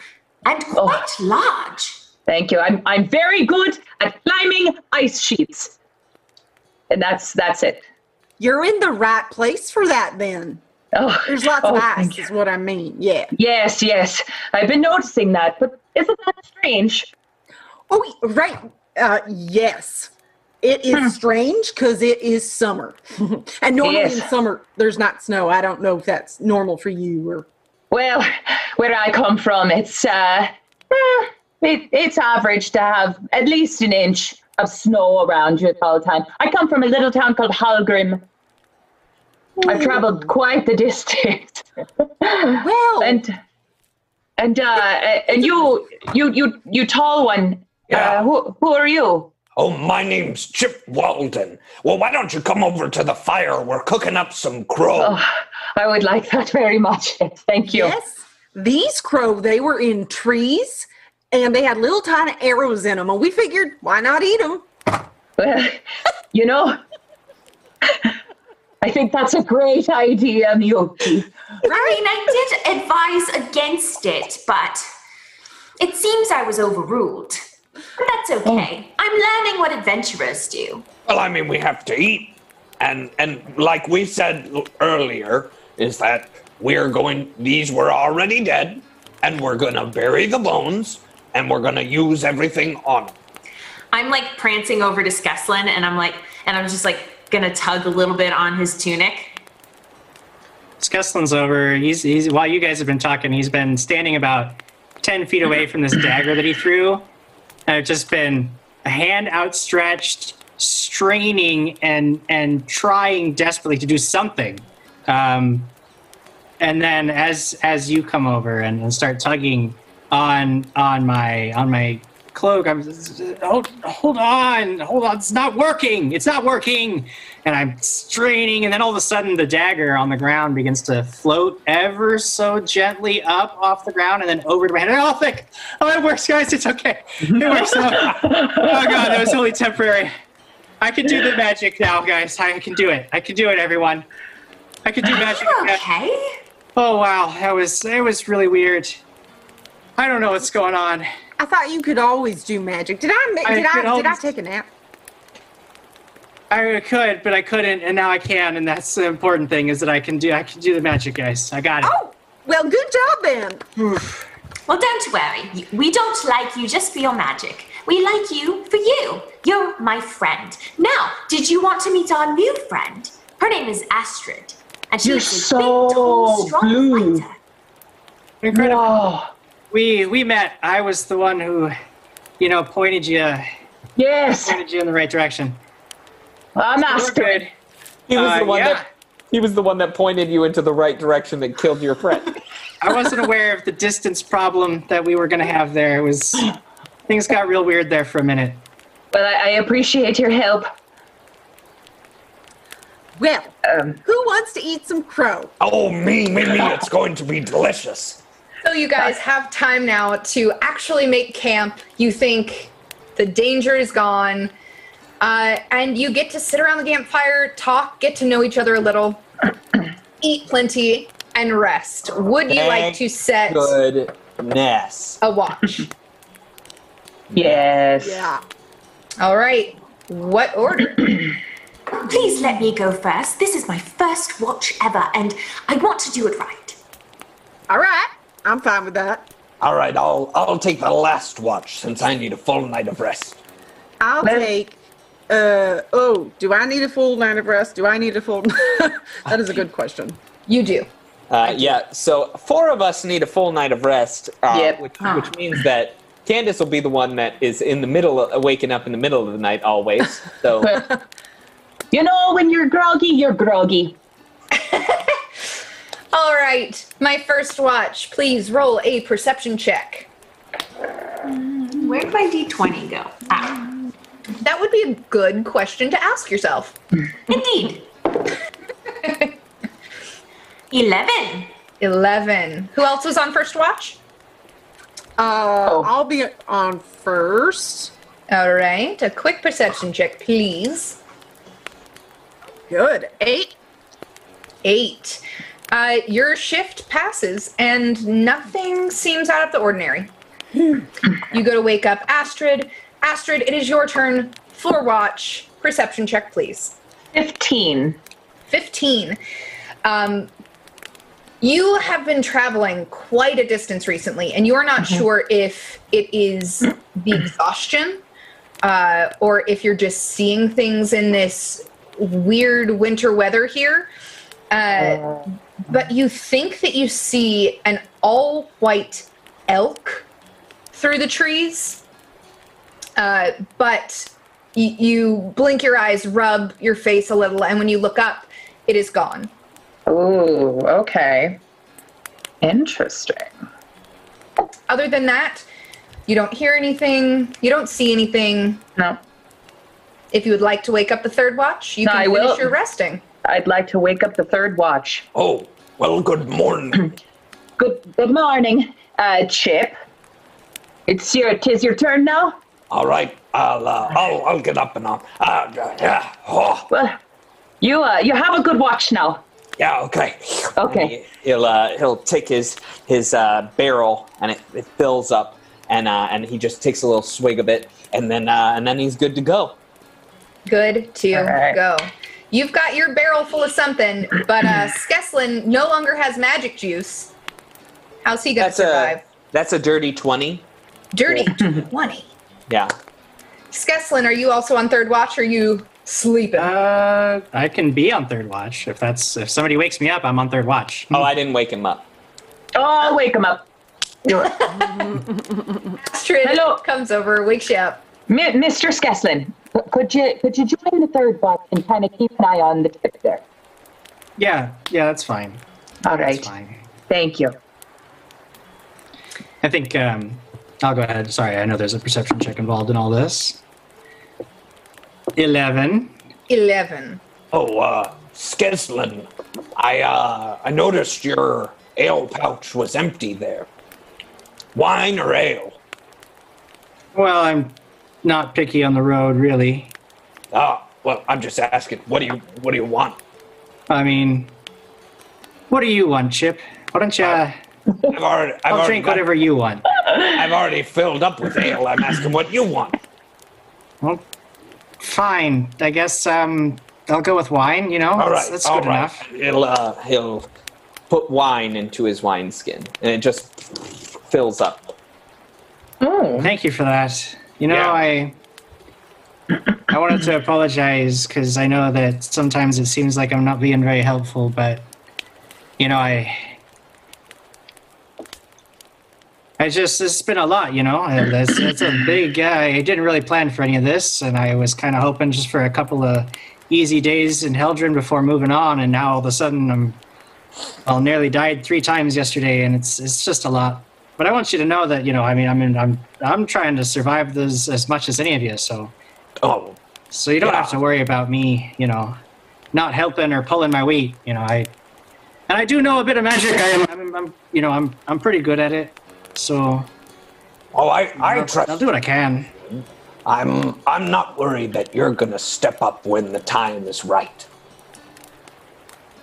[SPEAKER 6] and quite large.
[SPEAKER 7] Thank you. I'm I'm very good at climbing ice sheets. And that's that's it.
[SPEAKER 5] you're in the right place for that then.
[SPEAKER 7] Oh,
[SPEAKER 5] There's lots
[SPEAKER 7] oh,
[SPEAKER 5] of ice,
[SPEAKER 7] thank you.
[SPEAKER 5] is what I mean. Yeah.
[SPEAKER 7] Yes, yes. I've been noticing that, but isn't that strange?
[SPEAKER 5] Oh, right. Uh, yes. It is strange because it is summer. and normally
[SPEAKER 7] Yes.
[SPEAKER 5] in summer, there's not snow. I don't know if that's normal for you or.
[SPEAKER 7] Well, where I come from, it's uh, eh, it, it's average to have at least an inch of snow around you at all time. I come from a little town called Halgrim. I've traveled quite the distance,
[SPEAKER 5] Well,
[SPEAKER 7] and and uh, and you you you you tall one.
[SPEAKER 8] Yeah.
[SPEAKER 7] Uh, who who are you?
[SPEAKER 8] Oh, my name's Chip Walden. Well, why don't you come over to the fire? We're cooking up some crow.
[SPEAKER 3] Oh.
[SPEAKER 7] I would like that very much. Thank you.
[SPEAKER 5] yes, these crow, they were in trees and they had little tiny arrows in them. And we figured, why not eat them?
[SPEAKER 7] Well, you know, I think that's a great idea, Miyuki.
[SPEAKER 6] I mean, I did advise against it, but it seems I was overruled. But that's
[SPEAKER 5] Oh.
[SPEAKER 6] okay. I'm learning what adventurers do.
[SPEAKER 8] Well, I mean, we have to eat, and and like we said l- earlier, is that we're going. These were already dead, and we're gonna bury the bones, and we're gonna use everything on them.
[SPEAKER 6] I'm like prancing over to Skeslin and I'm like, and I'm just like gonna tug a little bit on his tunic.
[SPEAKER 4] Skeslin's over. He's, he's while you guys have been talking, he's been standing about ten feet away from this dagger that he threw, and it's just been a hand outstretched, straining and and trying desperately to do something. Um, and then as as you come over and, and start tugging on on my on my cloak, I'm just, oh hold on, hold on, it's not working, it's not working, and I'm straining, and then all of a sudden the dagger on the ground begins to float ever so gently up off the ground and then over to my head. Oh, thick! Oh, it works, guys. It's okay. It works. oh god, that was only temporary. I can do the magic now, guys. I can do it. I can do it, everyone. I can do magic.
[SPEAKER 6] You
[SPEAKER 4] again.
[SPEAKER 6] okay?
[SPEAKER 4] Oh wow, that was that was really weird. I don't know what's going on.
[SPEAKER 5] I thought you could always do magic. Did I, ma-
[SPEAKER 4] I
[SPEAKER 5] did I,
[SPEAKER 4] could
[SPEAKER 5] did I
[SPEAKER 4] always-
[SPEAKER 5] take a nap?
[SPEAKER 4] I could, but I couldn't, and now I can, and that's the important thing is that I can do I can do the magic, guys. I got it.
[SPEAKER 5] Oh, well, good job then.
[SPEAKER 6] Well, don't worry. You- We don't like you just for your magic. We like you for you. You're my friend. Now, did you want to meet our new friend? Her name is Astrid, and she's
[SPEAKER 7] You're
[SPEAKER 6] a big, tall,
[SPEAKER 7] so
[SPEAKER 6] strong
[SPEAKER 7] blue.
[SPEAKER 6] fighter.
[SPEAKER 4] Incredible.
[SPEAKER 7] Whoa.
[SPEAKER 4] We we met. I was the one who, you know, pointed you
[SPEAKER 7] Yes,
[SPEAKER 4] pointed you in the right direction.
[SPEAKER 7] I'm
[SPEAKER 4] We're
[SPEAKER 7] Astrid.
[SPEAKER 4] good.
[SPEAKER 2] He was
[SPEAKER 4] Uh,
[SPEAKER 2] the one
[SPEAKER 4] yeah.
[SPEAKER 2] that he was the one that pointed you into the right direction that killed your friend.
[SPEAKER 4] I wasn't aware of the distance problem that we were gonna have there. It was things got real weird there for a minute.
[SPEAKER 7] Well, I, I appreciate your help.
[SPEAKER 5] Well,
[SPEAKER 7] Um,
[SPEAKER 5] who wants to eat some crow?
[SPEAKER 8] Oh, me, me, me! It's going to be delicious.
[SPEAKER 3] So you guys have time now to actually make camp. You think the danger is gone, uh, and you get to sit around the campfire, talk, get to know each other a little, eat plenty, and rest. Would you like to set
[SPEAKER 2] Goodness.
[SPEAKER 3] a watch?
[SPEAKER 7] yes.
[SPEAKER 5] Yeah.
[SPEAKER 3] All right. What order?
[SPEAKER 6] Please let me go first. This is my first watch ever, and I want to do it right.
[SPEAKER 5] All right. I'm fine with that.
[SPEAKER 8] All right, I'll I'll take the last watch since I need a full night of rest.
[SPEAKER 5] I'll
[SPEAKER 7] Let-
[SPEAKER 5] take. Uh oh, do I need a full night of rest? Do I need a full? that is a good question.
[SPEAKER 3] You do.
[SPEAKER 2] Uh, yeah, so four of us need a full night of rest, uh,
[SPEAKER 7] Yep.
[SPEAKER 2] which, which means that Candace will be the one that is in the middle, of, waking up in the middle of the night always. So
[SPEAKER 7] You know, when you're groggy, you're groggy.
[SPEAKER 3] All right. My first watch. Please roll a perception check.
[SPEAKER 6] Where did my d20 go? Ah,
[SPEAKER 3] That would be a good question to ask yourself.
[SPEAKER 6] indeed. 11.
[SPEAKER 3] 11. Who else was on first watch?
[SPEAKER 5] Uh,
[SPEAKER 7] Oh.
[SPEAKER 5] I'll be on first.
[SPEAKER 3] All right, a quick perception check, please.
[SPEAKER 5] Good eight.
[SPEAKER 3] Eight. Uh, your shift passes, and nothing seems out of the ordinary. you go to wake up Astrid. Astrid, it is your turn. Floor watch. Perception check, please.
[SPEAKER 7] Fifteen.
[SPEAKER 3] 15. Um, You have been traveling quite a distance recently, and you are not sure if it is the exhaustion uh, or if you're just seeing things in this weird winter weather here. Uh, but you think that you see an all white elk through the trees, uh, but y- you blink your eyes, rub your face a little, and when you look up, it is gone.
[SPEAKER 7] Ooh, okay. Interesting.
[SPEAKER 3] other than that, you don't hear anything. You don't see anything.
[SPEAKER 7] No,
[SPEAKER 3] If you would like to wake up the third watch, you
[SPEAKER 7] No,
[SPEAKER 3] can
[SPEAKER 7] I
[SPEAKER 3] finish
[SPEAKER 7] will.
[SPEAKER 3] your resting.
[SPEAKER 7] I'd like to wake up the third watch.
[SPEAKER 8] Oh, well, good morning.
[SPEAKER 7] Good good morning, uh, Chip. It's your tis your turn now.
[SPEAKER 8] All right, I'll, uh, I'll, I'll get up and I'll, uh, yeah, oh,
[SPEAKER 7] Well, you uh, you have a good watch now.
[SPEAKER 8] yeah, okay.
[SPEAKER 7] Okay.
[SPEAKER 2] He'll uh, he'll take his his uh, barrel and it, it fills up and uh, and he just takes a little swig of it and then uh, and then he's good to go.
[SPEAKER 3] Good to
[SPEAKER 7] All right.
[SPEAKER 3] go. You've got your barrel full of something, but uh, Skeslin no longer has magic juice. How's he gonna
[SPEAKER 2] That's uh,
[SPEAKER 3] survive?
[SPEAKER 2] a that's a dirty twenty.
[SPEAKER 3] Dirty twenty.
[SPEAKER 2] Yeah.
[SPEAKER 3] Skeslin, are you also on third watch? Or are you sleeping?
[SPEAKER 4] Uh, I can be on third watch if that's if somebody wakes me up. I'm on third watch.
[SPEAKER 2] Oh, I didn't wake him up.
[SPEAKER 7] Oh, I'll wake him up.
[SPEAKER 3] Astrid
[SPEAKER 7] hello.
[SPEAKER 3] comes over, wakes you up.
[SPEAKER 7] Mi- Mr. Skeslin, c- could you could you join the third watch and kind of keep an eye on the tip there?
[SPEAKER 4] Yeah, yeah, that's fine.
[SPEAKER 7] All
[SPEAKER 4] That's
[SPEAKER 7] right.
[SPEAKER 4] fine.
[SPEAKER 7] Thank you.
[SPEAKER 4] I think um, I'll go ahead. Sorry, I know there's a perception check involved in all this. Eleven.
[SPEAKER 3] Eleven.
[SPEAKER 8] Oh, uh, Skeslin, I, uh, I noticed your ale pouch was empty there. Wine or ale?
[SPEAKER 4] Well, I'm not picky on the road, really.
[SPEAKER 8] Ah, well, I'm just asking, what do you, what do you want?
[SPEAKER 4] I mean, what do you want, Chip? Why don't you? Uh,
[SPEAKER 8] I've already, I've
[SPEAKER 4] I'll
[SPEAKER 8] already
[SPEAKER 4] drink
[SPEAKER 8] got-
[SPEAKER 4] whatever you want.
[SPEAKER 8] I've already filled up with ale. I'm asking what you want.
[SPEAKER 4] Well, fine. I guess um, I'll go with wine. You know,
[SPEAKER 8] All
[SPEAKER 4] that's,
[SPEAKER 8] right,
[SPEAKER 4] that's
[SPEAKER 8] all
[SPEAKER 4] good
[SPEAKER 8] right.
[SPEAKER 4] enough.
[SPEAKER 2] He'll uh, he'll put wine into his wine skin and it just fills up.
[SPEAKER 4] Thank you for that. You know,
[SPEAKER 8] Yeah.
[SPEAKER 4] I I wanted to apologize because I know that sometimes it seems like I'm not being very helpful, but you know, I I just it's been a lot, you know. and It's, it's a big. Uh, I didn't really plan for any of this, and I was kind of hoping just for a couple of easy days in Heldrin before moving on, and now all of a sudden I'm well, nearly died three times yesterday, and it's it's just a lot. But I want you to know that you know, I mean, I mean, I'm I'm trying to survive this as much as any of you. So,
[SPEAKER 8] Oh,
[SPEAKER 4] so you don't
[SPEAKER 8] Yeah.
[SPEAKER 4] have to worry about me, you know, not helping or pulling my weight. You know, I and I do know a bit of magic. I am, I'm, I'm you know, I'm I'm pretty good at it. So
[SPEAKER 8] oh, I, I
[SPEAKER 4] I'll, I'll
[SPEAKER 8] trust.
[SPEAKER 4] do what I can.
[SPEAKER 8] I'm, I'm not worried that you're gonna step up when the time is right.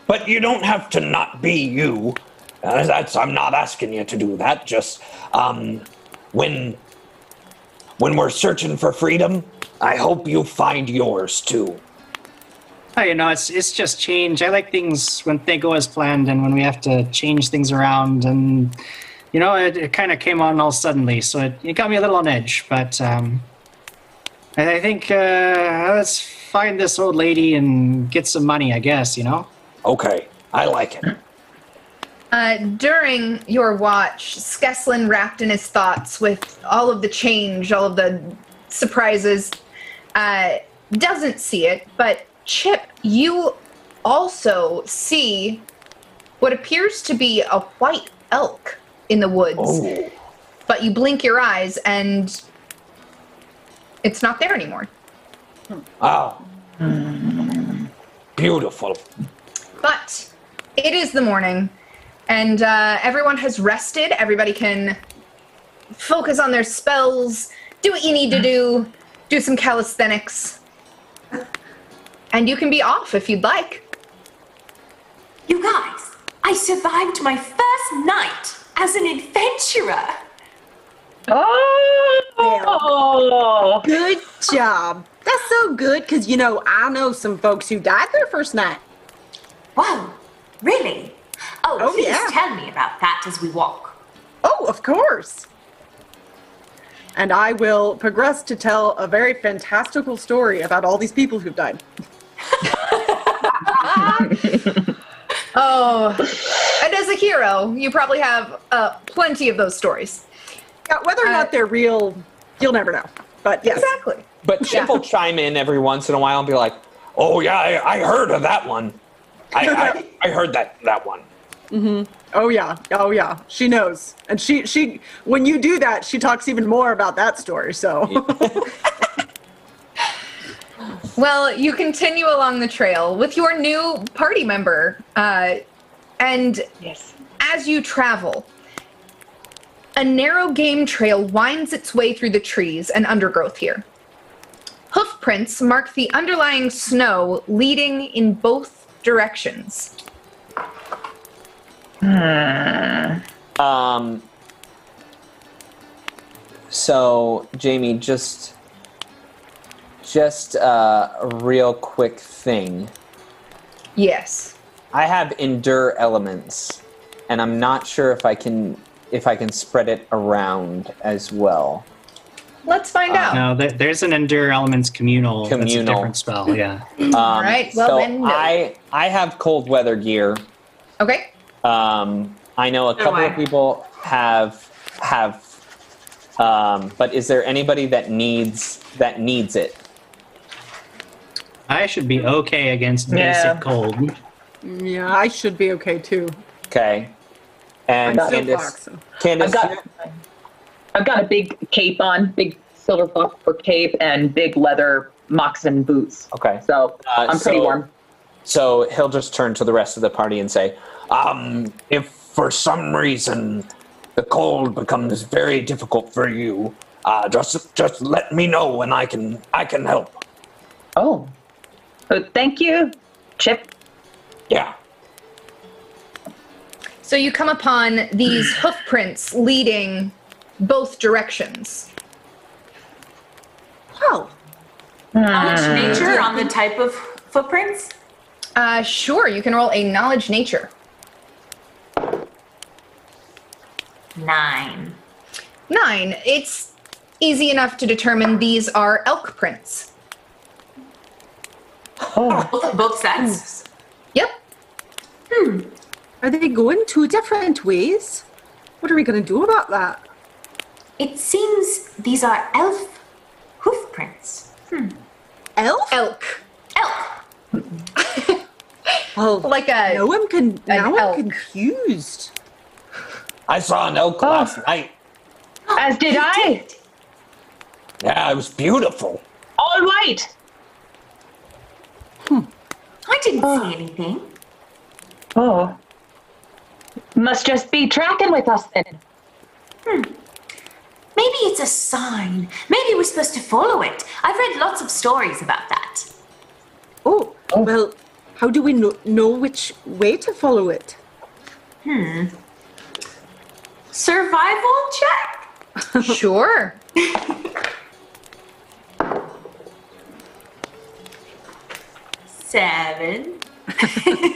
[SPEAKER 8] But you don't have to not be you. Uh, that's, I'm not asking you to do that. Just, um, when, when we're searching for freedom, I hope you find yours too.
[SPEAKER 4] Oh, you know, it's it's just change. I like things when they go as planned, and when we have to change things around, and you know, it, it kind of came on all suddenly, so it, it got me a little on edge. But um, I, I think uh, let's find this old lady and get some money. I guess you know.
[SPEAKER 8] Okay, I like it.
[SPEAKER 3] Uh, during your watch, Skeslin, wrapped in his thoughts with all of the change, all of the surprises, uh, doesn't see it. But Chip, you also see what appears to be a white elk in the woods,
[SPEAKER 8] Oh,
[SPEAKER 3] but you blink your eyes and it's not there anymore.
[SPEAKER 8] ah, beautiful.
[SPEAKER 3] But it is the morning, and uh, everyone has rested. Everybody can focus on their spells, do what you need to do, do some calisthenics, and you can be off if you'd like.
[SPEAKER 6] You guys, I survived my first night as an adventurer.
[SPEAKER 7] Oh,
[SPEAKER 5] Good job. That's so good because, you know, I know some folks who died their first night.
[SPEAKER 6] Whoa, really? Oh,
[SPEAKER 5] Oh,
[SPEAKER 6] please
[SPEAKER 5] yeah.
[SPEAKER 6] tell me about that as we walk.
[SPEAKER 5] Oh, of course. And I will progress to tell a very fantastical story about all these people who've died.
[SPEAKER 3] Oh, and as a hero, you probably have uh, plenty of those stories.
[SPEAKER 5] Yeah, whether or not
[SPEAKER 3] Uh,
[SPEAKER 5] they're real, you'll never know. But yes.
[SPEAKER 3] Exactly.
[SPEAKER 2] But Chip
[SPEAKER 3] Yeah.
[SPEAKER 2] will chime in every once in a while and be like,
[SPEAKER 8] Oh yeah, I, I heard of that one. I, I, I heard that that one.
[SPEAKER 5] Oh yeah. Oh yeah. She knows. And she she when you do that, she talks even more about that story. So
[SPEAKER 3] Well, you continue along the trail with your new party member, uh, and
[SPEAKER 7] Yes.
[SPEAKER 3] as you travel, a narrow game trail winds its way through the trees and undergrowth here. Hoof prints mark the underlying snow leading in both directions.
[SPEAKER 2] um, so Jamie, just, just uh, a real quick thing.
[SPEAKER 3] Yes.
[SPEAKER 2] I have endure elements, and I'm not sure if I can if I can spread it around as well.
[SPEAKER 3] Let's find out.
[SPEAKER 2] Um,
[SPEAKER 4] No, there, there's an endure elements communal. That's a
[SPEAKER 2] Communal.
[SPEAKER 4] different spell. Yeah.
[SPEAKER 2] Um, All
[SPEAKER 3] right, well
[SPEAKER 2] so
[SPEAKER 3] then, no.
[SPEAKER 2] I I have cold weather gear.
[SPEAKER 3] Okay.
[SPEAKER 2] Um, I know a couple
[SPEAKER 6] I.
[SPEAKER 2] of people have have, um, but is there anybody that needs that needs it?
[SPEAKER 4] I should be okay against
[SPEAKER 7] Yeah.
[SPEAKER 4] basic cold.
[SPEAKER 5] yeah, I should be okay too.
[SPEAKER 2] Okay.
[SPEAKER 5] I'm
[SPEAKER 2] And
[SPEAKER 5] still
[SPEAKER 2] Candace,
[SPEAKER 5] dark, so-
[SPEAKER 2] Candace,
[SPEAKER 7] I've got I've got a big cape on, big silver fur cape, and big leather moccasin boots.
[SPEAKER 2] okay.
[SPEAKER 7] So
[SPEAKER 2] Uh,
[SPEAKER 7] I'm pretty
[SPEAKER 2] so-
[SPEAKER 7] warm.
[SPEAKER 2] So he'll just turn to the rest of the party and say,
[SPEAKER 8] Um, if for some reason the cold becomes very difficult for you, uh, just just let me know and I can I can help.
[SPEAKER 7] Oh, so thank you, Chip.
[SPEAKER 8] Yeah.
[SPEAKER 3] So you come upon these hoof prints leading both directions.
[SPEAKER 5] Wow.
[SPEAKER 6] On its nature, on the type of footprints.
[SPEAKER 3] Uh, sure, you can roll a knowledge nature.
[SPEAKER 6] Nine.
[SPEAKER 3] Nine. It's easy enough to determine these are elk prints.
[SPEAKER 6] Both, both sets.
[SPEAKER 3] Yep.
[SPEAKER 5] Are they going two different ways? What are we gonna do about that?
[SPEAKER 6] It seems these are elf hoof prints.
[SPEAKER 5] Elf?
[SPEAKER 3] Elk. Elk.
[SPEAKER 5] Oh,
[SPEAKER 3] Like a.
[SPEAKER 5] now I'm con- now
[SPEAKER 3] elk.
[SPEAKER 5] I'm confused.
[SPEAKER 8] I saw an elk last night.
[SPEAKER 7] As did I.
[SPEAKER 8] Yeah, it was beautiful.
[SPEAKER 7] All right.
[SPEAKER 6] I didn't see anything.
[SPEAKER 7] Oh, must just be tracking with us then.
[SPEAKER 6] Maybe it's a sign. Maybe we're supposed to follow it. I've read lots of stories about that.
[SPEAKER 5] Oh, well, how do we know, know which way to follow it?
[SPEAKER 6] Survival check?
[SPEAKER 3] sure.
[SPEAKER 6] Seven.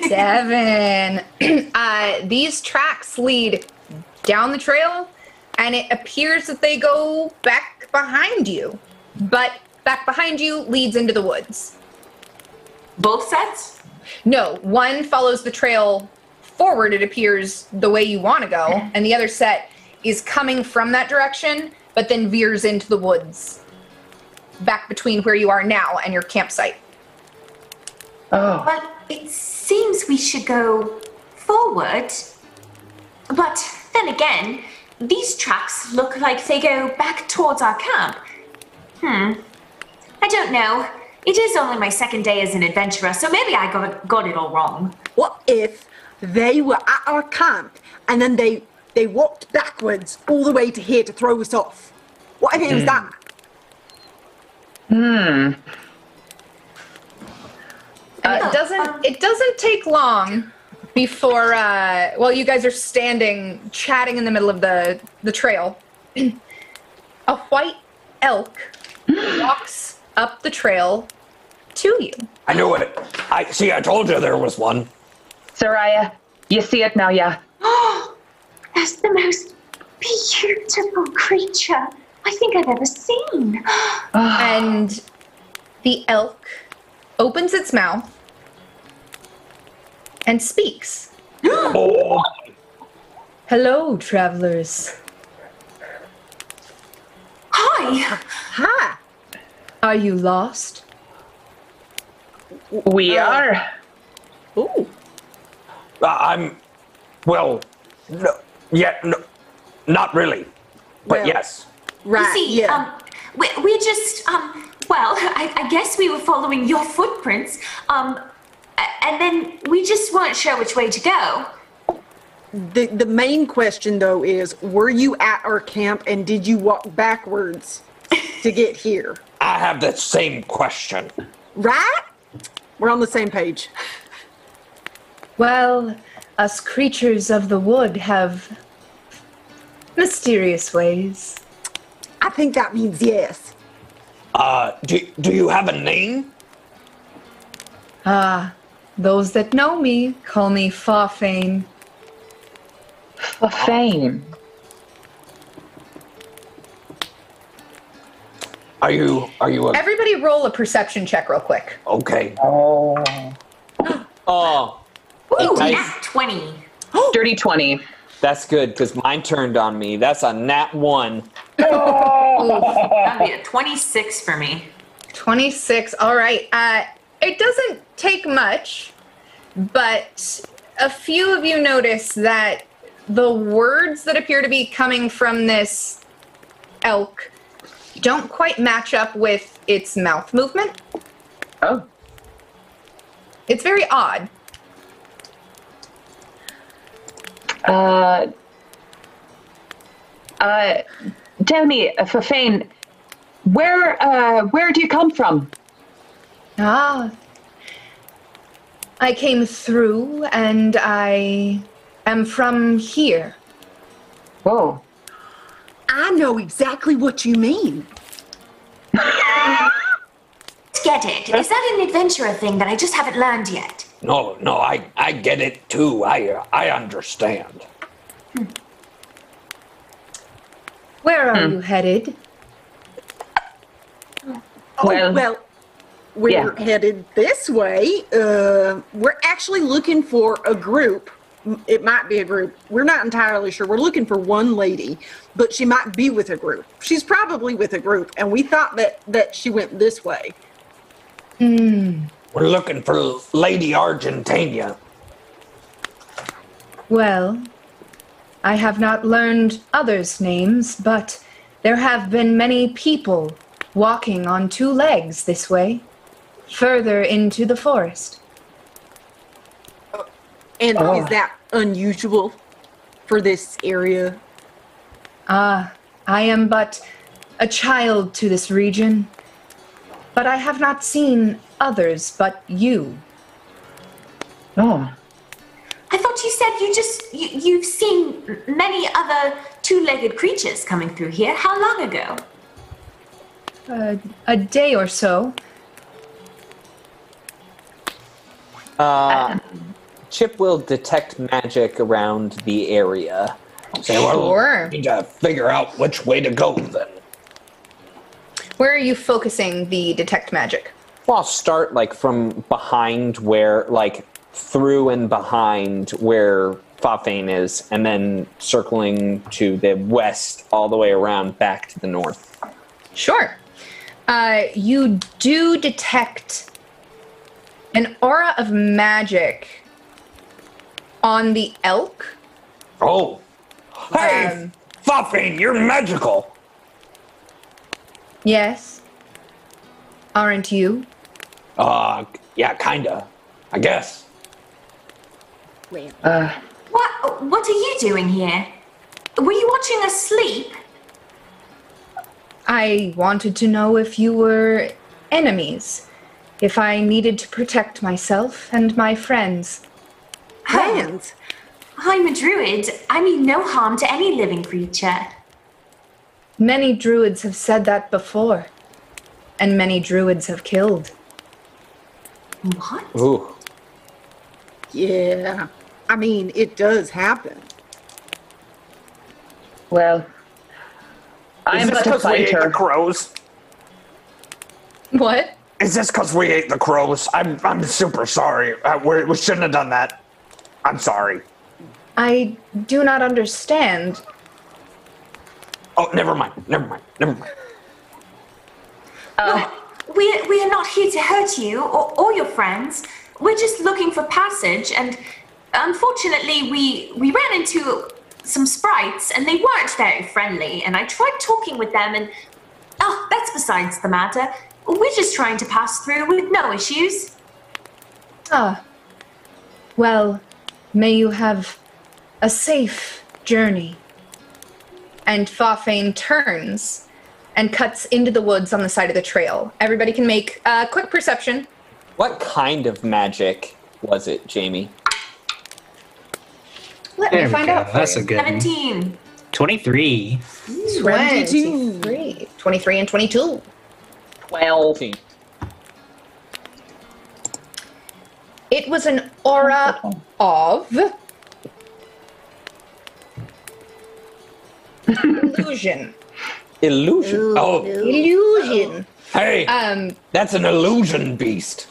[SPEAKER 3] Seven. uh, these tracks lead down the trail, and it appears that they go back behind you. But back behind you leads into the woods.
[SPEAKER 6] Both sets?
[SPEAKER 3] No, one follows the trail forward, it appears, the way you want to go, and the other set is coming from that direction, but then veers into the woods back between where you are now and your campsite.
[SPEAKER 7] Oh,
[SPEAKER 6] Well, it seems we should go forward. But then again, these tracks look like they go back towards our camp. Hmm. I don't know. It is only my second day as an adventurer, so maybe I got, got it all wrong.
[SPEAKER 5] What if they were at our camp and then they they walked backwards all the way to here to throw us off? What if it
[SPEAKER 3] Hmm.
[SPEAKER 5] was that?
[SPEAKER 3] And it doesn't it doesn't take long before uh well you guys are standing chatting in the middle of the the trail. A white elk walks up the trail to you.
[SPEAKER 8] I knew it. I see. I told you there was one.
[SPEAKER 7] Soraya, You see it now, yeah.
[SPEAKER 9] That's the most beautiful creature I think I've ever seen.
[SPEAKER 3] and the elk opens its mouth and speaks.
[SPEAKER 8] Oh,
[SPEAKER 3] Hello, travelers.
[SPEAKER 6] Hi.
[SPEAKER 5] Ha!
[SPEAKER 3] Are you lost?
[SPEAKER 7] We are.
[SPEAKER 3] Ooh.
[SPEAKER 8] Uh, I'm. Well, no, yeah, no, not really. But
[SPEAKER 5] Well.
[SPEAKER 8] yes.
[SPEAKER 5] Right.
[SPEAKER 9] you see,
[SPEAKER 5] yeah.
[SPEAKER 9] um, we, we just, um, well, I, I guess we were following your footprints, um, a- and then we just weren't sure which way to go.
[SPEAKER 5] the the main question though is, were you at our camp and did you walk backwards to get here?
[SPEAKER 8] I have the same question.
[SPEAKER 5] Right? We're on the same page.
[SPEAKER 3] Well, us creatures of the wood have mysterious ways.
[SPEAKER 5] I think that means yes.
[SPEAKER 8] Uh, do, do you have a name?
[SPEAKER 3] Ah, those that know me call me Farfane.
[SPEAKER 7] For fame.
[SPEAKER 8] Are you are you a,
[SPEAKER 3] Everybody roll a perception check real quick.
[SPEAKER 8] okay?
[SPEAKER 2] Oh,
[SPEAKER 9] Ooh,
[SPEAKER 2] Okay.
[SPEAKER 9] nat 20.
[SPEAKER 7] Dirty 20.
[SPEAKER 2] that's good because mine turned on me. That's a nat one.
[SPEAKER 6] That'd be a 26 for me.
[SPEAKER 3] 26. All right. Uh, it doesn't take much, but a few of you notice that the words that appear to be coming from this elk don't quite match up with its mouth movement.
[SPEAKER 7] Oh.
[SPEAKER 3] It's very odd.
[SPEAKER 7] Uh, uh, tell me, uh, Fafane, where uh, where do you come from?
[SPEAKER 3] Ah. I came through and I am from here.
[SPEAKER 7] Whoa.
[SPEAKER 5] I know exactly what you mean.
[SPEAKER 9] Get it? Is that an adventurer thing that I just haven't learned yet?
[SPEAKER 8] No, no, I I get it too. I I understand.
[SPEAKER 3] Where are you headed?
[SPEAKER 7] Well-
[SPEAKER 5] oh, well we're headed this way. Uh, we're actually looking for a group. M- It might be a group. We're not entirely sure. We're looking for one lady, but she might be with a group. She's probably with a group, and we thought that that she went this way.
[SPEAKER 8] We're looking for Lady Argentania.
[SPEAKER 3] Well, I have not learned others' names, but there have been many people walking on two legs this way, further into the forest.
[SPEAKER 5] And is that unusual for this area?
[SPEAKER 3] Ah, I am but a child to this region, but I have not seen others but you.
[SPEAKER 7] Oh.
[SPEAKER 9] I thought you said you just, you, you've seen many other two legged creatures coming through here. How long ago?
[SPEAKER 3] Uh, a day or so.
[SPEAKER 2] Uh, Chip will detect magic around the area.
[SPEAKER 8] Okay, well, we need to figure out which way to go then.
[SPEAKER 3] Where are you focusing the detect magic?
[SPEAKER 2] Well, I'll start like from behind where, like through and behind where Fafane is, and then circling to the west all the way around back to the north.
[SPEAKER 3] Sure. Uh, you do detect an aura of magic on the elk.
[SPEAKER 8] Oh, hey,
[SPEAKER 3] Um,
[SPEAKER 8] Fafane, you're magical.
[SPEAKER 3] Yes. Aren't you?
[SPEAKER 8] Uh, yeah, kinda. I guess.
[SPEAKER 9] What, what are you doing here? Were you watching us sleep?
[SPEAKER 3] I wanted to know if you were enemies, if I needed to protect myself and my friends.
[SPEAKER 5] Hands.
[SPEAKER 9] I'm a druid. I mean no harm to any living creature.
[SPEAKER 3] Many druids have said that before, and many druids have killed.
[SPEAKER 9] What?
[SPEAKER 2] Ooh.
[SPEAKER 5] Yeah. I mean, it does happen.
[SPEAKER 7] Well,
[SPEAKER 8] Is
[SPEAKER 7] I'm
[SPEAKER 8] this
[SPEAKER 7] but a
[SPEAKER 8] because we ate the
[SPEAKER 7] fighter.
[SPEAKER 8] crows?
[SPEAKER 3] What?
[SPEAKER 8] Is this because we ate the crows? I'm I'm super sorry. Uh, we're, we shouldn't have done that. I'm sorry.
[SPEAKER 3] I do not understand.
[SPEAKER 8] Oh, never mind. Never mind. Never mind.
[SPEAKER 7] Uh,
[SPEAKER 9] We, we are not here to hurt you or, or your friends. We're just looking for passage, and unfortunately, we, we ran into some sprites and they weren't very friendly. And I tried talking with them, and oh, that's besides the matter. We're just trying to pass through with no issues.
[SPEAKER 3] Ah. Well, may you have a safe journey. And Fafane turns and cuts into the woods on the side of the trail. Everybody can make a quick perception.
[SPEAKER 2] What kind of magic was it, Jamie?
[SPEAKER 3] Let
[SPEAKER 4] There
[SPEAKER 3] me
[SPEAKER 4] we
[SPEAKER 3] find
[SPEAKER 4] go.
[SPEAKER 3] out. for
[SPEAKER 4] That's
[SPEAKER 3] you.
[SPEAKER 4] a good one.
[SPEAKER 9] 17.
[SPEAKER 4] 23.
[SPEAKER 5] 22.
[SPEAKER 3] 23, 23 and 22.
[SPEAKER 7] 12.
[SPEAKER 2] 14.
[SPEAKER 3] It was an aura of illusion.
[SPEAKER 2] Illusion.
[SPEAKER 8] Oh,
[SPEAKER 3] Illusion.
[SPEAKER 8] hey,
[SPEAKER 3] Um,
[SPEAKER 8] that's an illusion beast.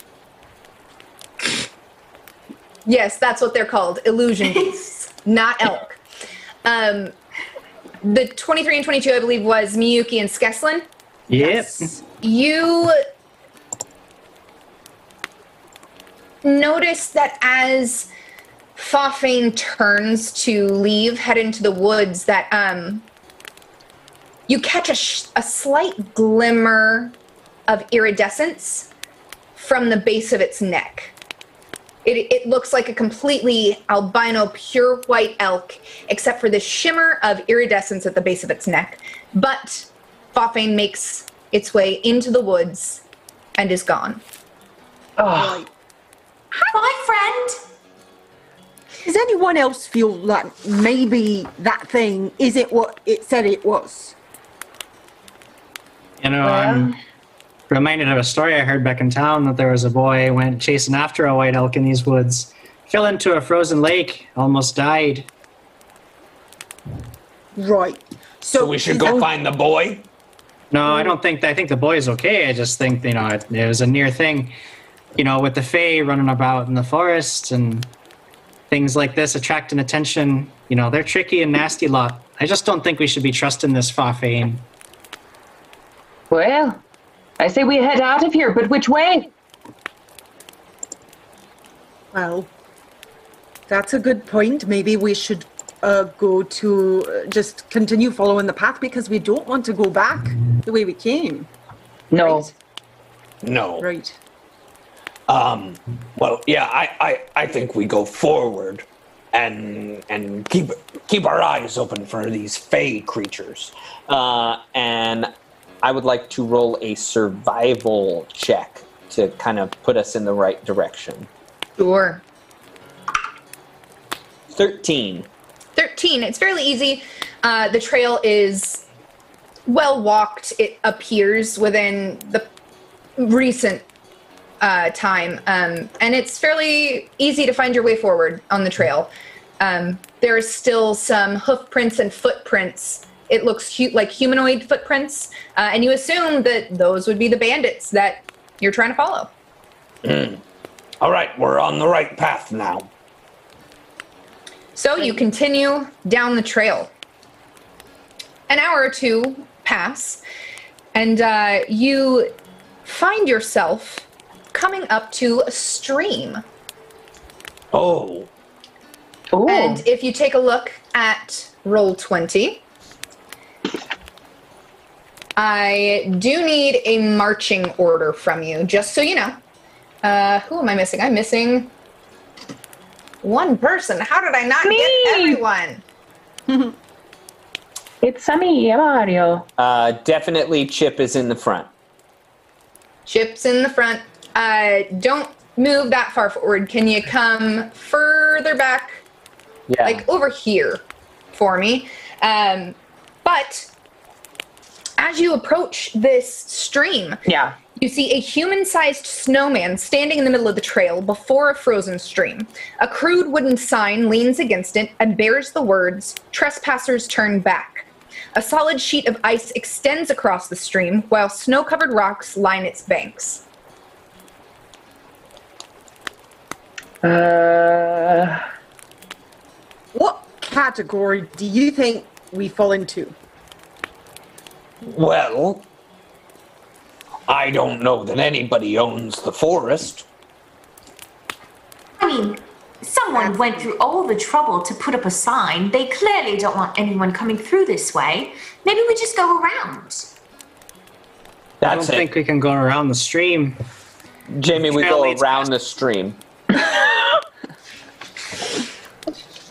[SPEAKER 3] Yes, that's what they're called, illusion beasts, not elk. Um, the 23 and 22, I believe, was Miyuki and Skeslin.
[SPEAKER 4] Yep.
[SPEAKER 3] You notice that as Fafane turns to leave, head into the woods, that um, you catch a, sh- a slight glimmer of iridescence from the base of its neck. It, it looks like a completely albino, pure white elk, except for the shimmer of iridescence at the base of its neck. But Fafane makes its way into the woods and is gone.
[SPEAKER 7] Oh,
[SPEAKER 9] Bye, friend.
[SPEAKER 5] Does anyone else feel like maybe that thing isn't what it said it was?
[SPEAKER 4] You know, I'm reminded of a story I heard back in town that there was a boy went chasing after a white elk in these woods, fell into a frozen lake, almost died.
[SPEAKER 5] Right. So, oh,
[SPEAKER 8] So we should go find the boy.
[SPEAKER 4] No, I don't think. I think the boy is okay. I just think you know it, it was a near thing, you know, with the fae running about in the forest and things like this attracting attention. You know, they're tricky and nasty lot. I just don't think we should be trusting this Fafane.
[SPEAKER 7] well, I say we head out of here, but which way?
[SPEAKER 5] Well, that's a good point. Maybe we should uh, go to uh, just continue following the path because we don't want to go back the way we came.
[SPEAKER 7] No.
[SPEAKER 8] No.
[SPEAKER 5] Right.
[SPEAKER 8] Um, well, yeah, I, I, I think we go forward and and keep keep our eyes open for these fey creatures.
[SPEAKER 2] Uh, and I would like to roll a survival check to kind of put us in the right direction.
[SPEAKER 3] Sure.
[SPEAKER 2] 13.
[SPEAKER 3] 13. It's fairly easy. Uh, the trail is well walked, it appears, within the recent uh, time. Um, and it's fairly easy to find your way forward on the trail. Um, there is still some hoof prints and footprints. It looks hu- like humanoid footprints. Uh, and you assume that those would be the bandits that you're trying to follow.
[SPEAKER 8] All right, we're on the right path now.
[SPEAKER 3] So you continue down the trail. An hour or two pass, and uh, you find yourself coming up to a stream.
[SPEAKER 8] Oh,
[SPEAKER 7] Ooh.
[SPEAKER 3] And if you take a look at roll 20, I do need a marching order from you, just so you know. Uh, who am I missing? I'm missing one person. How did I not get
[SPEAKER 7] Me!
[SPEAKER 3] everyone?
[SPEAKER 7] it's a me, Mario.
[SPEAKER 2] Uh, definitely Chip is in the front.
[SPEAKER 3] Chips in the front. Uh, don't move that far forward. Can you come further back,
[SPEAKER 2] Yeah.
[SPEAKER 3] like over here, for me? Um, but as you approach this stream,
[SPEAKER 7] Yeah.
[SPEAKER 3] You see a human sized snowman standing in the middle of the trail before a frozen stream. A crude wooden sign leans against it and bears the words, Trespassers turn back. A solid sheet of ice extends across the stream while snow covered rocks line its banks.
[SPEAKER 7] Uh,
[SPEAKER 5] What category do you think we fall into?
[SPEAKER 8] Well, I don't know that anybody owns the forest.
[SPEAKER 9] I mean, someone went through all the trouble to put up a sign. They clearly don't want anyone coming through this way. Maybe we just go around.
[SPEAKER 4] I don't
[SPEAKER 2] That's it.
[SPEAKER 4] think we can go around the stream.
[SPEAKER 2] Jamie, we
[SPEAKER 4] Trail
[SPEAKER 2] go
[SPEAKER 4] leads
[SPEAKER 2] around the stream.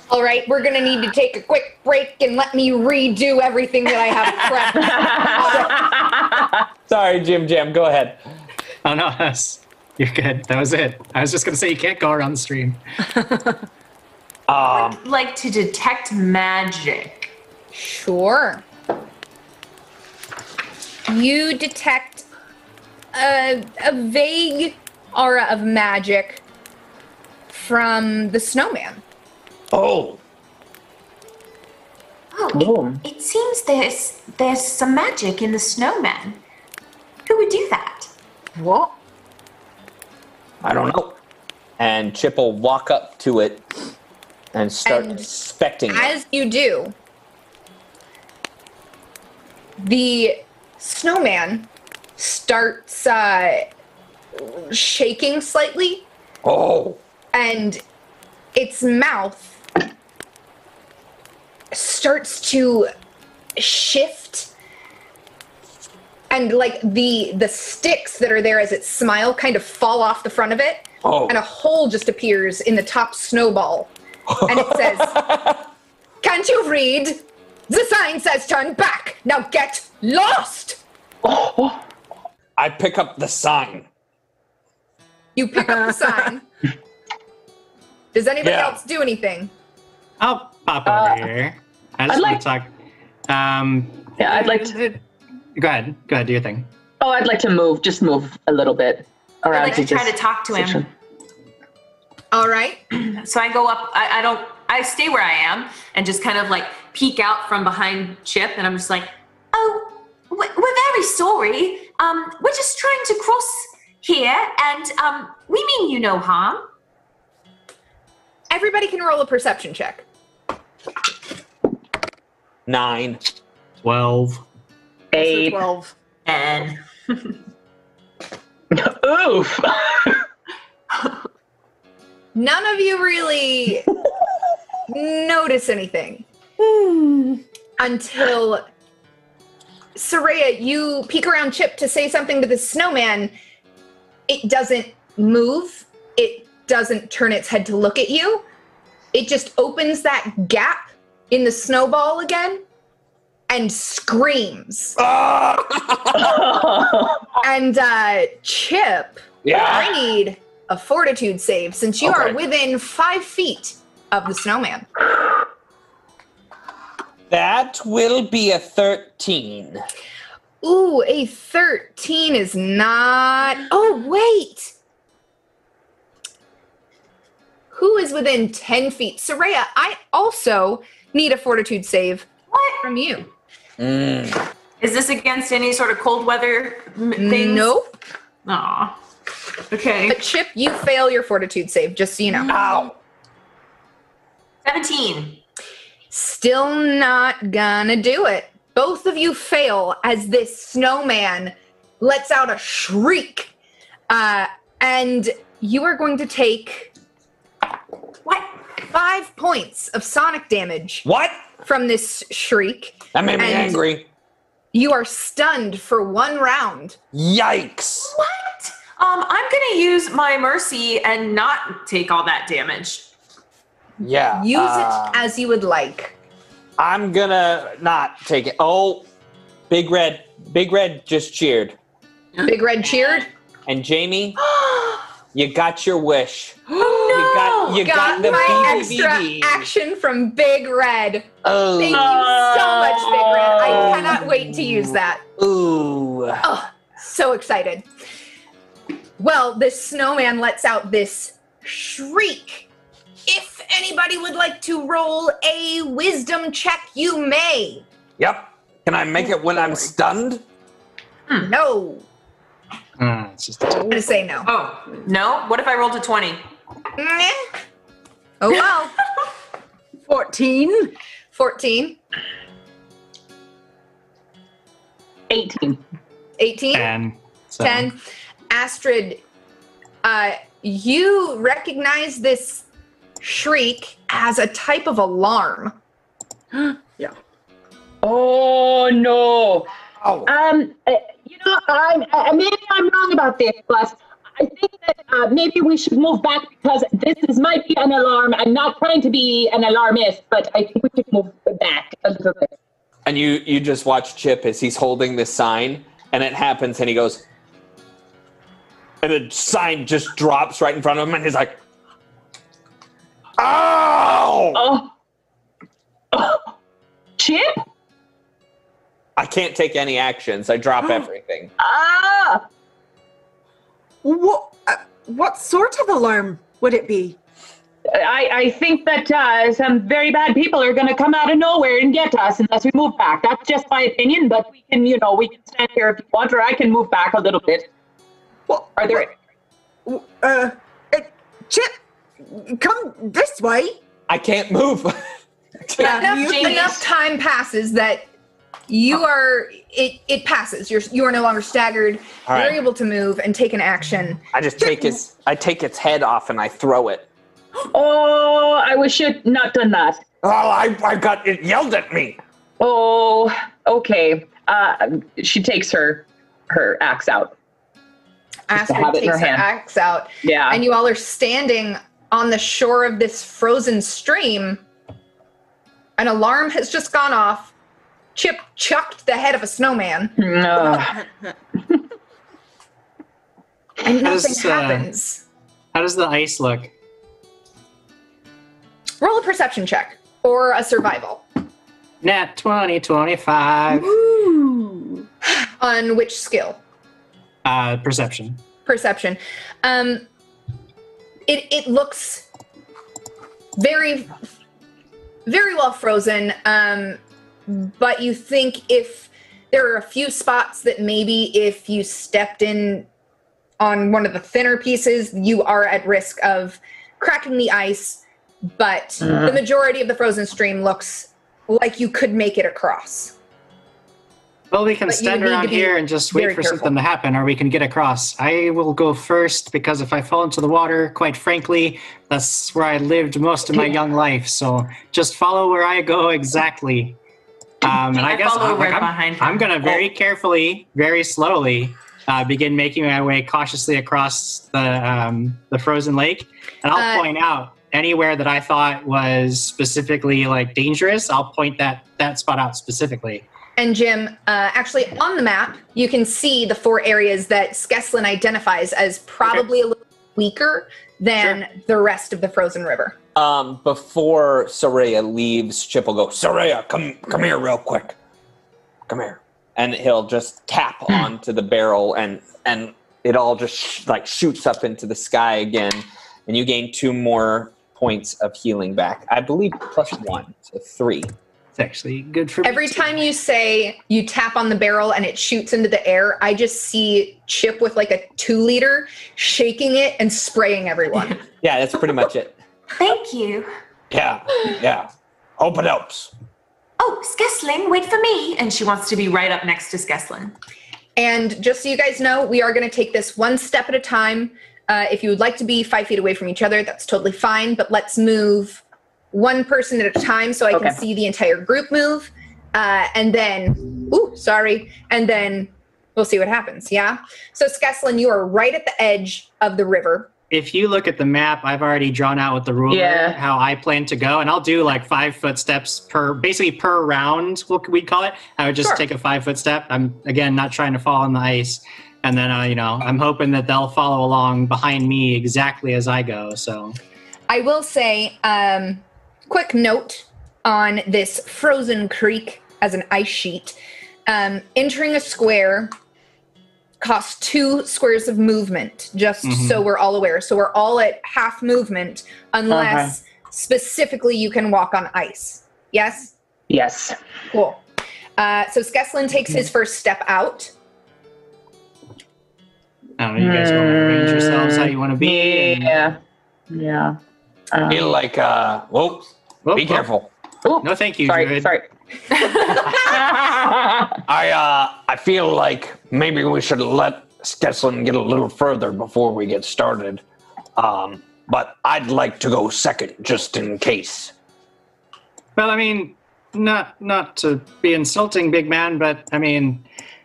[SPEAKER 3] All right, we're gonna need to take a quick break and let me redo everything that I have prepped.
[SPEAKER 2] Sorry, Jim Jam, go ahead.
[SPEAKER 4] Oh no, that's you're good. That was it. I was just gonna say you can't go around the stream.
[SPEAKER 8] Um,
[SPEAKER 6] like to detect magic.
[SPEAKER 3] Sure. You detect a, a vague aura of magic from the snowman.
[SPEAKER 8] oh,
[SPEAKER 9] Oh, it, it seems there's there's some magic in the snowman. Who would do that?
[SPEAKER 5] What?
[SPEAKER 8] I don't know.
[SPEAKER 2] And Chip will walk up to it and start
[SPEAKER 3] And
[SPEAKER 2] inspecting it.
[SPEAKER 3] As you do, the snowman starts uh, shaking slightly
[SPEAKER 8] Oh,
[SPEAKER 3] and its mouth starts to shift and like the the sticks that are there as its smile kind of fall off the front of it
[SPEAKER 8] Oh.
[SPEAKER 3] and a hole just appears in the top snowball and it says can't you read the sign says turn back now get lost
[SPEAKER 8] I pick up the sign.
[SPEAKER 3] you pick up the sign does anybody
[SPEAKER 8] Yeah.
[SPEAKER 3] else do anything
[SPEAKER 4] I'll Oh, pop over here. I just
[SPEAKER 7] Uh, I'd
[SPEAKER 4] want
[SPEAKER 7] like-
[SPEAKER 4] to talk. Um,
[SPEAKER 7] yeah, I'd like to.
[SPEAKER 4] go ahead. Go ahead. Do your thing.
[SPEAKER 7] Oh, I'd like to move. Just move a little bit around
[SPEAKER 6] I like to
[SPEAKER 7] this
[SPEAKER 6] try to talk to him.
[SPEAKER 7] section.
[SPEAKER 3] all right
[SPEAKER 6] So I go up. I, I don't. I stay where I am and just kind of like peek out from behind Chip, and I'm just like,
[SPEAKER 9] Oh, we- we're very sorry. Um, we're just trying to cross here, and um, we mean you no harm.
[SPEAKER 3] everybody can roll a perception check
[SPEAKER 2] Nine.
[SPEAKER 4] Twelve.
[SPEAKER 7] Eight.
[SPEAKER 5] Twelve.
[SPEAKER 6] and
[SPEAKER 7] Oof.
[SPEAKER 3] none of you really notice anything until Soraya, you peek around Chip to say something to the snowman. It doesn't move. It doesn't turn its head to look at you. It just opens that gap in the snowball again and screams.
[SPEAKER 8] Oh.
[SPEAKER 3] And uh, Chip, I
[SPEAKER 8] Yeah.
[SPEAKER 3] need a fortitude save since you
[SPEAKER 8] Okay.
[SPEAKER 3] are within five feet of the snowman.
[SPEAKER 2] That will be a 13.
[SPEAKER 3] Ooh, a 13 is not. Oh, wait. Who is within 10 feet? Soraya, I also need a fortitude save
[SPEAKER 6] what?
[SPEAKER 3] from you.
[SPEAKER 2] Mm.
[SPEAKER 6] Is this against any sort of cold weather m- things?
[SPEAKER 3] Nope.
[SPEAKER 6] Aw. Okay.
[SPEAKER 3] But Chip, you fail your fortitude save, just so you know.
[SPEAKER 8] Ow.
[SPEAKER 6] Seventeen.
[SPEAKER 3] Still not gonna do it. Both of you fail as this snowman lets out a shriek. Uh, and you are going to take
[SPEAKER 9] What?
[SPEAKER 3] five points of sonic damage
[SPEAKER 8] What?
[SPEAKER 3] from this shriek.
[SPEAKER 8] That made me
[SPEAKER 3] And-
[SPEAKER 8] angry.
[SPEAKER 3] You are stunned for one round.
[SPEAKER 8] Yikes.
[SPEAKER 6] What? Um, I'm gonna use my mercy and not take all that damage.
[SPEAKER 2] Yeah.
[SPEAKER 3] Use
[SPEAKER 2] uh,
[SPEAKER 8] Ah.
[SPEAKER 3] it as you would like.
[SPEAKER 2] I'm gonna not take it. Oh, Big Red. Big Red just cheered.
[SPEAKER 3] Big Red cheered.
[SPEAKER 2] And Jamie, you got your wish. You
[SPEAKER 6] Oh
[SPEAKER 2] got you got,
[SPEAKER 3] Got
[SPEAKER 2] the
[SPEAKER 3] my
[SPEAKER 2] BBBB.
[SPEAKER 3] extra action from Big Red.
[SPEAKER 2] Oh,
[SPEAKER 3] Thank you so much, Big Red. I cannot wait to use that.
[SPEAKER 2] ooh.
[SPEAKER 3] Oh, so excited. Well, this snowman lets out this shriek. If anybody would like to roll a wisdom check, you may.
[SPEAKER 8] Yep. Can I make it when I'm stunned?
[SPEAKER 3] No.
[SPEAKER 4] Mm, it's just
[SPEAKER 3] I'm going to say no.
[SPEAKER 6] Oh, no? What if I rolled a 20?
[SPEAKER 3] Meh. Oh, well.
[SPEAKER 5] 14.
[SPEAKER 3] 14,
[SPEAKER 7] 18.
[SPEAKER 3] 18,
[SPEAKER 4] 10. So.
[SPEAKER 3] 10. Astrid, uh, you recognize this shriek as a type of alarm.
[SPEAKER 5] Yeah.
[SPEAKER 7] Oh no.
[SPEAKER 8] Oh.
[SPEAKER 7] Um, uh, you know, I'm, uh, maybe I'm wrong about this, but I think that uh, maybe we should move back because this is might be an alarm. I'm not trying to be an alarmist, but I think we should move back a little bit.
[SPEAKER 2] And you you just watch Chip as he's holding this sign, and it happens, and he goes,
[SPEAKER 8] And the sign just drops right in front of him, and he's like, Ow!
[SPEAKER 7] Oh. oh. Chip?
[SPEAKER 2] "I can't take any actions. I drop everything."
[SPEAKER 7] Ah!
[SPEAKER 5] What, uh, what sort of alarm would it be?
[SPEAKER 7] I, I think that uh, some very bad people are going to come out of nowhere and get us unless we move back. That's just my opinion, but we can, you know, we can stand here if you want, or I can move back a little bit.
[SPEAKER 5] What,
[SPEAKER 7] Are there?
[SPEAKER 5] what- uh, uh, Chip, come this way.
[SPEAKER 2] I can't move.
[SPEAKER 3] enough, Oh.
[SPEAKER 6] Jamie.
[SPEAKER 3] enough time passes that you are it it passes you're you are no longer staggered
[SPEAKER 2] All right.
[SPEAKER 3] you're able to move and take an action
[SPEAKER 2] I just take his I take its head off and I throw it.
[SPEAKER 7] Oh, I wish you'd not done that.
[SPEAKER 8] Oh, I, I got it yelled at me.
[SPEAKER 7] Oh, okay. Uh, she takes her her axe out.
[SPEAKER 3] astrid
[SPEAKER 7] have it in
[SPEAKER 3] takes her,
[SPEAKER 7] her hand.
[SPEAKER 3] axe out
[SPEAKER 7] Yeah.
[SPEAKER 3] and you all are standing on the shore of this frozen stream an alarm has just gone off chip chucked the head of a snowman
[SPEAKER 7] Hmm. No.
[SPEAKER 3] and
[SPEAKER 4] How does,
[SPEAKER 3] nothing
[SPEAKER 4] uh,
[SPEAKER 3] happens
[SPEAKER 4] How does the ice look?
[SPEAKER 3] roll a perception check or a survival
[SPEAKER 4] Nat 20, 25.
[SPEAKER 3] on which skill
[SPEAKER 4] Uh, perception.
[SPEAKER 3] perception. Um, it it looks very very well frozen, um, but you think if there are a few spots that maybe if you stepped in on one of the thinner pieces, you are at risk of cracking the ice. But the majority of the frozen stream looks like you could make it across.
[SPEAKER 4] Well, we can
[SPEAKER 3] But you would
[SPEAKER 4] stand
[SPEAKER 3] need to
[SPEAKER 4] around
[SPEAKER 3] be
[SPEAKER 4] here and just wait
[SPEAKER 3] very
[SPEAKER 4] for
[SPEAKER 3] careful.
[SPEAKER 4] something to happen, or we can get across. I will go first because if I fall into the water, quite frankly, that's where I lived most of my young life. So just follow where I go exactly. Um, and I,
[SPEAKER 6] I
[SPEAKER 4] guess
[SPEAKER 6] follow
[SPEAKER 4] I'm,
[SPEAKER 6] right
[SPEAKER 4] I'm-
[SPEAKER 6] behind her.
[SPEAKER 4] I'm going
[SPEAKER 3] Oh.
[SPEAKER 4] to very carefully, very slowly uh, begin making my way cautiously across the um, the frozen lake, and I'll
[SPEAKER 3] Uh,
[SPEAKER 4] point out anywhere that I thought was specifically like dangerous. I'll point that that spot out specifically.
[SPEAKER 3] And Jim, uh, actually, on the map, you can see the four areas that Skeslin identifies as probably a little weaker than the rest of the frozen river.
[SPEAKER 2] Um, before Soraya leaves, Chip will go
[SPEAKER 8] Soraya, come come here real quick. Come here.
[SPEAKER 2] and he'll just tap onto the barrel and and it all just sh- like shoots up into the sky again and you gain two more points of healing back i believe plus one so three
[SPEAKER 4] It's actually good for me,
[SPEAKER 3] Every
[SPEAKER 4] too.
[SPEAKER 3] time you say you tap on the barrel and it shoots into the air, I just see Chip with like a two liter shaking it and spraying everyone.
[SPEAKER 2] yeah that's pretty much it
[SPEAKER 9] Thank you.
[SPEAKER 8] Yeah, yeah. Hope it helps.
[SPEAKER 9] Oh, Skeslin, wait for me.
[SPEAKER 6] And she wants to be right up next to Skeslin.
[SPEAKER 3] and just so you guys know, we are going to take this one step at a time. Uh, if you would like to be five feet away from each other, that's totally fine, but let's move one person at a time so I
[SPEAKER 7] Okay.
[SPEAKER 3] can see the entire group move. Uh, and then, ooh, sorry. And then we'll see what happens. Yeah. So, Skeslin, you are right at the edge of the river.
[SPEAKER 4] if you look at the map, I've already drawn out with the ruler
[SPEAKER 7] Yeah.
[SPEAKER 4] how I plan to go, and I'll do like five foot steps per, basically per round. What we call it? I would just
[SPEAKER 3] Sure.
[SPEAKER 4] take a five foot step. I'm again not trying to fall on the ice, and then uh, you know I'm hoping that they'll follow along behind me exactly as I go. So
[SPEAKER 3] I will say, um, quick note on this frozen creek as an ice sheet. Um, entering a square cost two squares of movement, just so we're all aware. So we're all at half movement unless specifically you can walk on ice. Yes?
[SPEAKER 7] Yes.
[SPEAKER 3] Cool. Uh, so Skeslin takes his first step out.
[SPEAKER 4] I don't know. You guys want to arrange yourselves how you want to be. and-
[SPEAKER 7] Yeah. Yeah. Um,
[SPEAKER 2] Feel like, uh, whoa,
[SPEAKER 4] Whoa,
[SPEAKER 2] be
[SPEAKER 4] whoa.
[SPEAKER 2] careful.
[SPEAKER 7] ooh,
[SPEAKER 4] oh, No, thank you.
[SPEAKER 7] sorry.
[SPEAKER 4] druid.
[SPEAKER 7] Sorry.
[SPEAKER 2] I, uh,
[SPEAKER 8] I feel like maybe we should let Skeslin get a little further before we get started. Um, but I'd like to go second just in case.
[SPEAKER 4] Well, I mean, not not to be insulting, big man, but I mean,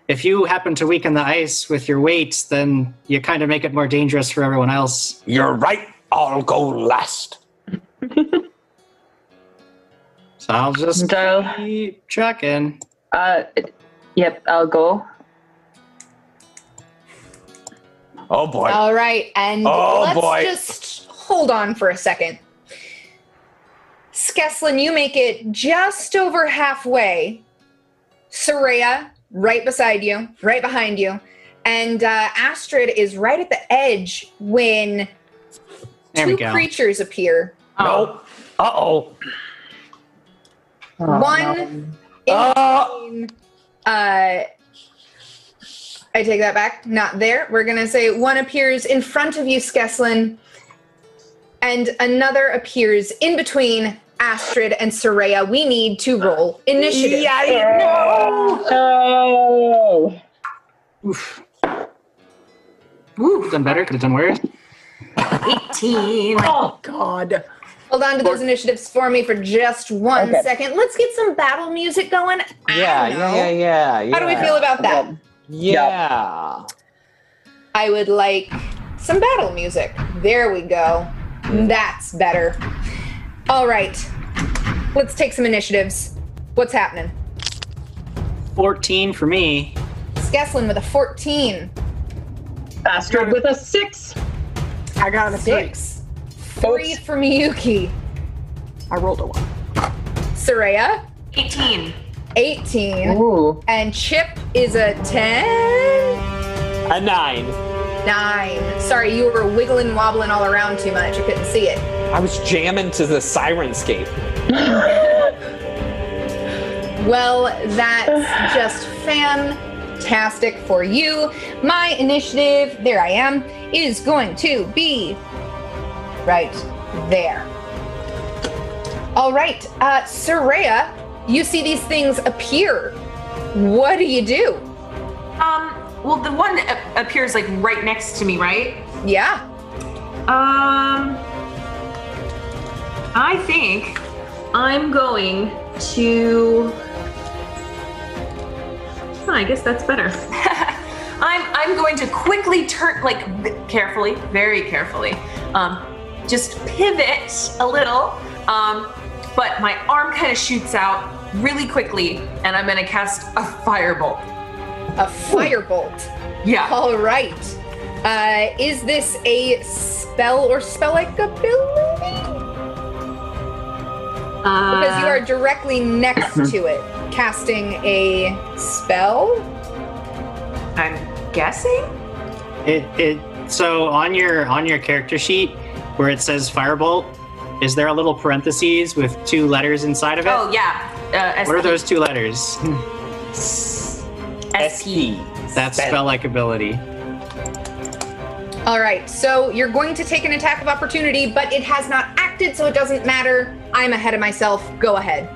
[SPEAKER 4] if you happen to weaken the ice with your weight, then you kind of make it more dangerous for everyone else.
[SPEAKER 8] You're right, I'll go last.
[SPEAKER 4] So I'll just
[SPEAKER 7] So-
[SPEAKER 4] keep checking.
[SPEAKER 7] Uh, yep, I'll go.
[SPEAKER 8] Oh boy.
[SPEAKER 3] All right, and
[SPEAKER 8] Oh,
[SPEAKER 3] let's
[SPEAKER 8] boy.
[SPEAKER 3] just hold on for a second. Skeslin, you make it just over halfway. Soraya, right beside you, right behind you. And uh, Astrid is right at the edge when two
[SPEAKER 4] There we go.
[SPEAKER 3] creatures appear.
[SPEAKER 8] no. Uh oh.
[SPEAKER 7] Oh,
[SPEAKER 3] One in
[SPEAKER 8] Uh,
[SPEAKER 3] between, uh, I take that back. Not there. We're gonna say one appears in front of you, Skeslin, and another appears in between Astrid and Soraya. We need to roll initiative.
[SPEAKER 7] No. No.
[SPEAKER 4] Oof. Ooh, done better. Could have done worse.
[SPEAKER 6] 18.
[SPEAKER 10] Oh God.
[SPEAKER 3] Hold on to those initiatives for me for just one
[SPEAKER 7] Okay.
[SPEAKER 3] second. Let's get some battle music going. I
[SPEAKER 2] yeah,
[SPEAKER 3] don't know.
[SPEAKER 2] yeah, yeah, yeah, yeah.
[SPEAKER 3] How do we feel about that?
[SPEAKER 2] Yeah.
[SPEAKER 3] I would like some battle music. There we go. That's better. All right. Let's take some initiatives. What's happening?
[SPEAKER 4] Fourteen for me.
[SPEAKER 3] Skeslin with a 14,
[SPEAKER 7] Astrid with a six.
[SPEAKER 10] I got a six.
[SPEAKER 3] 6, 3 from Yuki,
[SPEAKER 10] I rolled a one.
[SPEAKER 3] Soraya,
[SPEAKER 6] 18.
[SPEAKER 3] 18,
[SPEAKER 7] Ooh.
[SPEAKER 3] and Chip is a 10,
[SPEAKER 2] A nine.
[SPEAKER 3] 9. Sorry, you were wiggling and wobbling all around too much. I couldn't see it.
[SPEAKER 2] I was jamming to the sirenscape.
[SPEAKER 3] Well, that's just fantastic for you. My initiative, there I am, is going to be right there. All right, uh, Soraya, you see these things appear. What do you do?
[SPEAKER 6] Um, well, the one a- appears like right next to me, right?
[SPEAKER 3] Yeah.
[SPEAKER 6] Um, I think I'm going to. Huh, I guess that's better. I'm I'm going to quickly turn, like v- carefully, very carefully, um, just pivot a little. Um, but my arm kind of shoots out really quickly, and I'm gonna cast a firebolt.
[SPEAKER 3] A firebolt.
[SPEAKER 6] Yeah.
[SPEAKER 3] All right. Uh, is this a spell or spell like ability? Because you are directly next to it, casting a spell.
[SPEAKER 4] Oh.
[SPEAKER 6] I'm guessing.
[SPEAKER 4] It it. So on your on your character sheet, where it says firebolt, is there a little parentheses with two letters inside of it?
[SPEAKER 6] Oh yeah. Uh, S-
[SPEAKER 4] What are those two letters?
[SPEAKER 6] SP.
[SPEAKER 4] That's spell like ability.
[SPEAKER 3] All right, so you're going to take an attack of opportunity, but it has not acted, so it doesn't matter. I'm ahead of myself. Go ahead.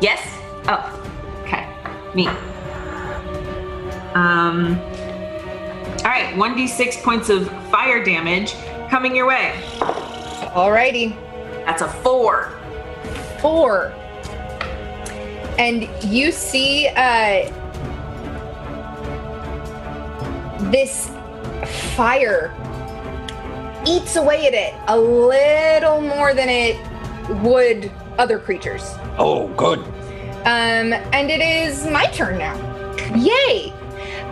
[SPEAKER 6] Yes. Oh. Okay. Me. Um. All right. One d six points of fire damage coming your way.
[SPEAKER 3] All righty,
[SPEAKER 6] That's a four.
[SPEAKER 3] four. And you see uh, this fire eats away at it a little more than it would other creatures.
[SPEAKER 8] Oh, good.
[SPEAKER 3] Um, and it is my turn now. Yay!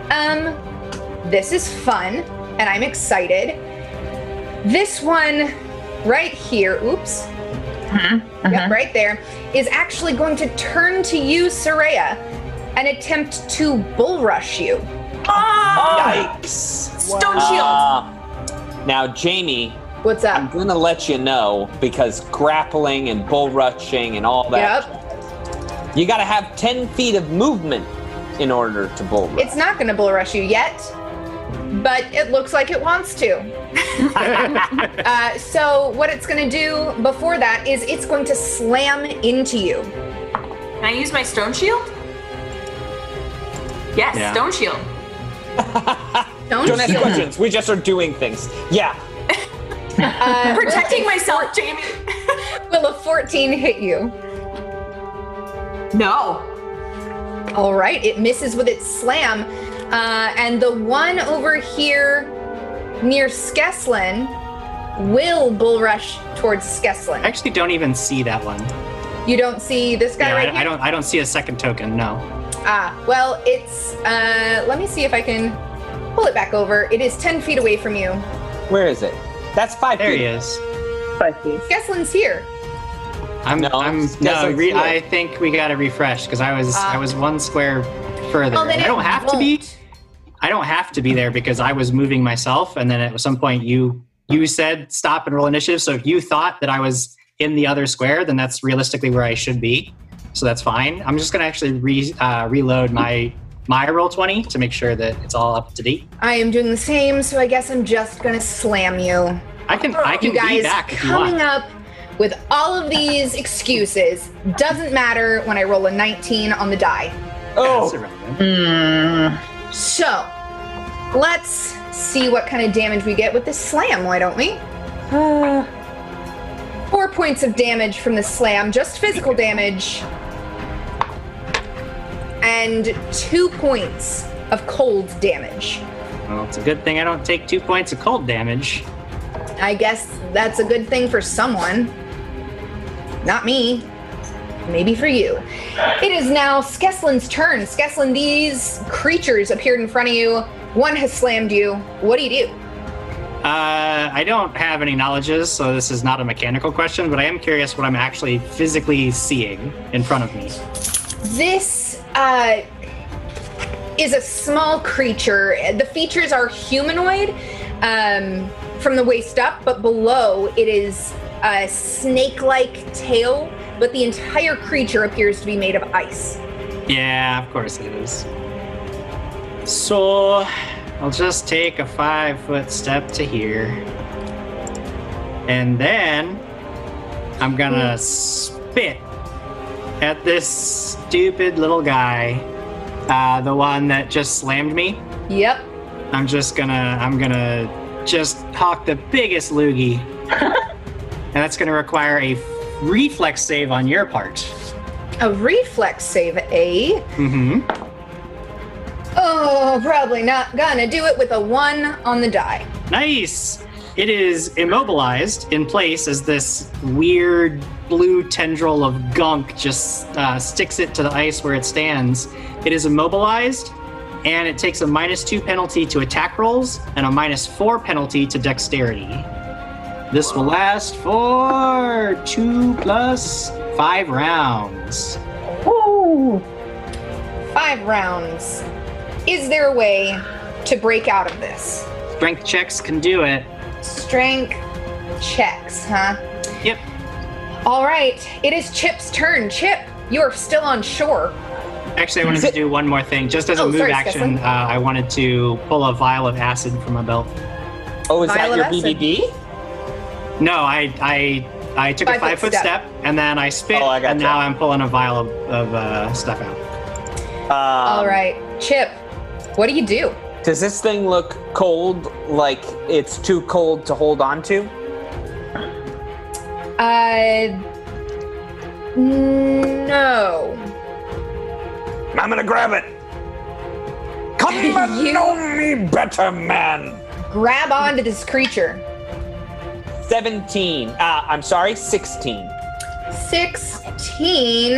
[SPEAKER 3] Um, this is fun, and I'm excited. This one right here, oops. Yep, right there, is actually going to turn to you, Soraya, and attempt to bull rush you.
[SPEAKER 2] Yikes!
[SPEAKER 6] Stone shield.
[SPEAKER 2] Uh, now, Jamie,
[SPEAKER 3] What's
[SPEAKER 2] I'm
[SPEAKER 3] up?
[SPEAKER 2] gonna let you know because grappling and bull rushing and all that,
[SPEAKER 3] Yep.
[SPEAKER 2] you gotta have 10 feet of movement in order to bull rush.
[SPEAKER 3] It's not gonna bull rush you yet, but it looks like it wants to. uh, so what it's gonna do before that is it's going to slam into you.
[SPEAKER 6] Can I use my stone shield? Yes,
[SPEAKER 4] Yeah.
[SPEAKER 6] stone shield.
[SPEAKER 3] Uh, Don't,
[SPEAKER 2] Don't ask
[SPEAKER 3] shield.
[SPEAKER 2] questions, we just are doing things. Yeah,
[SPEAKER 3] Uh,
[SPEAKER 6] Protecting myself, Jamie.
[SPEAKER 3] Will a 14 hit you?
[SPEAKER 6] No.
[SPEAKER 3] All right, it misses with its slam. Uh, and the one over here near Skeslin will bull rush towards
[SPEAKER 4] I
[SPEAKER 3] Skeslin.
[SPEAKER 4] actually don't even see that one.
[SPEAKER 3] You don't see this guy
[SPEAKER 4] Yeah,
[SPEAKER 3] right
[SPEAKER 4] I, I
[SPEAKER 3] here?
[SPEAKER 4] don't. I don't see a second token. No.
[SPEAKER 3] Ah, well, it's. Uh, let me see if I can pull it back over. It is 10 feet away from you.
[SPEAKER 2] where is it? That's five
[SPEAKER 4] There
[SPEAKER 2] feet.
[SPEAKER 4] he is.
[SPEAKER 7] Five feet.
[SPEAKER 3] Skeslin's here.
[SPEAKER 4] I'm.
[SPEAKER 2] No,
[SPEAKER 4] I'm.
[SPEAKER 2] it's- yes,
[SPEAKER 4] No.
[SPEAKER 2] it's
[SPEAKER 4] Re-
[SPEAKER 2] here.
[SPEAKER 4] I think we gotta refresh because I was. I was one square further.
[SPEAKER 3] Uh, Well, then
[SPEAKER 4] I don't
[SPEAKER 3] it
[SPEAKER 4] have to be.
[SPEAKER 3] won't.
[SPEAKER 4] I don't have to be there because I was moving myself, and then at some point you you said stop and roll initiative. So if you thought that I was in the other square, then that's realistically where I should be. So that's fine. I'm just gonna actually re, uh, reload my my roll twenty to make sure that it's all up to date.
[SPEAKER 3] I am doing the same, so I guess I'm just gonna slam you.
[SPEAKER 4] I can I can
[SPEAKER 3] you guys
[SPEAKER 4] be back if you
[SPEAKER 3] coming
[SPEAKER 4] want.
[SPEAKER 3] up with all of these excuses doesn't matter when I roll a 19 on the die.
[SPEAKER 4] That's
[SPEAKER 2] Oh,
[SPEAKER 4] irrelevant.
[SPEAKER 3] So let's see what kind of damage we get with this slam, why don't we? Uh, Four points of damage from the slam, just physical damage, and two points of cold damage.
[SPEAKER 4] Well, it's a good thing I don't take two points of cold damage.
[SPEAKER 3] I guess that's a good thing for someone. Not me. Maybe for you. It is now Skeslin's turn. Skeslin, these creatures appeared in front of you. One has slammed you. What do you do?
[SPEAKER 4] Uh, I don't have any knowledges, so this is not a mechanical question, but I am curious what I'm actually physically seeing in front of me.
[SPEAKER 3] This uh, is a small creature. The features are humanoid um, from the waist up, but below it is a snake like tail, but the entire creature appears to be made of ice.
[SPEAKER 4] Yeah, of course it is. So, I'll just take a five foot step to here. And then I'm gonna spit at this stupid little guy, uh, the one that just slammed me.
[SPEAKER 3] Yep.
[SPEAKER 4] I'm just gonna I'm gonna just hawk the biggest loogie. and that's gonna require a reflex save on your part.
[SPEAKER 3] A reflex save, eh?
[SPEAKER 4] Mm-hmm.
[SPEAKER 3] Oh, probably not gonna do it with a one on the die.
[SPEAKER 4] Nice! It is immobilized in place as this weird blue tendril of gunk just uh, sticks it to the ice where it stands. It is immobilized, and it takes a minus two penalty to attack rolls and a minus four penalty to dexterity. This will last for two plus five rounds.
[SPEAKER 7] Ooh.
[SPEAKER 3] Five rounds. Is there a way to break out of this?
[SPEAKER 4] Strength checks can do it.
[SPEAKER 3] Strength checks, huh?
[SPEAKER 4] Yep.
[SPEAKER 3] All right, it is Chip's turn. Chip, you are still on shore.
[SPEAKER 4] Actually, I wanted to do one more thing. Just as a
[SPEAKER 3] Oh,
[SPEAKER 4] move
[SPEAKER 3] sorry, Stefan.
[SPEAKER 4] action, uh, I wanted to pull a vial of acid from my belt.
[SPEAKER 2] oh, is that
[SPEAKER 3] Violet
[SPEAKER 2] your
[SPEAKER 3] acid.
[SPEAKER 2] BBB?
[SPEAKER 4] No, I I I took a
[SPEAKER 3] Five-foot
[SPEAKER 4] E? five foot step. and then I spit,
[SPEAKER 2] Oh, I gotcha.
[SPEAKER 4] and now I'm pulling a vial of, of uh, stuff out.
[SPEAKER 2] Um,
[SPEAKER 3] All right, Chip, what do you do?
[SPEAKER 2] Does this thing look cold, like it's too cold to hold on to?
[SPEAKER 3] Uh, no.
[SPEAKER 8] I'm gonna grab it. Come and
[SPEAKER 3] You-
[SPEAKER 8] know me better, man.
[SPEAKER 3] Grab onto this creature.
[SPEAKER 2] 17. Uh, I'm sorry, 16.
[SPEAKER 3] 16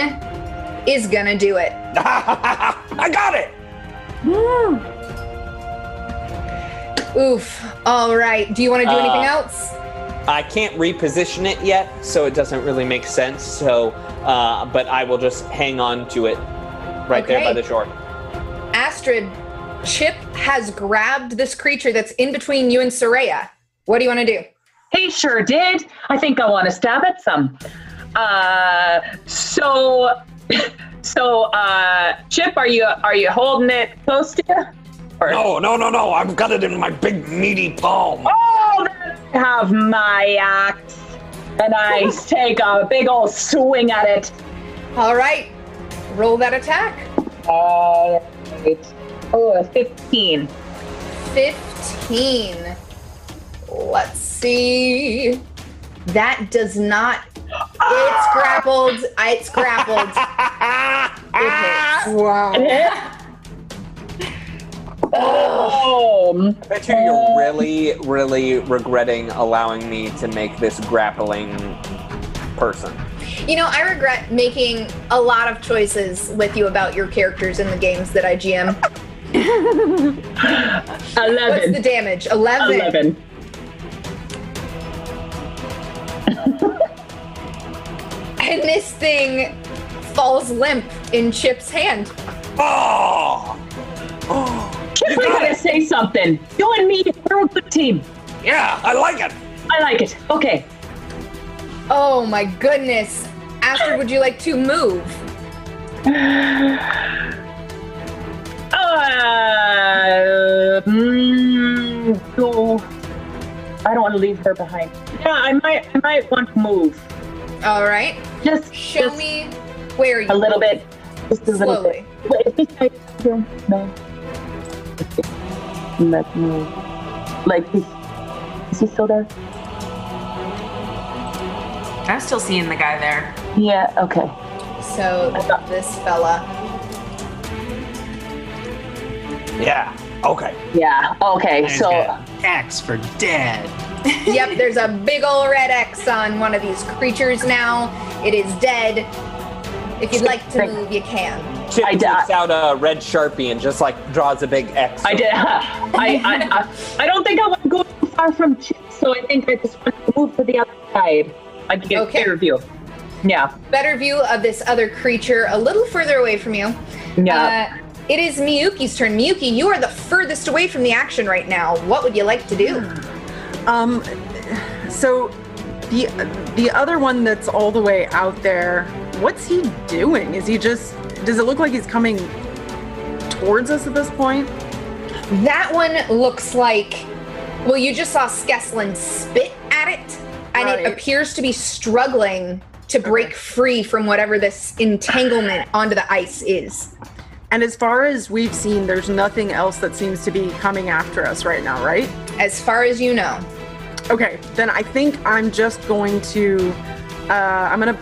[SPEAKER 3] is gonna do it.
[SPEAKER 8] I got it.
[SPEAKER 3] Oof. All right. Do you want to do anything
[SPEAKER 2] Uh,
[SPEAKER 3] else?
[SPEAKER 2] I can't reposition it yet, so it doesn't really make sense. So, uh, but I will just hang on to it right there by
[SPEAKER 3] Okay.
[SPEAKER 2] the shore.
[SPEAKER 3] Astrid, Chip has grabbed this creature that's in between you and Soraya. What do you want to do?
[SPEAKER 7] He sure did. I think I want to stab at some. Uh, so, so uh, Chip, are you are you holding it close to you? Or-
[SPEAKER 8] No, no, no, no. I've got it in my big meaty palm.
[SPEAKER 7] Oh, then I have my axe, and I take a big old swing at it.
[SPEAKER 3] All right, roll that attack.
[SPEAKER 7] All right. Oh, a fifteen.
[SPEAKER 3] 15. Let's see. That does not. It's grappled. It's grappled. It hits.
[SPEAKER 5] Wow.
[SPEAKER 7] Oh,
[SPEAKER 2] I bet you you're really, really regretting allowing me to make this grappling person.
[SPEAKER 3] You know, I regret making a lot of choices with you about your characters in the games that I GM. What's the
[SPEAKER 7] eleven.
[SPEAKER 3] damage? 11.
[SPEAKER 7] Eleven.
[SPEAKER 3] And this thing falls limp in Chip's hand.
[SPEAKER 8] Oh!
[SPEAKER 7] Chip, I gotta say something. You and me, we're a good team.
[SPEAKER 8] Yeah, I like it.
[SPEAKER 7] I like it. Okay.
[SPEAKER 3] Oh my goodness. Astrid, would you like to move?
[SPEAKER 7] Uh, mm, no. I don't want to leave her behind. Yeah, I might. I might want to move.
[SPEAKER 3] All right.
[SPEAKER 7] Just
[SPEAKER 3] Show
[SPEAKER 7] just
[SPEAKER 3] me where you
[SPEAKER 7] a little bit. Just a little
[SPEAKER 3] Slowly.
[SPEAKER 7] bit. Wait, is this right here? No. Let's move. Like he's. Is he still there?
[SPEAKER 6] I'm still seeing the guy there.
[SPEAKER 7] Yeah. Okay.
[SPEAKER 3] So this fella.
[SPEAKER 8] Yeah, okay.
[SPEAKER 7] Yeah. Okay.
[SPEAKER 4] He's
[SPEAKER 7] so.
[SPEAKER 4] got X for dead.
[SPEAKER 3] Yep, there's a big ol' red X on one of these creatures now. It is dead. If you'd like to move, you can.
[SPEAKER 2] Chip
[SPEAKER 7] I
[SPEAKER 2] takes
[SPEAKER 7] d-
[SPEAKER 2] out a red sharpie and just like draws a big X.
[SPEAKER 7] I did. I, I, I, I don't think I want to go too far from Chip, so I think I just want to move to the other side. I can get
[SPEAKER 3] Okay.
[SPEAKER 7] a clear view. Yeah.
[SPEAKER 3] Better view of this other creature a little further away from you.
[SPEAKER 7] Yeah.
[SPEAKER 3] Uh, it is Miyuki's turn. Miyuki, you are the furthest away from the action right now. What would you like to do?
[SPEAKER 5] Um, so the the other one that's all the way out there, what's he doing? Is he just? Does it look like he's coming towards us at this point?
[SPEAKER 3] That one looks like. Well, you just saw Skeslin spit at it, and
[SPEAKER 5] Right.
[SPEAKER 3] it appears to be struggling to break free from whatever this entanglement onto the ice is.
[SPEAKER 5] And as far as we've seen, there's nothing else that seems to be coming after us right now, right?
[SPEAKER 3] As far as you know.
[SPEAKER 5] Okay, then I think I'm just going to, uh, I'm gonna,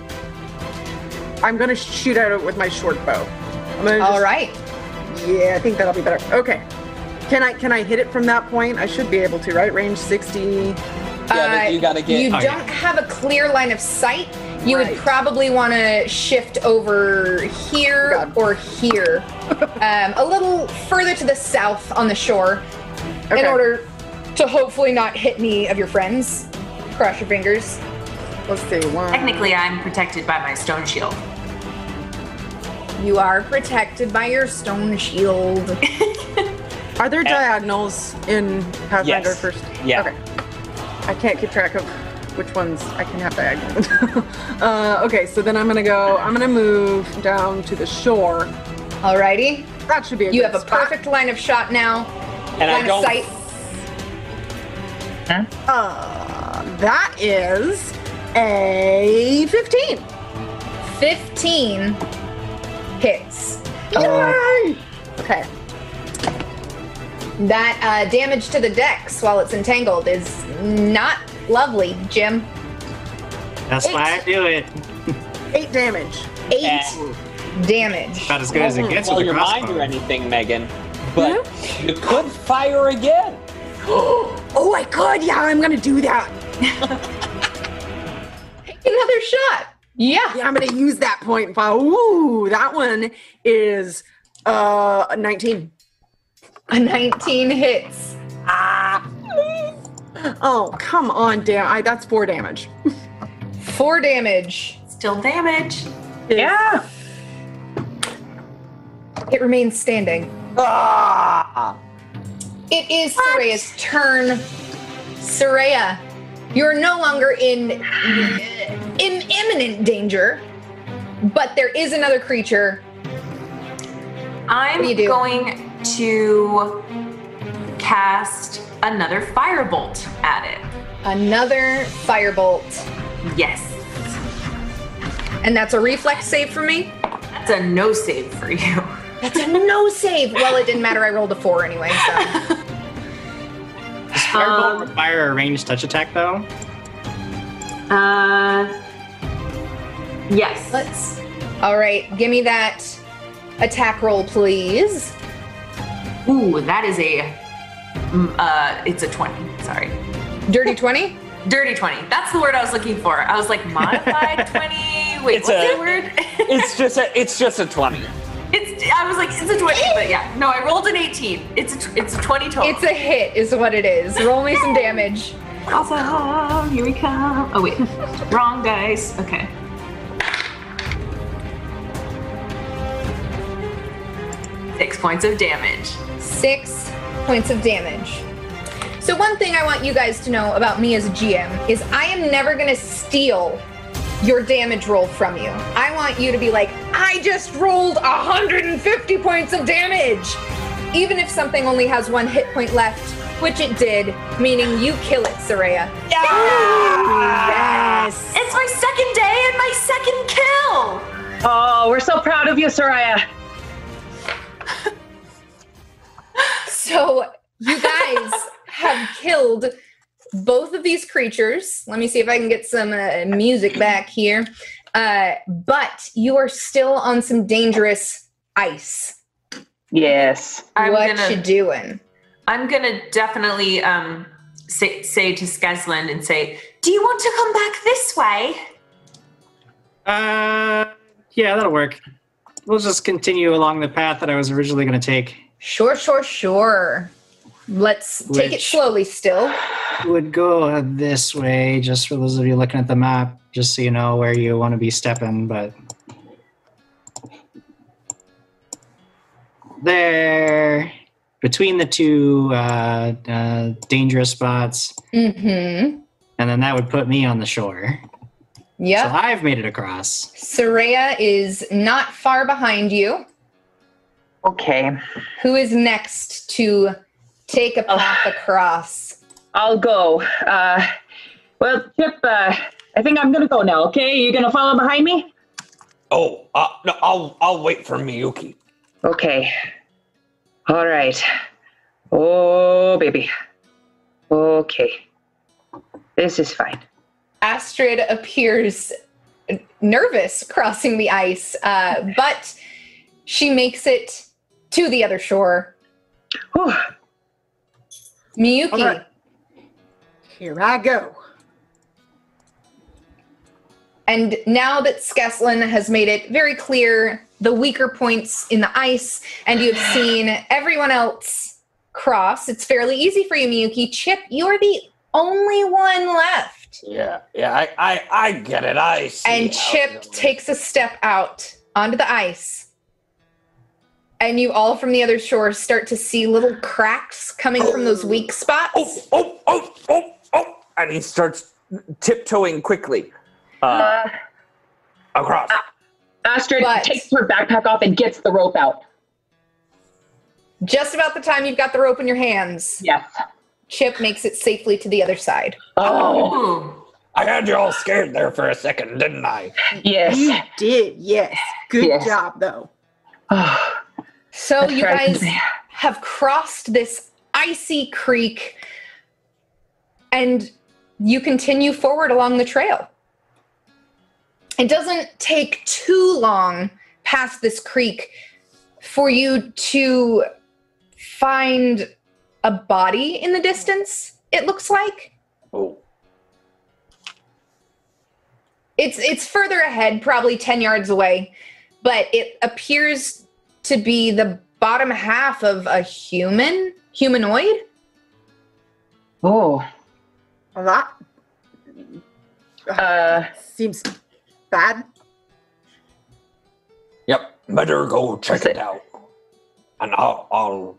[SPEAKER 5] I'm gonna shoot at it with my short bow. I'm gonna
[SPEAKER 3] All
[SPEAKER 5] just-
[SPEAKER 3] right.
[SPEAKER 5] Yeah, I think that'll be better. Okay, can I can I hit it from that point? I should be able to, right? Range 60.
[SPEAKER 2] Yeah, but you gotta get-
[SPEAKER 3] Uh, You
[SPEAKER 4] Oh,
[SPEAKER 3] don't
[SPEAKER 4] yeah.
[SPEAKER 3] have a clear line of sight. You
[SPEAKER 5] Right.
[SPEAKER 3] would probably want to shift over here
[SPEAKER 5] God.
[SPEAKER 3] or here, um, a little further to the south on the shore, in
[SPEAKER 5] Okay.
[SPEAKER 3] order to hopefully not hit any of your friends. Cross your fingers.
[SPEAKER 5] Let's see. One.
[SPEAKER 6] Technically, I'm protected by my stone shield.
[SPEAKER 3] You are protected by your stone shield.
[SPEAKER 5] Are there diagonals in Pathfinder
[SPEAKER 2] Yes.
[SPEAKER 5] first?
[SPEAKER 2] Yeah.
[SPEAKER 5] Okay. I can't keep track of which ones I can have diagonals. uh, okay, so then I'm gonna go. I'm gonna move down to the shore.
[SPEAKER 3] Alrighty.
[SPEAKER 5] That should be. A
[SPEAKER 3] You
[SPEAKER 5] good
[SPEAKER 3] have a
[SPEAKER 5] spot.
[SPEAKER 3] perfect line of shot now.
[SPEAKER 2] and
[SPEAKER 3] line
[SPEAKER 2] I
[SPEAKER 3] of
[SPEAKER 2] don't.
[SPEAKER 3] sight.
[SPEAKER 5] Uh, that is a 15.
[SPEAKER 3] 15 hits.
[SPEAKER 2] Oh.
[SPEAKER 3] Oh.
[SPEAKER 5] Yay! Okay.
[SPEAKER 3] That uh, damage to the dex while it's entangled is not lovely, Jim.
[SPEAKER 4] That's why I do it.
[SPEAKER 5] Eight damage.
[SPEAKER 3] Eight
[SPEAKER 2] Yeah.
[SPEAKER 3] damage.
[SPEAKER 4] About as good as it gets
[SPEAKER 2] Well,
[SPEAKER 4] with a
[SPEAKER 2] your mind or
[SPEAKER 4] crossbow.
[SPEAKER 2] anything, Megan, but
[SPEAKER 7] Hmm?
[SPEAKER 2] you could fire again.
[SPEAKER 5] Oh, I could. Yeah, I'm going to do that.
[SPEAKER 3] Another shot. Yeah.
[SPEAKER 5] Yeah, I'm going to use that point. Wow. Ooh, that one is uh 19.
[SPEAKER 3] A 19 hits.
[SPEAKER 5] Oh, come on, damn. I, that's four damage.
[SPEAKER 3] Four damage.
[SPEAKER 6] Still damage.
[SPEAKER 7] yeah.
[SPEAKER 3] It remains standing.
[SPEAKER 2] Ah!
[SPEAKER 3] It is Soraya's turn. Soraya, you're no longer in, in imminent danger, but there is another creature.
[SPEAKER 6] I'm
[SPEAKER 3] What do you do?
[SPEAKER 6] going to cast another firebolt at it.
[SPEAKER 3] Another firebolt.
[SPEAKER 6] Yes.
[SPEAKER 3] And that's a reflex save for me?
[SPEAKER 6] That's a no save for you.
[SPEAKER 3] That's a no save. Well, it didn't matter. I rolled a four anyway. So.
[SPEAKER 4] Does Firebolt
[SPEAKER 6] Um,
[SPEAKER 4] require a ranged touch attack though?
[SPEAKER 6] Uh, yes.
[SPEAKER 3] Let's. All right, give me that attack roll, please.
[SPEAKER 6] Ooh, that is a. mm, Uh, it's a twenty. Sorry,
[SPEAKER 3] Dirty 20?
[SPEAKER 6] dirty twenty. That's the word I was looking for. I was like modified twenty. Wait,
[SPEAKER 2] It's
[SPEAKER 6] what's
[SPEAKER 2] a-
[SPEAKER 6] the word?
[SPEAKER 2] It's just a it's just a twenty.
[SPEAKER 6] it's. I was like, it's a twenty, but yeah. No, I rolled an eighteen. It's a. tw- It's a twenty total.
[SPEAKER 3] It's a hit, is what it is. Roll me some damage.
[SPEAKER 6] awesome. Here we come. Oh wait, wrong dice. Okay. Six points of damage.
[SPEAKER 3] Six points of damage. So, one thing I want you guys to know about me as a GM is I am never going to steal your damage roll from you. I want you to be like, I just rolled 150 points of damage. Even if something only has one hit point left, which it did, meaning you kill it, Soraya. Yes.
[SPEAKER 6] It's my second day and my second kill.
[SPEAKER 7] Oh, we're so proud of you, Soraya.
[SPEAKER 3] So you guys have killed both of these creatures. Let me see if I can get some uh, music back here. Uh, but you are still on some dangerous ice.
[SPEAKER 7] Yes.
[SPEAKER 6] I'm
[SPEAKER 3] what
[SPEAKER 6] gonna-
[SPEAKER 3] you doing?
[SPEAKER 6] I'm gonna definitely um, say, say to Skeslin and say, "Do you want to come back this way?"
[SPEAKER 4] Uh, yeah, that'll work. We'll just continue along the path that I was originally going to take.
[SPEAKER 3] Sure, sure, sure. Let's take it
[SPEAKER 4] Which-
[SPEAKER 3] slowly. Still,
[SPEAKER 4] Would go this way, just for those of you looking at the map, just so you know where you want to be stepping. But there, between the two uh, uh, dangerous spots,
[SPEAKER 3] mm-hmm.
[SPEAKER 4] and then that would put me on the shore. So
[SPEAKER 3] Yep.
[SPEAKER 4] I've made it across.
[SPEAKER 3] Soraya is not far behind you.
[SPEAKER 7] Okay.
[SPEAKER 3] Who is next to take
[SPEAKER 6] Oh.
[SPEAKER 3] a path across?
[SPEAKER 7] I'll go. Uh, well, Chip, uh, I think I'm gonna go now. Okay, you gonna follow behind me?
[SPEAKER 8] Oh, uh, no, I'll I'll wait for Miyuki.
[SPEAKER 7] Okay. All right. Oh, baby. Okay. This is fine.
[SPEAKER 3] Astrid appears nervous crossing the ice, uh, but she makes it to the other shore.
[SPEAKER 7] Whew.
[SPEAKER 3] Miyuki,
[SPEAKER 5] All right. Here I go.
[SPEAKER 3] and now that Skeslin has made it very clear the weaker points in the ice, and you've seen everyone else cross, it's fairly easy for you, Miyuki. Chip, you're the only one left.
[SPEAKER 8] Yeah, yeah, I I, I get it. I see.
[SPEAKER 3] and
[SPEAKER 8] how
[SPEAKER 3] Chip
[SPEAKER 8] it is.
[SPEAKER 3] takes a step out onto the ice. And you all from the other shore start to see little cracks coming from those weak spots.
[SPEAKER 2] Oh oh oh oh oh! And he starts tiptoeing quickly uh,
[SPEAKER 7] Uh,
[SPEAKER 2] across.
[SPEAKER 7] Astrid
[SPEAKER 3] But-
[SPEAKER 7] takes her backpack off and gets the rope out.
[SPEAKER 3] Just about the time you've got the rope in your hands,
[SPEAKER 7] Yes.
[SPEAKER 3] Chip makes it safely to the other side.
[SPEAKER 7] Oh,
[SPEAKER 6] Ooh.
[SPEAKER 8] I had you all scared there for a second, didn't I?
[SPEAKER 5] You
[SPEAKER 7] yes.
[SPEAKER 5] did, yes. Good
[SPEAKER 7] Yes.
[SPEAKER 5] job, though.
[SPEAKER 7] Oh,
[SPEAKER 3] So
[SPEAKER 7] that
[SPEAKER 3] you
[SPEAKER 7] frightens
[SPEAKER 3] guys
[SPEAKER 7] me.
[SPEAKER 3] have crossed this icy creek and you continue forward along the trail. It doesn't take too long past this creek for you to find a body in the distance, it looks like.
[SPEAKER 8] Oh,
[SPEAKER 3] It's it's further ahead, probably 10 yards away, but it appears to be the bottom half of a human, humanoid.
[SPEAKER 7] Oh.
[SPEAKER 5] Well, that
[SPEAKER 7] Uh,
[SPEAKER 5] seems bad.
[SPEAKER 8] yep. Better go check
[SPEAKER 7] That's
[SPEAKER 8] it
[SPEAKER 7] it.
[SPEAKER 8] out, and I'll I'll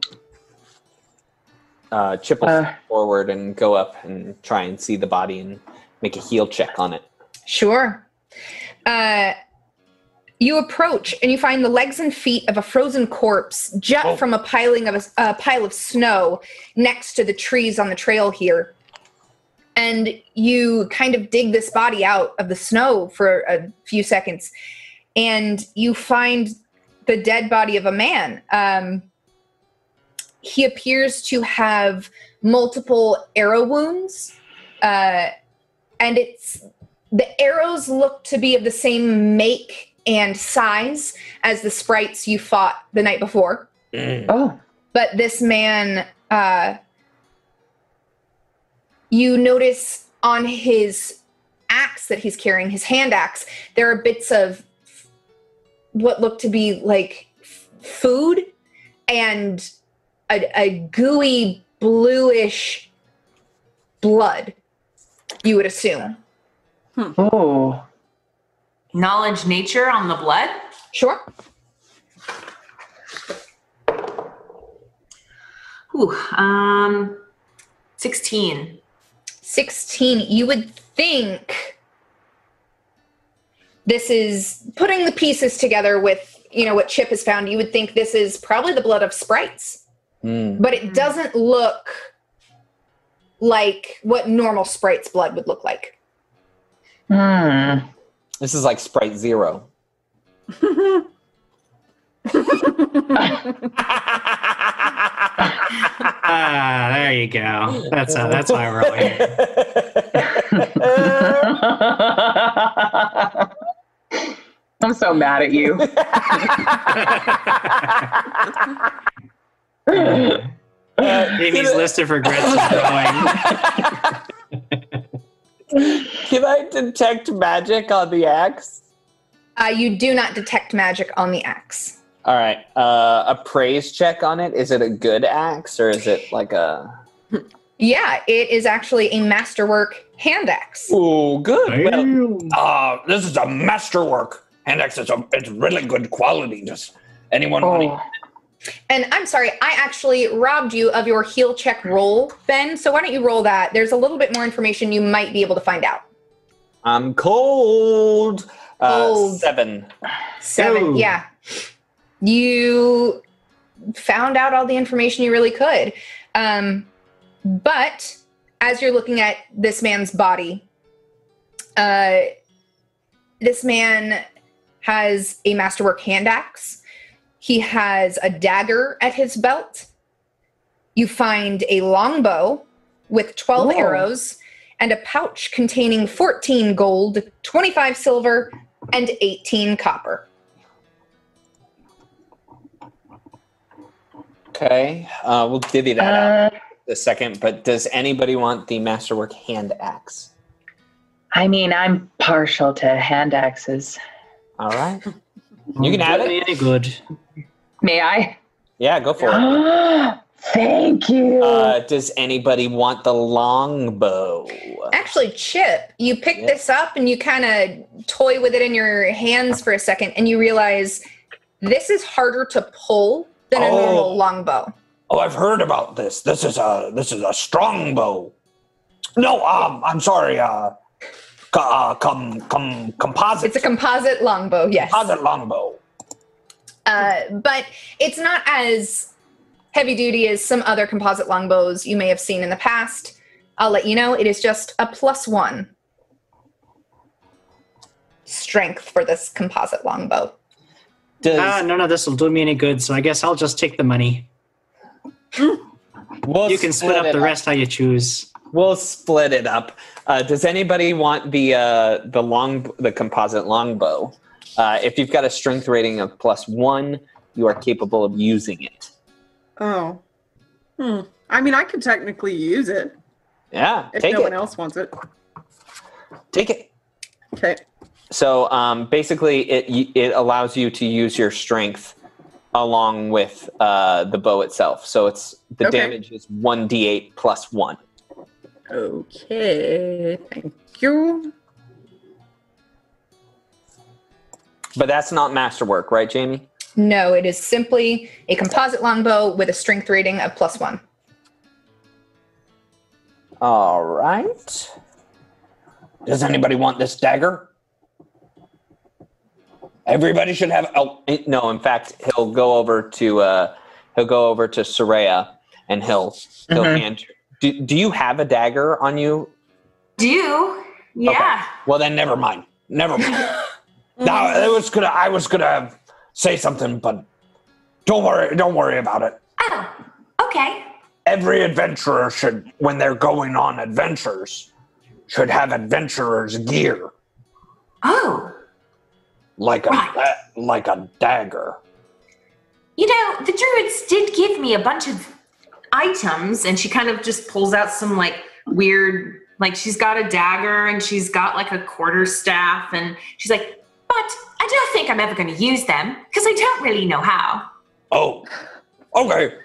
[SPEAKER 2] Uh, Chip will
[SPEAKER 7] Uh.
[SPEAKER 2] step forward and go up and try and see the body and make a heel check on it.
[SPEAKER 3] Sure. Uh, you approach and you find the legs and feet of a frozen corpse jet
[SPEAKER 8] Oh.
[SPEAKER 3] from a piling of a, a pile of snow next to the trees on the trail here. And you kind of dig this body out of the snow for a few seconds, and you find the dead body of a man. Um, he appears to have multiple arrow wounds, uh, and it's the arrows look to be of the same make and size as the sprites you fought the night before.
[SPEAKER 8] mm.
[SPEAKER 7] Oh,
[SPEAKER 3] But this man, uh, you notice on his axe that he's carrying, his hand axe, there are bits of what look to be like f- food and a, a gooey bluish blood, you would assume.
[SPEAKER 7] oh,
[SPEAKER 6] Knowledge nature on the blood?
[SPEAKER 3] Sure?
[SPEAKER 6] Ooh, um, 16.
[SPEAKER 3] 16, you would think this is putting the pieces together with, you know, what Chip has found, you would think this is probably the blood of sprites,
[SPEAKER 7] Hmm.
[SPEAKER 2] Mm.
[SPEAKER 3] but it doesn't look like what normal sprite's blood would look like.
[SPEAKER 7] hmm.
[SPEAKER 2] This is like Sprite Zero.
[SPEAKER 4] Ah, there you go. That's how, that's why we're all here.
[SPEAKER 7] I'm so mad at you.
[SPEAKER 4] Amy's list of regrets is growing.
[SPEAKER 2] Can I detect magic on the axe?
[SPEAKER 3] Uh, you do not detect magic on the axe.
[SPEAKER 2] All right. Uh, a praise check on it. Is it a good axe or is it like a?
[SPEAKER 3] Yeah, it is actually a masterwork hand axe.
[SPEAKER 2] Oh, good. Well,
[SPEAKER 8] Uh, this is a masterwork. Handex is a, it's really good quality. Just anyone want
[SPEAKER 7] Oh,
[SPEAKER 8] it?
[SPEAKER 3] And I'm sorry, I actually robbed you of your heel check roll, Ben. So why don't you roll that? There's a little bit more information you might be able to find out.
[SPEAKER 2] I'm cold. Uh,
[SPEAKER 3] Cold.
[SPEAKER 2] seven.
[SPEAKER 3] Seven.
[SPEAKER 4] Oh.
[SPEAKER 3] Yeah. You found out all the information you really could. Um, but as you're looking at this man's body, uh, this man has a masterwork hand axe. He has a dagger at his belt. You find a longbow with 12
[SPEAKER 7] Whoa.
[SPEAKER 3] arrows and a pouch containing 14 gold, 25 silver, and 18 copper.
[SPEAKER 2] Okay. Uh, we'll divvy that out.
[SPEAKER 7] uh,
[SPEAKER 2] the second, but does anybody want the masterwork hand axe?
[SPEAKER 7] I mean, I'm partial to hand axes.
[SPEAKER 2] All right. You can have it.
[SPEAKER 4] Any good.
[SPEAKER 7] May I?
[SPEAKER 2] Yeah, go for
[SPEAKER 7] Uh,
[SPEAKER 2] it.
[SPEAKER 7] Thank you.
[SPEAKER 2] Uh, does anybody want the longbow?
[SPEAKER 3] Actually, Chip, you pick
[SPEAKER 2] Yeah.
[SPEAKER 3] this up and you kind of toy with it in your hands for a second, and you realize this is harder to pull than a
[SPEAKER 8] Oh.
[SPEAKER 3] normal longbow.
[SPEAKER 8] Oh, I've heard about this. This is a this is a strong bow. No, um, I'm sorry. Uh, co- uh com com composite
[SPEAKER 3] It's a composite longbow, yes.
[SPEAKER 8] composite longbow.
[SPEAKER 3] Uh, but it's not as heavy duty as some other composite longbows you may have seen in the past. I'll let you know, it is just a plus one strength for this composite longbow.
[SPEAKER 2] Does
[SPEAKER 4] Ah, none of this will do me any good, so I guess I'll just take the money.
[SPEAKER 2] we'll
[SPEAKER 4] You can split up
[SPEAKER 2] it
[SPEAKER 4] the rest how you choose.
[SPEAKER 2] We'll split it up. Uh, does anybody want the uh, the long the composite longbow? Uh, if you've got a strength rating of plus one, you are capable of using it.
[SPEAKER 5] Oh. Hmm. I mean, I could technically use it
[SPEAKER 2] Yeah,
[SPEAKER 5] if
[SPEAKER 2] take
[SPEAKER 5] no
[SPEAKER 2] it.
[SPEAKER 5] one else wants it.
[SPEAKER 2] Take it.
[SPEAKER 5] Okay.
[SPEAKER 2] So um, basically, it it allows you to use your strength along with uh, the bow itself. So it's the
[SPEAKER 5] Okay.
[SPEAKER 2] damage is one d8 plus one.
[SPEAKER 5] Okay. Thank you.
[SPEAKER 2] But that's not masterwork, right, Jamie?
[SPEAKER 3] No, it is simply a composite longbow with a strength rating of plus one.
[SPEAKER 2] All right.
[SPEAKER 8] Does anybody want this dagger? Everybody should have. Oh,
[SPEAKER 2] Eh, No, in fact, he'll go over to uh, he'll go over to Soraya and he'll he'll hand. Do, do you have a dagger on you?
[SPEAKER 9] Do yeah.
[SPEAKER 8] well then, never mind. Never mind. now I was gonna. I was gonna say something, but don't worry. Don't worry about it.
[SPEAKER 9] Oh, okay.
[SPEAKER 8] Every adventurer should, when they're going on adventures, should have adventurer's gear,
[SPEAKER 9] Oh,
[SPEAKER 8] like a da- like a dagger.
[SPEAKER 9] you know the druids did give me a bunch of
[SPEAKER 6] items and she kind of just pulls out some like weird like she's got a dagger and she's got like a quarter staff and she's like
[SPEAKER 9] but I don't think I'm ever going to use them because I don't really know how.
[SPEAKER 8] Oh, okay.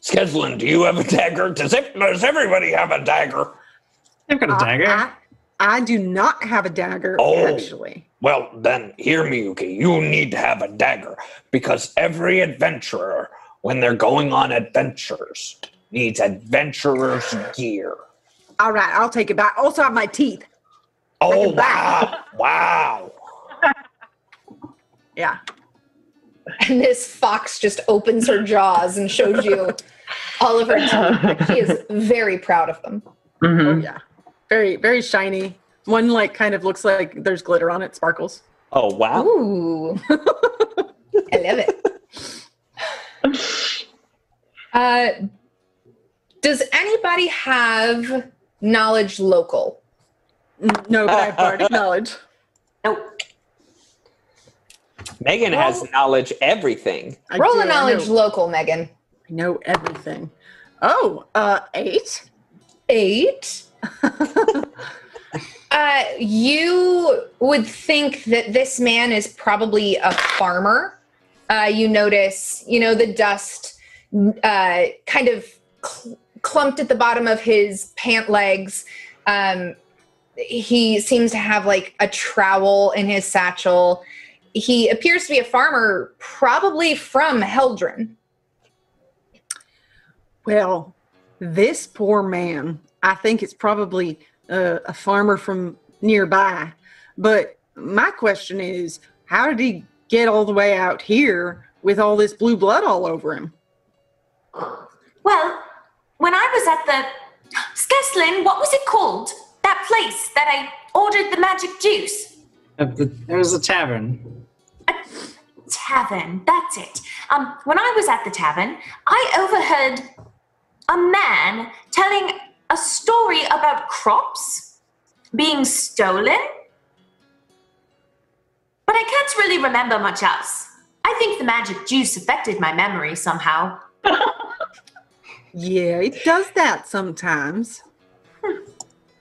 [SPEAKER 8] Skeslin, do you have a dagger? Does it, does everybody have a dagger?
[SPEAKER 4] I've got a dagger.
[SPEAKER 5] I, I do not have a dagger,
[SPEAKER 8] Oh.
[SPEAKER 5] actually.
[SPEAKER 8] Well, then, hear me, Yuki. You need to have a dagger because every adventurer, when they're going on adventures, needs adventurer's gear.
[SPEAKER 5] All right, I'll take it back. I also have my teeth.
[SPEAKER 8] Oh, wow. Wow.
[SPEAKER 5] Yeah.
[SPEAKER 3] And this fox just opens her jaws and shows you all of her teeth. She is very proud of them. Hmm.
[SPEAKER 5] Oh, yeah. Very, very shiny. One, like, kind of looks like there's glitter on it, sparkles.
[SPEAKER 2] Oh wow!
[SPEAKER 3] Ooh. I love it. Uh, does anybody have knowledge local?
[SPEAKER 5] N- No, but I've bardic knowledge.
[SPEAKER 2] Megan has knowledge everything.
[SPEAKER 5] I
[SPEAKER 3] Roll
[SPEAKER 5] do,
[SPEAKER 3] a
[SPEAKER 5] I
[SPEAKER 3] knowledge
[SPEAKER 5] know-
[SPEAKER 3] local, Megan.
[SPEAKER 5] I know everything. Oh, uh, eight?
[SPEAKER 3] Eight. uh, you would think that this man is probably a farmer. Uh, you notice, you know, the dust uh, kind of cl- clumped at the bottom of his pant legs. Um, he seems to have like a trowel in his satchel. He appears to be a farmer, probably from Heldron.
[SPEAKER 5] Well, this poor man, I think it's probably uh, a farmer from nearby. But my question is, how did he get all the way out here with all this blue blood all over him?
[SPEAKER 9] Well, when I was at the Skeslin, what was it called? That place that I ordered the magic juice.
[SPEAKER 4] Uh, th- There's a tavern.
[SPEAKER 9] Tavern, that's it. Um, when I was at the tavern, I overheard a man telling a story about crops being stolen. But I can't really remember much else. I think the magic juice affected my memory somehow.
[SPEAKER 5] Yeah, it does that sometimes.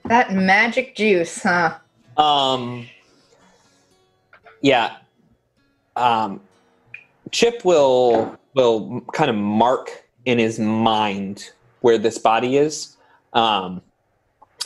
[SPEAKER 3] That magic juice, huh?
[SPEAKER 2] Um, yeah. Um, Chip will will kind of mark in his mind where this body is, um,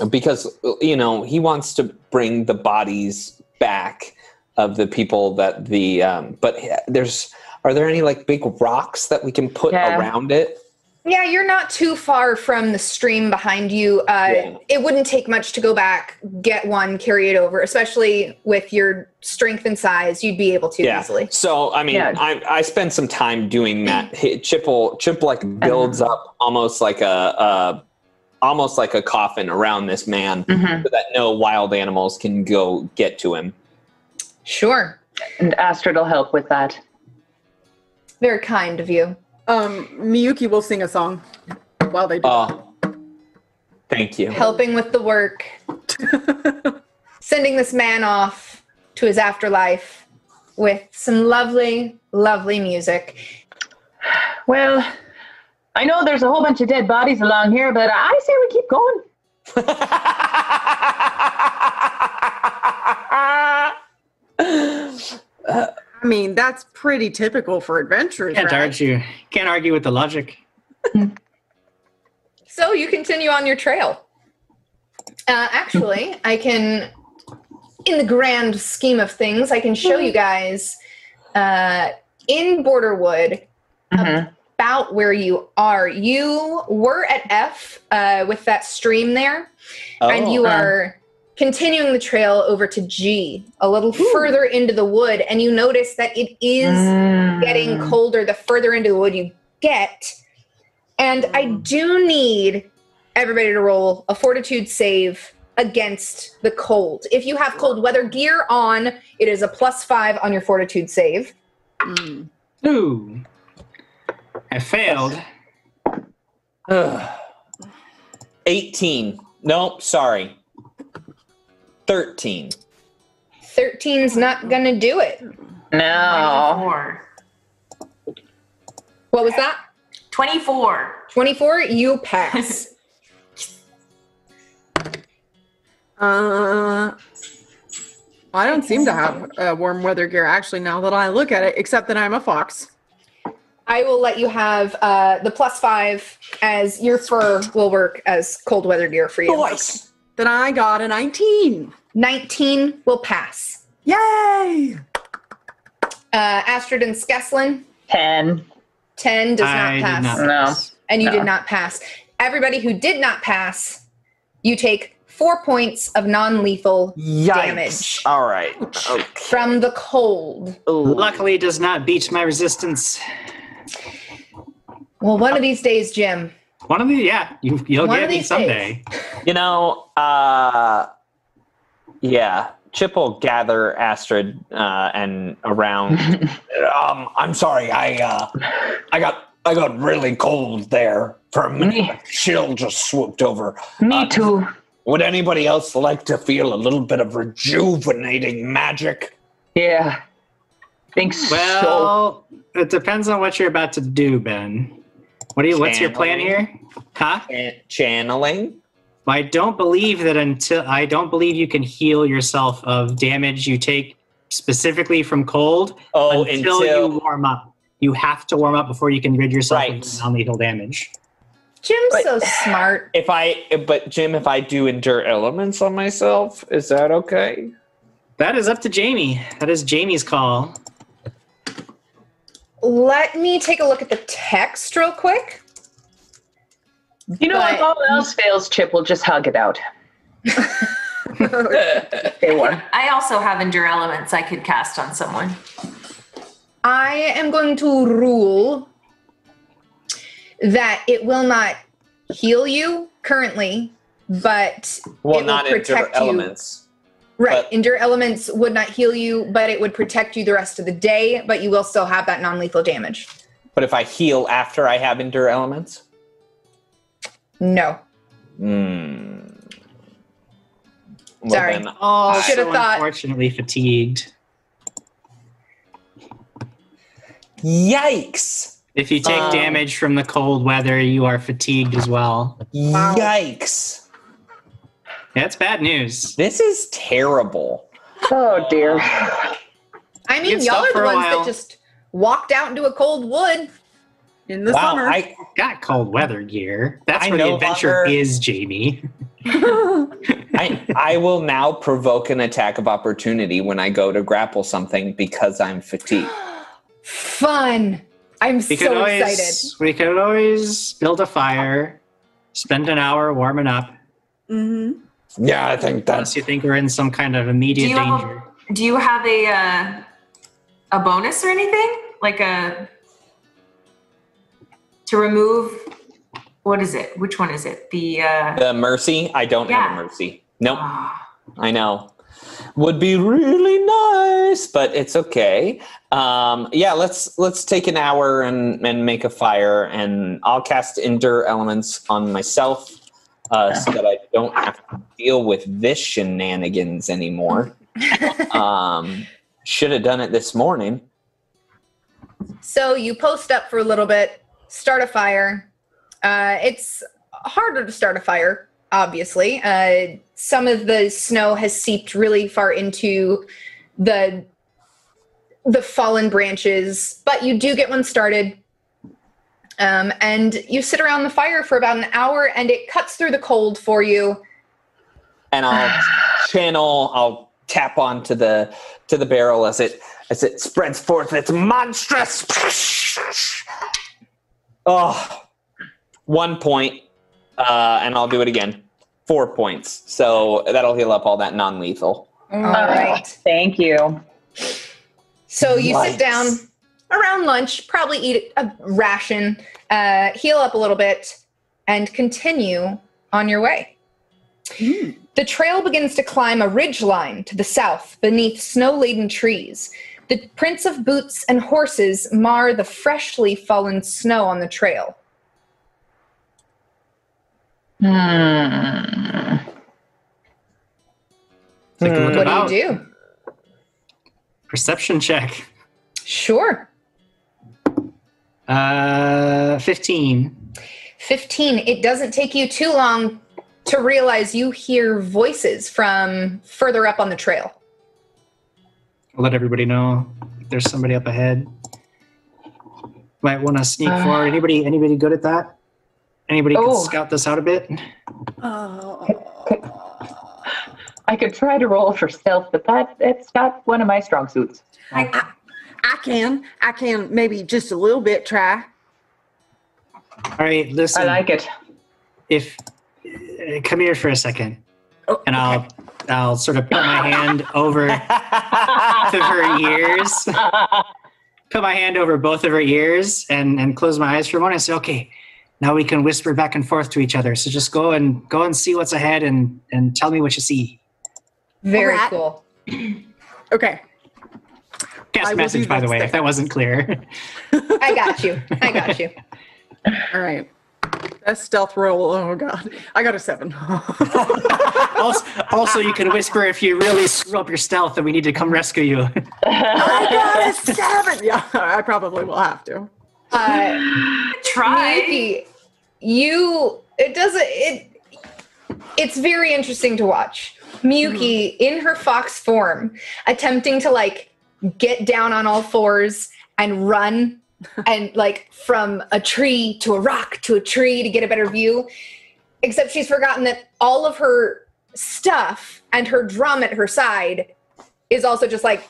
[SPEAKER 2] because you know he wants to bring the bodies back of the people that the um, but there's are there any like big rocks that we can put
[SPEAKER 7] Yeah.
[SPEAKER 2] around it?
[SPEAKER 3] Yeah, you're not too far from the stream behind you. Uh,
[SPEAKER 2] Yeah.
[SPEAKER 3] It wouldn't take much to go back, get one, carry it over, especially with your strength and size. You'd be able to
[SPEAKER 2] Yeah.
[SPEAKER 3] easily.
[SPEAKER 2] So I mean,
[SPEAKER 7] Yeah.
[SPEAKER 2] I I spend some time doing that. He- Chip will Chip like builds
[SPEAKER 3] Uh-huh.
[SPEAKER 2] up almost like a, a almost like a coffin around this man
[SPEAKER 3] Mm-hmm.
[SPEAKER 7] Mhm.
[SPEAKER 2] so that no wild animals can go get to him.
[SPEAKER 3] Sure.
[SPEAKER 7] And Astrid will help with that.
[SPEAKER 3] Very kind of you.
[SPEAKER 5] Um, Miyuki will sing a song while they do.
[SPEAKER 2] Oh, thank you.
[SPEAKER 3] Helping with the work, sending this man off to his afterlife with some lovely, lovely music.
[SPEAKER 7] Well, I know there's a whole bunch of dead bodies along here, but I say we keep going.
[SPEAKER 5] I mean, that's pretty typical for adventurers.
[SPEAKER 4] Can't
[SPEAKER 5] right?
[SPEAKER 4] argue. Can't argue with the logic.
[SPEAKER 3] So you continue on your trail. Uh, actually, I can, in the grand scheme of things, I can show you guys uh, in Borderwood
[SPEAKER 7] Mhm.
[SPEAKER 3] about where you are. You were at F uh, with that stream there,
[SPEAKER 2] Oh.
[SPEAKER 3] and you are continuing the trail over to G, a little further into the wood, and you notice that it is
[SPEAKER 7] Mm.
[SPEAKER 3] getting colder the further into the wood you get. And I do need everybody to roll a fortitude save against the cold. If you have cold weather gear on, it is a plus five on your fortitude save.
[SPEAKER 5] Mm.
[SPEAKER 4] Ooh. I failed.
[SPEAKER 2] Ugh. 18. No, sorry. 13.
[SPEAKER 3] 13's not gonna do it.
[SPEAKER 7] No.
[SPEAKER 6] 24.
[SPEAKER 3] What was that?
[SPEAKER 6] 24.
[SPEAKER 3] 24, you pass.
[SPEAKER 5] Uh, I don't seem to have uh, warm weather gear actually. Now that I look at it, except that I'm a fox.
[SPEAKER 3] I will let you have uh, the plus five as your fur will work as cold weather gear for you.
[SPEAKER 2] Nice.
[SPEAKER 5] Then I got a 19.
[SPEAKER 3] 19 will pass.
[SPEAKER 5] Yay!
[SPEAKER 3] Uh, Astrid and Skeslin,
[SPEAKER 7] Ten.
[SPEAKER 3] 10 does
[SPEAKER 4] I
[SPEAKER 3] not pass.
[SPEAKER 4] did not pass.
[SPEAKER 3] and you
[SPEAKER 7] No.
[SPEAKER 3] did not pass. Everybody who did not pass, you take four points of non lethal Damage.
[SPEAKER 2] Yikes. All right.
[SPEAKER 3] from the cold.
[SPEAKER 4] Luckily, does not beat my resistance.
[SPEAKER 3] Well, one of these days, Jim.
[SPEAKER 4] One of the yeah, you, you'll
[SPEAKER 3] One
[SPEAKER 4] get
[SPEAKER 3] of
[SPEAKER 4] me
[SPEAKER 3] these
[SPEAKER 4] someday.
[SPEAKER 2] You know, uh, yeah. Chip will gather Astrid uh, and around.
[SPEAKER 8] Um, I'm sorry. I uh, I got I got really cold there for a minute. A chill just swooped over.
[SPEAKER 7] Me too.
[SPEAKER 8] Would anybody else like to feel a little bit of rejuvenating magic?
[SPEAKER 7] Yeah. Thanks so.
[SPEAKER 4] Well, it depends on what you're about to do, Ben. What do you? What's your plan
[SPEAKER 2] Channeling.
[SPEAKER 4] here? Huh?
[SPEAKER 2] Chan- Channeling.
[SPEAKER 4] I don't believe that until I don't believe you can heal yourself of damage you take specifically from cold
[SPEAKER 2] Oh,
[SPEAKER 4] until,
[SPEAKER 2] until,
[SPEAKER 4] you warm up. You have to warm up before you can rid yourself
[SPEAKER 2] Right.
[SPEAKER 4] of non-lethal damage.
[SPEAKER 3] Jim's
[SPEAKER 2] But-
[SPEAKER 3] so smart.
[SPEAKER 2] if I. But Jim, if I do endure elements on myself, is that okay?
[SPEAKER 4] That is up to Jamie. That is Jamie's call.
[SPEAKER 3] Let me take a look at the text real quick.
[SPEAKER 7] You know, if
[SPEAKER 3] but-
[SPEAKER 7] all else fails, Chip will just hug it out. they won.
[SPEAKER 6] I also have endure elements I could cast on someone.
[SPEAKER 3] I am going to rule that it will not heal you currently, but
[SPEAKER 2] Well,
[SPEAKER 3] It will
[SPEAKER 2] not endure
[SPEAKER 3] protect you.
[SPEAKER 2] elements.
[SPEAKER 3] right,
[SPEAKER 2] But-
[SPEAKER 3] endure elements would not heal you, but it would protect you the rest of the day, but you will still have that non-lethal damage.
[SPEAKER 2] But if I heal after I have endure elements,
[SPEAKER 3] No.
[SPEAKER 2] Hmm. Well,
[SPEAKER 3] Sorry.
[SPEAKER 2] then,
[SPEAKER 4] Oh,
[SPEAKER 3] Should've thought.
[SPEAKER 4] unfortunately fatigued.
[SPEAKER 2] yikes!
[SPEAKER 4] If you take
[SPEAKER 2] Um,
[SPEAKER 4] damage from the cold weather, you are fatigued as well.
[SPEAKER 2] Yikes!
[SPEAKER 4] That's bad news.
[SPEAKER 2] This is terrible.
[SPEAKER 7] Oh dear.
[SPEAKER 3] I mean,
[SPEAKER 4] You'd
[SPEAKER 3] y'all
[SPEAKER 4] stop
[SPEAKER 3] are
[SPEAKER 4] for
[SPEAKER 3] the
[SPEAKER 4] a
[SPEAKER 3] ones
[SPEAKER 4] while.
[SPEAKER 3] that just walked out into a cold wood.
[SPEAKER 5] In the
[SPEAKER 2] wow,
[SPEAKER 5] summer.
[SPEAKER 2] I
[SPEAKER 4] Got cold weather gear. That's
[SPEAKER 2] I
[SPEAKER 4] where the
[SPEAKER 2] no
[SPEAKER 4] adventure
[SPEAKER 2] longer-
[SPEAKER 4] is, Jamie.
[SPEAKER 2] I, I will now provoke an attack of opportunity when I go to grapple something because I'm fatigued.
[SPEAKER 3] Fun. I'm
[SPEAKER 4] We could
[SPEAKER 3] so
[SPEAKER 4] always
[SPEAKER 3] excited.
[SPEAKER 4] we could always build a fire, spend an hour warming up.
[SPEAKER 5] Mhm.
[SPEAKER 8] Yeah, I think that's
[SPEAKER 4] Unless you think we're in some kind of immediate
[SPEAKER 6] Do you have a-
[SPEAKER 4] danger.
[SPEAKER 6] Do you have a uh, a bonus or anything? Like a to remove what is it? Which one is it? The uh
[SPEAKER 2] The mercy, I don't have
[SPEAKER 6] Yeah.
[SPEAKER 2] a mercy. Nope,
[SPEAKER 6] ah,
[SPEAKER 2] I know. Would be really nice, but it's okay. Um, yeah, let's let's take an hour and and make a fire, and I'll cast endure elements on myself uh, so that I don't have to deal with this shenanigans anymore. um, should have done it this morning.
[SPEAKER 3] So you post up for a little bit, start a fire. Uh, it's harder to start a fire, obviously. Uh, some of the snow has seeped really far into the the fallen branches, but you do get one started. Um, and you sit around the fire for about an hour, and it cuts through the cold for you.
[SPEAKER 2] and I'll channel. I'll tap onto the to the barrel as it as it spreads forth its monstrous Oh, one point, uh, and I'll do it again. Four points. So that'll heal up all that non lethal.
[SPEAKER 3] All
[SPEAKER 7] All
[SPEAKER 3] right.
[SPEAKER 7] Thank you.
[SPEAKER 3] So you
[SPEAKER 2] Yikes.
[SPEAKER 3] sit down around lunch, probably eat a ration, uh, heal up a little bit, and continue on your way. The trail begins to climb a ridgeline to the south beneath snow laden trees. The prints of boots and horses mar the freshly fallen snow on the trail.
[SPEAKER 7] Hmm.
[SPEAKER 4] Take a look
[SPEAKER 3] What
[SPEAKER 4] about.
[SPEAKER 3] do you do?
[SPEAKER 4] Perception check.
[SPEAKER 3] Sure.
[SPEAKER 4] Uh, 15.
[SPEAKER 3] 15 it doesn't take you too long to realize you hear voices from further up on the trail
[SPEAKER 4] I'll let everybody know if there's somebody up ahead. Might want to sneak
[SPEAKER 7] Uh.
[SPEAKER 4] forward. Anybody? Anybody good at that? Anybody can
[SPEAKER 7] Oh.
[SPEAKER 4] scout this out a bit?
[SPEAKER 5] Uh,
[SPEAKER 7] I could try to roll for stealth, but that it's not one of my strong suits.
[SPEAKER 5] I can. I can maybe just a little bit try.
[SPEAKER 4] All right, listen.
[SPEAKER 7] I like it.
[SPEAKER 4] if uh, come here for a second,
[SPEAKER 5] Oh,
[SPEAKER 4] and I'll I'll sort of put my hand over both of her ears. put my hand over both of her ears and and close my eyes for a moment and say, okay, now we can whisper back and forth to each other. So just go and go and see what's ahead and and tell me what you see.
[SPEAKER 3] very
[SPEAKER 5] Alright.
[SPEAKER 3] cool
[SPEAKER 5] Okay. I
[SPEAKER 4] Cast
[SPEAKER 5] will
[SPEAKER 4] message,
[SPEAKER 5] do
[SPEAKER 4] by the
[SPEAKER 5] that
[SPEAKER 4] way, if
[SPEAKER 5] step.
[SPEAKER 4] that wasn't clear.
[SPEAKER 3] i got you i got you
[SPEAKER 5] All right. Best stealth roll. Oh god. I got a seven.
[SPEAKER 4] also, also, you can whisper if you really screw up your stealth and we need to come rescue you.
[SPEAKER 5] I got a seven. Yeah, I probably will have to.
[SPEAKER 3] uh,
[SPEAKER 6] Try.
[SPEAKER 3] Miyuki, you it doesn't it it's very interesting to watch miyuki in her fox form attempting to like get down on all fours and run and like from a tree to a rock to a tree to get a better view except she's forgotten that all of her stuff and her drum at her side is also just like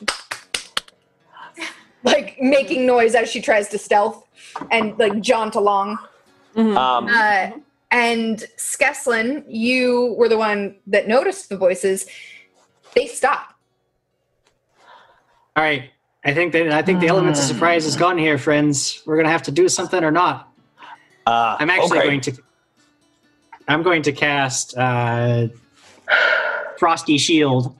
[SPEAKER 3] like making noise as she tries to stealth and like jaunt along
[SPEAKER 7] Mm-hmm.
[SPEAKER 2] Um,
[SPEAKER 3] uh, and Skeslin, you were the one that noticed the voices. They stop.
[SPEAKER 4] All right. I think that I think the element of surprise is gone here, friends. We're gonna have to do something or not.
[SPEAKER 2] uh,
[SPEAKER 4] I'm actually
[SPEAKER 2] okay.
[SPEAKER 4] going to. I'm going to cast uh, Frosty Shield,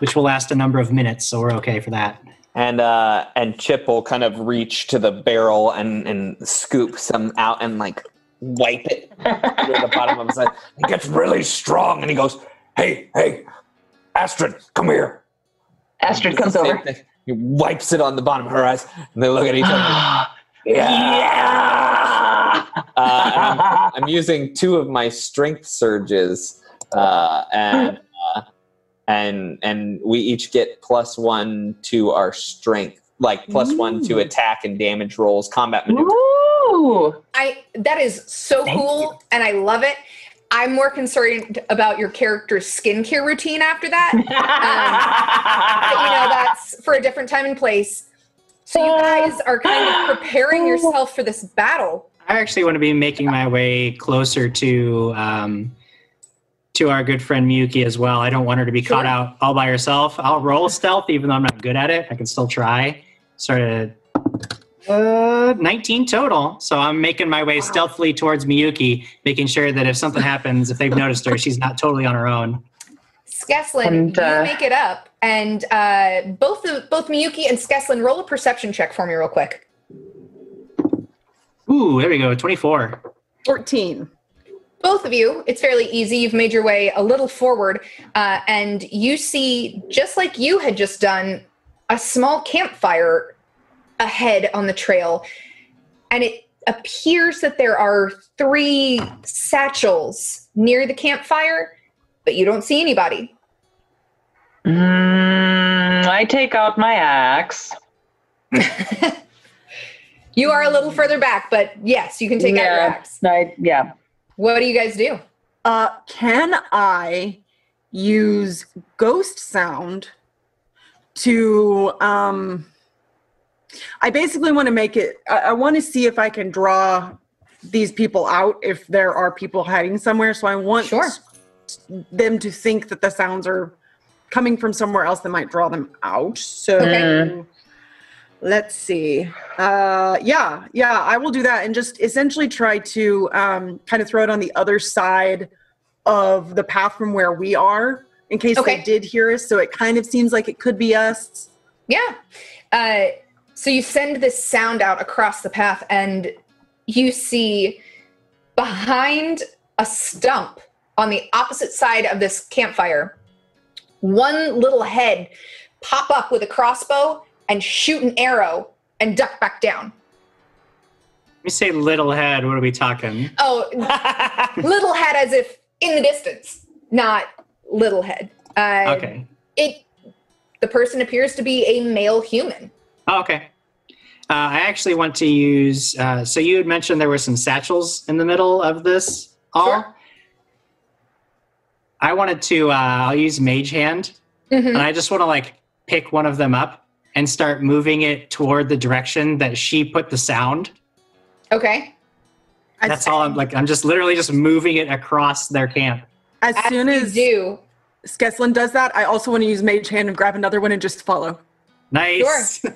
[SPEAKER 4] which will last a number of minutes, so we're okay for that.
[SPEAKER 2] and uh and chip will kind of reach to the barrel and and scoop some out and like wipe it to the bottom of his head
[SPEAKER 8] He gets really strong and he goes, Hey, hey, Astrid, come here.
[SPEAKER 7] Astrid comes over.
[SPEAKER 2] he wipes it on the bottom of her eyes and they look at each other
[SPEAKER 7] yeah.
[SPEAKER 2] uh, and I'm, I'm using two of my strength surges uh and uh, and and we each get plus one to our strength like plus one to attack and damage rolls combat maneuver
[SPEAKER 7] Ooh.
[SPEAKER 3] I that is so cool, and I love it. I'm more concerned about your character's skincare routine after that. but you know that's for a different time and place. So you guys are kind of preparing yourself for this battle.
[SPEAKER 4] I actually want to be making my way closer to um, to our good friend Miyuki as well. I don't want her to be caught out all by herself. I'll roll stealth, even though I'm not good at it. I can still try. Sort of uh, 19 total. So I'm making my way stealthily towards Miyuki, making sure that if something happens, if they've noticed her, she's not totally on her own.
[SPEAKER 3] Skeslin,
[SPEAKER 7] And, uh,
[SPEAKER 3] you make it up, and uh, both the, both Miyuki and Skeslin roll a perception check for me real quick.
[SPEAKER 4] Ooh, there we go. 24.
[SPEAKER 5] Fourteen.
[SPEAKER 3] both of you, it's fairly easy. You've made your way a little forward, uh, and you see, just like you had just done, a small campfire ahead on the trail. And it appears that there are three satchels near the campfire, but you don't see anybody.
[SPEAKER 7] Mm, I take out my axe.
[SPEAKER 3] You are a little further back, but yes, you can take out your
[SPEAKER 7] yeah.
[SPEAKER 3] axe.
[SPEAKER 7] I, yeah.
[SPEAKER 3] What do you guys do?
[SPEAKER 5] Uh, can I use ghost sound to um I basically want to make it. I, I want to see if I can draw these people out if there are people hiding somewhere. So I want
[SPEAKER 3] Sure.
[SPEAKER 5] them to think that the sounds are coming from somewhere else that might draw them out. So
[SPEAKER 3] Okay.
[SPEAKER 5] let's see. Uh, yeah, yeah, I will do that and just essentially try to um, kind of throw it on the other side of the path from where we are in case
[SPEAKER 3] Okay.
[SPEAKER 5] they did hear us. So it kind of seems like it could be us.
[SPEAKER 3] Yeah. Uh, so you send this sound out across the path, and you see behind a stump on the opposite side of this campfire one little head pop up with a crossbow and shoot an arrow and duck back down.
[SPEAKER 4] you say little head, what are we talking?
[SPEAKER 3] Oh, little head as if in the distance, not little head. Uh,
[SPEAKER 4] Okay.
[SPEAKER 3] It. The person appears to be a male human.
[SPEAKER 4] Oh, okay. Uh, I actually want to use. Uh, so you had mentioned there were some satchels in the middle of this all.
[SPEAKER 3] Sure.
[SPEAKER 4] I wanted to. Uh, I'll use Mage Hand,
[SPEAKER 3] Mhm.
[SPEAKER 4] and I just want to like pick one of them up and start moving it toward the direction that she put the sound.
[SPEAKER 3] Okay.
[SPEAKER 5] I-
[SPEAKER 4] That's all. I'm like. I'm just literally just moving it across their camp.
[SPEAKER 5] As,
[SPEAKER 3] As
[SPEAKER 5] soon
[SPEAKER 3] you
[SPEAKER 5] as
[SPEAKER 3] do,
[SPEAKER 5] Skeslin does that, I also want to use Mage Hand and grab another one and just follow.
[SPEAKER 4] Nice.
[SPEAKER 3] uh,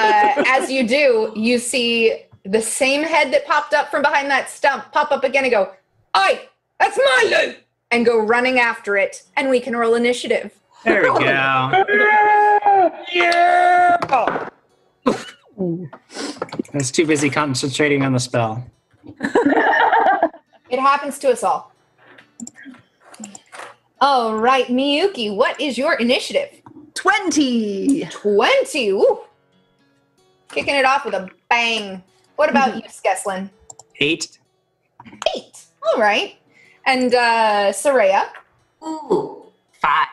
[SPEAKER 3] as you do, you see the same head that popped up from behind that stump pop up again and go, "Oi, that's my loot!" and go running after it. And we can roll initiative.
[SPEAKER 4] There we go.
[SPEAKER 8] Yeah!
[SPEAKER 4] I was too busy concentrating on the spell.
[SPEAKER 3] It happens to us all. All right, Miyuki, what is your initiative?
[SPEAKER 5] 20.
[SPEAKER 3] 20. Woo. Kicking it off with a bang. What about
[SPEAKER 5] Mm-hmm.
[SPEAKER 3] you, Skeslin?
[SPEAKER 4] Eight.
[SPEAKER 3] Eight. All right. And uh, Saraya?
[SPEAKER 6] Ooh, five.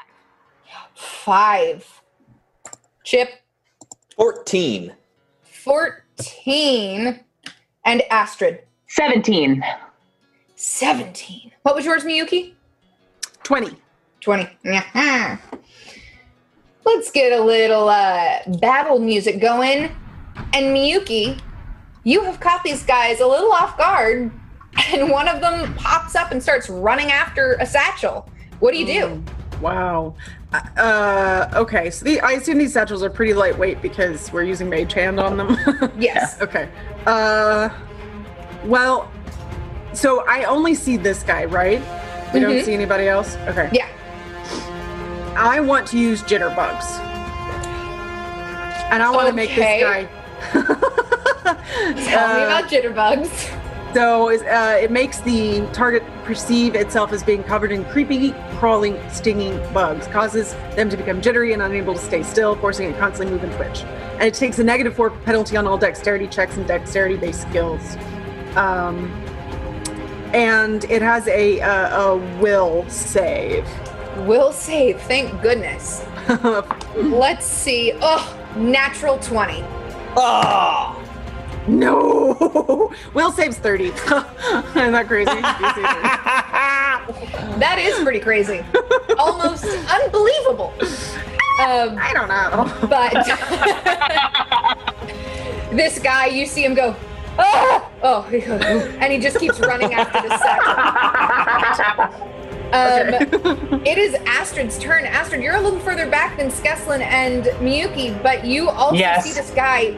[SPEAKER 3] Five. Chip?
[SPEAKER 2] 14.
[SPEAKER 3] 14. And Astrid?
[SPEAKER 7] 17.
[SPEAKER 3] 17. What was yours, Miyuki?
[SPEAKER 5] 20.
[SPEAKER 3] 20. Yeah. Let's get a little uh, battle music going. And Miyuki, you have caught these guys a little off guard, and one of them pops up and starts running after a satchel. What do you do?
[SPEAKER 5] Wow. Uh, okay, so the, I assume these satchels are pretty lightweight because we're using Mage Hand on them.
[SPEAKER 3] Yes.
[SPEAKER 5] okay. Uh, well, so I only see this guy, right? We don't
[SPEAKER 3] Mhm.
[SPEAKER 5] see anybody else? Okay.
[SPEAKER 3] Yeah.
[SPEAKER 5] I want to use jitterbugs. And I want to make
[SPEAKER 3] Okay.
[SPEAKER 5] this guy.
[SPEAKER 3] Tell me
[SPEAKER 5] Uh,
[SPEAKER 3] about jitterbugs.
[SPEAKER 5] So is- uh, it makes the target perceive itself as being covered in creepy, crawling, stinging bugs, causes them to become jittery and unable to stay still, forcing it to constantly move and twitch. And it takes a negative four penalty on all dexterity checks and dexterity-based skills. Um, and it has a, uh, a will save.
[SPEAKER 3] Will save. Thank goodness. Let's see. Oh, natural 20.
[SPEAKER 2] Ah!
[SPEAKER 5] no, will saves thirty. Isn't that crazy?
[SPEAKER 3] That is pretty crazy. Almost unbelievable. Um,
[SPEAKER 5] I don't know.
[SPEAKER 3] but this guy, you see him go, oh, oh, and he just keeps running after this satchel. Um, It is Astrid's turn. Astrid, you're a little further back than Skeslin and Miyuki, but you also
[SPEAKER 7] Yes.
[SPEAKER 3] see this guy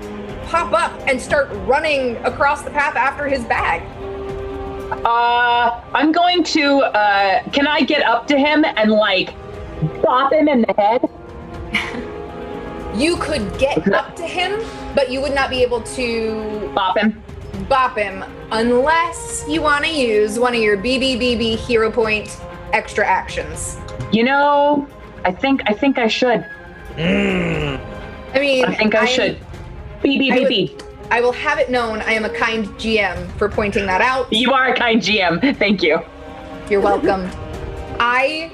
[SPEAKER 3] pop up and start running across the path after his bag.
[SPEAKER 7] Uh, I'm going to. Uh, can I get up to him and like bop him in the head?
[SPEAKER 3] You could get up to him, but you would not be able to
[SPEAKER 7] Bop him.
[SPEAKER 3] bop him unless you want to use one of your BBBB hero point extra actions.
[SPEAKER 7] You know, I think I think I should.
[SPEAKER 8] Mm,
[SPEAKER 3] I mean,
[SPEAKER 7] I think I,
[SPEAKER 3] I'm-
[SPEAKER 7] should. Beep
[SPEAKER 3] I
[SPEAKER 7] beep beep
[SPEAKER 3] would-
[SPEAKER 7] beep.
[SPEAKER 3] I will have it known I am a kind GM for pointing that out.
[SPEAKER 7] You are a kind GM. Thank you.
[SPEAKER 3] You're welcome. I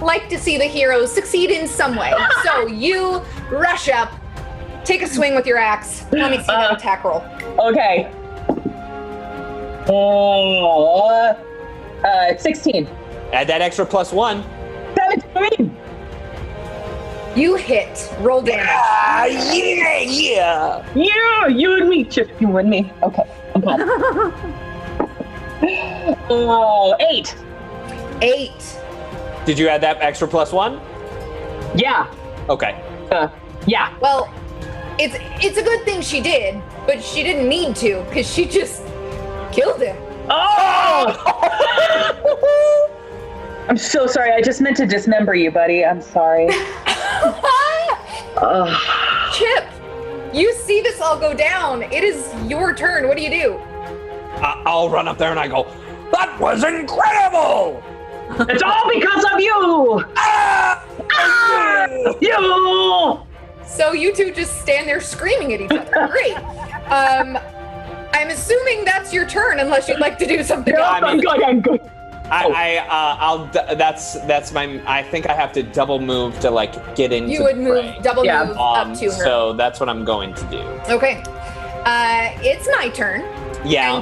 [SPEAKER 3] like to see the heroes succeed in some way. So you rush up, take a swing with your axe. Let me see that
[SPEAKER 7] Uh.
[SPEAKER 3] attack roll.
[SPEAKER 7] Okay. Oh, uh, 16.
[SPEAKER 2] Add that extra plus one.
[SPEAKER 7] 17.
[SPEAKER 3] You hit. Roll damage.
[SPEAKER 8] Ah, yeah, yeah.
[SPEAKER 7] Yeah, you and me, just you and me. Okay, okay. oh, eight.
[SPEAKER 3] Eight.
[SPEAKER 2] Did you add that extra plus one?
[SPEAKER 7] Yeah,
[SPEAKER 2] Okay.
[SPEAKER 7] uh, yeah.
[SPEAKER 3] Well, it's it's a good thing she did, but she didn't need to because she just killed him.
[SPEAKER 7] Oh! I'm so sorry. I just meant to dismember you, buddy. I'm sorry. Ugh.
[SPEAKER 3] Chip, you see this all go down. It is your turn. What do you do?
[SPEAKER 8] I- I'll run up there and I go, that was incredible!
[SPEAKER 7] it's all because of you.
[SPEAKER 8] Ah!
[SPEAKER 2] Ah!
[SPEAKER 7] You.
[SPEAKER 3] So you two just stand there screaming at each other. Great. Um, I'm assuming that's your turn, unless you'd like to do something
[SPEAKER 7] Oh
[SPEAKER 3] else.
[SPEAKER 7] my god, I'm good. Oh.
[SPEAKER 2] I, I uh, I'll. d- That's that's my. I think I have to double move to like get into.
[SPEAKER 3] You would move
[SPEAKER 2] fray.
[SPEAKER 3] double
[SPEAKER 7] Yeah.
[SPEAKER 3] move
[SPEAKER 2] Um,
[SPEAKER 3] up to her.
[SPEAKER 2] So that's what I'm going to do.
[SPEAKER 3] Okay. Uh, it's my turn.
[SPEAKER 2] Yeah.
[SPEAKER 3] And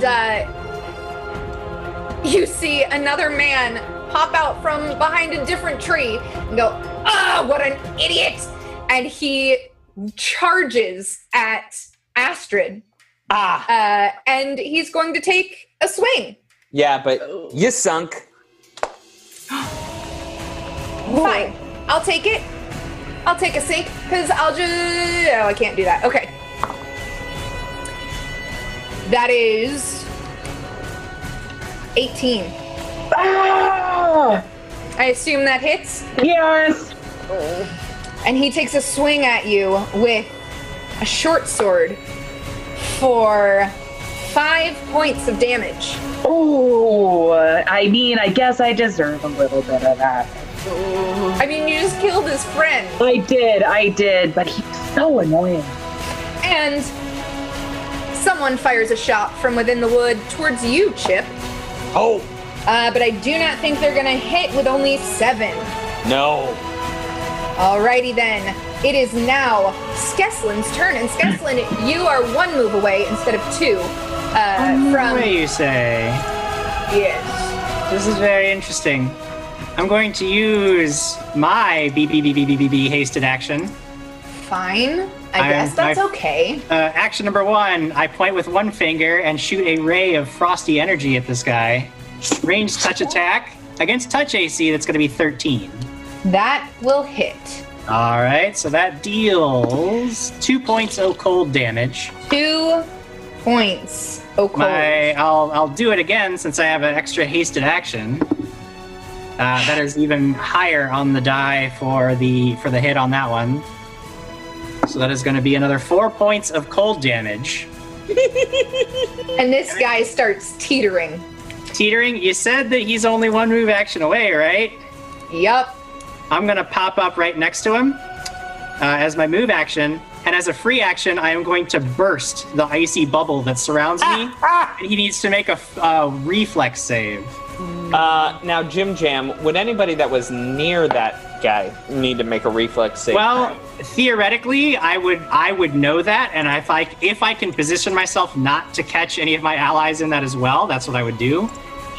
[SPEAKER 3] uh, you see another man pop out from behind a different tree and go, ah, what an idiot! And he charges at Astrid.
[SPEAKER 2] ah.
[SPEAKER 3] Uh, and he's going to take a swing.
[SPEAKER 2] Yeah,
[SPEAKER 3] Oh.
[SPEAKER 2] but you sunk.
[SPEAKER 3] Fine. I'll take it. I'll take a sink because I'll just. Oh, I can't do that. Okay. That is 18.
[SPEAKER 7] Ah,
[SPEAKER 3] I assume that hits. Oh.
[SPEAKER 7] yes.
[SPEAKER 3] and he takes a swing at you with a short sword for five points of damage.
[SPEAKER 7] Oh, I mean, I guess I deserve a little bit of that.
[SPEAKER 3] I mean, you just killed his friend,
[SPEAKER 7] I did, I did, but he was so annoying.
[SPEAKER 3] and someone fires a shot from within the wood towards you, Chip.
[SPEAKER 8] Oh,
[SPEAKER 3] Uh, but I do not think they're gonna hit with only seven.
[SPEAKER 8] no.
[SPEAKER 3] Alrighty then. It is now Skeslin's turn, and Skeslin, you are one move away instead of two uh, from.
[SPEAKER 4] What you say?
[SPEAKER 3] Yes.
[SPEAKER 4] This is very interesting. I'm going to use my BBBBBB hasted action.
[SPEAKER 3] Fine. I,
[SPEAKER 4] I-
[SPEAKER 3] guess that's
[SPEAKER 4] I-
[SPEAKER 3] okay.
[SPEAKER 4] Uh, action number one I point with one finger and shoot a ray of frosty energy at this guy. Range touch attack against touch AC, that's going to be 13.
[SPEAKER 3] That will hit.
[SPEAKER 4] All right, so that deals two points of cold damage.
[SPEAKER 3] Two points. Oh, cool.
[SPEAKER 4] My, I'll, I'll do it again since I have an extra hasted action. Uh, that is even higher on the die for the for the hit on that one. So that is going to be another four points of cold damage.
[SPEAKER 3] And this guy starts teetering.
[SPEAKER 4] Teetering, you said that he's only one move action away, right?
[SPEAKER 3] Yup.
[SPEAKER 4] I'm going to pop up right next to him uh, as my move action. And as a free action, I am going to burst the icy bubble that surrounds me. And he needs to make a, f- a reflex save.
[SPEAKER 2] Uh, now Jim Jam, would anybody that was near that guy need to make a reflex save?
[SPEAKER 4] Well, theoretically, I would I would know that, and if I if I can position myself not to catch any of my allies in that as well, that's what I would do.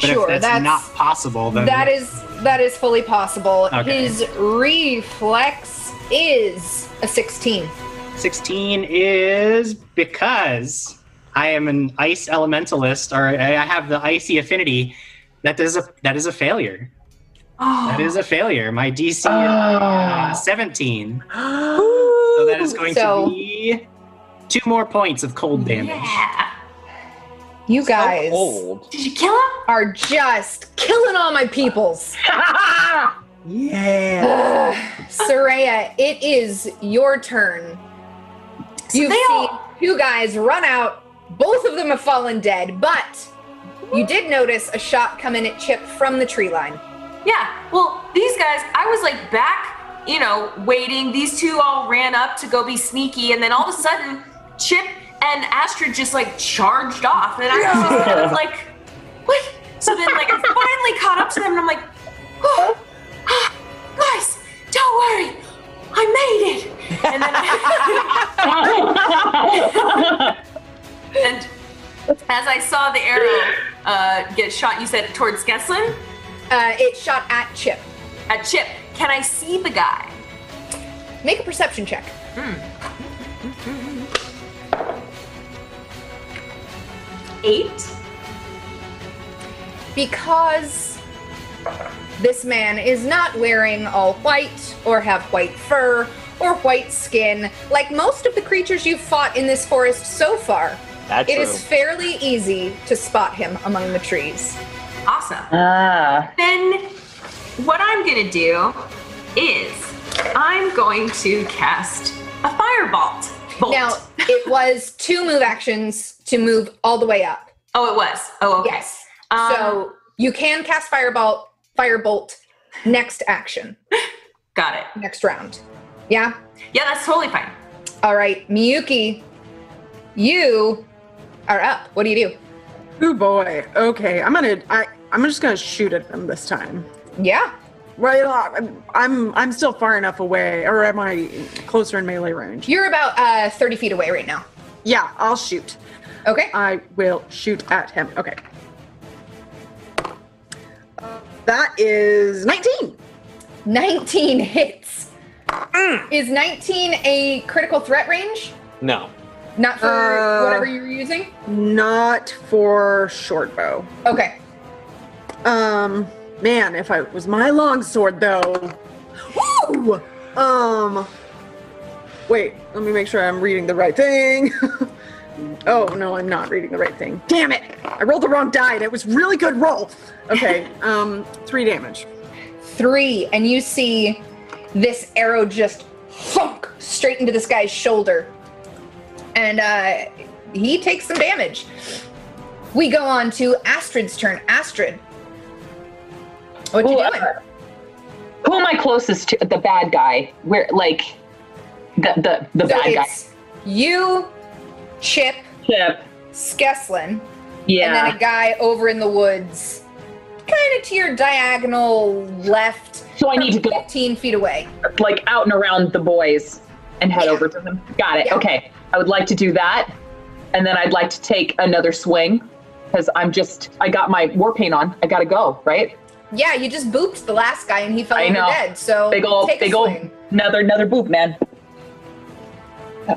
[SPEAKER 4] But
[SPEAKER 3] Sure,
[SPEAKER 4] if
[SPEAKER 3] that's-
[SPEAKER 4] that's, not possible, then
[SPEAKER 3] That is that is fully possible.
[SPEAKER 4] Okay.
[SPEAKER 3] His reflex is a 16.
[SPEAKER 4] sixteen is because I am an ice elementalist, or I I have the icy affinity. That is a that is a failure. That
[SPEAKER 3] Ah.
[SPEAKER 4] is a failure. My DC is uh, seventeen, so that is going
[SPEAKER 3] So-
[SPEAKER 4] to be two more points of cold damage.
[SPEAKER 9] Yeah.
[SPEAKER 3] You guys
[SPEAKER 2] old.
[SPEAKER 9] Did you kill him?
[SPEAKER 3] are just killing all my peoples.
[SPEAKER 4] Yeah.
[SPEAKER 3] Ugh. Soraya, it is your turn. You've
[SPEAKER 9] they
[SPEAKER 3] seen
[SPEAKER 9] all-
[SPEAKER 3] two guys run out. Both of them have fallen dead, but you did notice a shot come in at Chip from the tree line.
[SPEAKER 9] Yeah. Well, these guys, I was like back, you know, waiting. These two all ran up to go be sneaky, and then all of a sudden, Chip and Astrid just like charged off, and I was just kind of like, what? So then, like, I finally caught up to them, and I'm like, oh, ah, guys, don't worry, I made it. And then I, and as I saw the arrow uh, get shot, you said towards Gesslin.
[SPEAKER 3] Uh, it shot at Chip.
[SPEAKER 9] A chip. Can I see the guy?
[SPEAKER 3] Make a perception check.
[SPEAKER 9] Eight.
[SPEAKER 3] because this man is not wearing all white or have white fur or white skin like most of the creatures you've fought in this forest so far
[SPEAKER 2] That's
[SPEAKER 3] it is
[SPEAKER 2] true.
[SPEAKER 3] fairly easy to spot him among the trees
[SPEAKER 6] Awesome.
[SPEAKER 3] Uh.
[SPEAKER 7] Ah.
[SPEAKER 6] Then what I'm gonna do is I'm going to cast a firebolt. Bolt.
[SPEAKER 3] now it was two move actions to move all the way up
[SPEAKER 6] oh, it was. Oh, okay.
[SPEAKER 3] yes
[SPEAKER 6] Um,
[SPEAKER 3] so you can cast firebolt firebolt next action
[SPEAKER 6] got it.
[SPEAKER 3] next round yeah
[SPEAKER 6] Yeah, that's totally fine.
[SPEAKER 3] all right miyuki you are up what do you do
[SPEAKER 5] Oh boy. Okay, I'm gonna. I, I'm just gonna shoot at them this time.
[SPEAKER 3] yeah
[SPEAKER 5] Right off. I'm- I'm. I'm still far enough away, or am I closer in melee range?
[SPEAKER 3] You're about uh, 30 feet away right now.
[SPEAKER 5] Yeah, I'll shoot.
[SPEAKER 3] Okay.
[SPEAKER 5] I will shoot at him. Okay. Uh, That is 19.
[SPEAKER 3] 19 hits. Is 19 a critical threat range?
[SPEAKER 2] No.
[SPEAKER 3] Not for
[SPEAKER 5] Uh.
[SPEAKER 3] whatever you were using?
[SPEAKER 5] Not for short bow.
[SPEAKER 3] Okay.
[SPEAKER 5] Um, man, if I it was my longsword though. Woo! Um, wait, let me make sure I'm reading the right thing. oh no, I'm not reading the right thing. Damn it! I rolled the wrong die, and it was really good roll. Okay, um, three damage.
[SPEAKER 3] Three. And you see this arrow just thunk straight into this guy's shoulder. And uh, he takes some damage. We go on to Astrid's turn. Astrid. What you
[SPEAKER 7] Ooh,
[SPEAKER 3] doing?
[SPEAKER 7] uh, Who am I closest to? The bad guy. Where like the the the
[SPEAKER 3] So
[SPEAKER 7] bad guy.
[SPEAKER 3] it's you, Chip,
[SPEAKER 7] Chip.
[SPEAKER 3] Skeslin, and
[SPEAKER 7] Yeah.
[SPEAKER 3] then a guy over in the woods, kind of to your diagonal left,
[SPEAKER 7] so Oh, I need to go
[SPEAKER 3] 15 feet away.
[SPEAKER 7] like out and around the boys and head over to them. Got it.
[SPEAKER 3] Yeah.
[SPEAKER 7] Okay. I would like to do that. And then I'd like to take another swing because I'm just, I got my war paint on. I got to go, right?
[SPEAKER 3] Yeah, you just booped the last guy and he fell
[SPEAKER 7] I
[SPEAKER 3] over
[SPEAKER 7] know.
[SPEAKER 3] dead. So
[SPEAKER 7] Big old,
[SPEAKER 3] take a
[SPEAKER 7] big old,
[SPEAKER 3] swing.
[SPEAKER 7] another, another boop, man. Uh,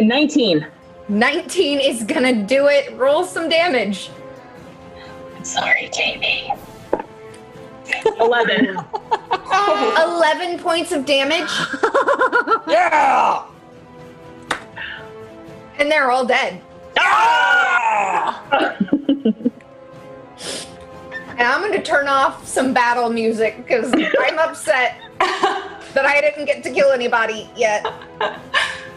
[SPEAKER 7] 19.
[SPEAKER 3] 19 is gonna do it. Roll some damage.
[SPEAKER 7] I'm sorry, Jamie. 11.
[SPEAKER 3] 11 points of damage,
[SPEAKER 8] Yeah!
[SPEAKER 3] and they're all dead.
[SPEAKER 8] Ah!
[SPEAKER 3] And I'm gonna turn off some battle music because I'm upset that I didn't get to kill anybody yet.
[SPEAKER 4] And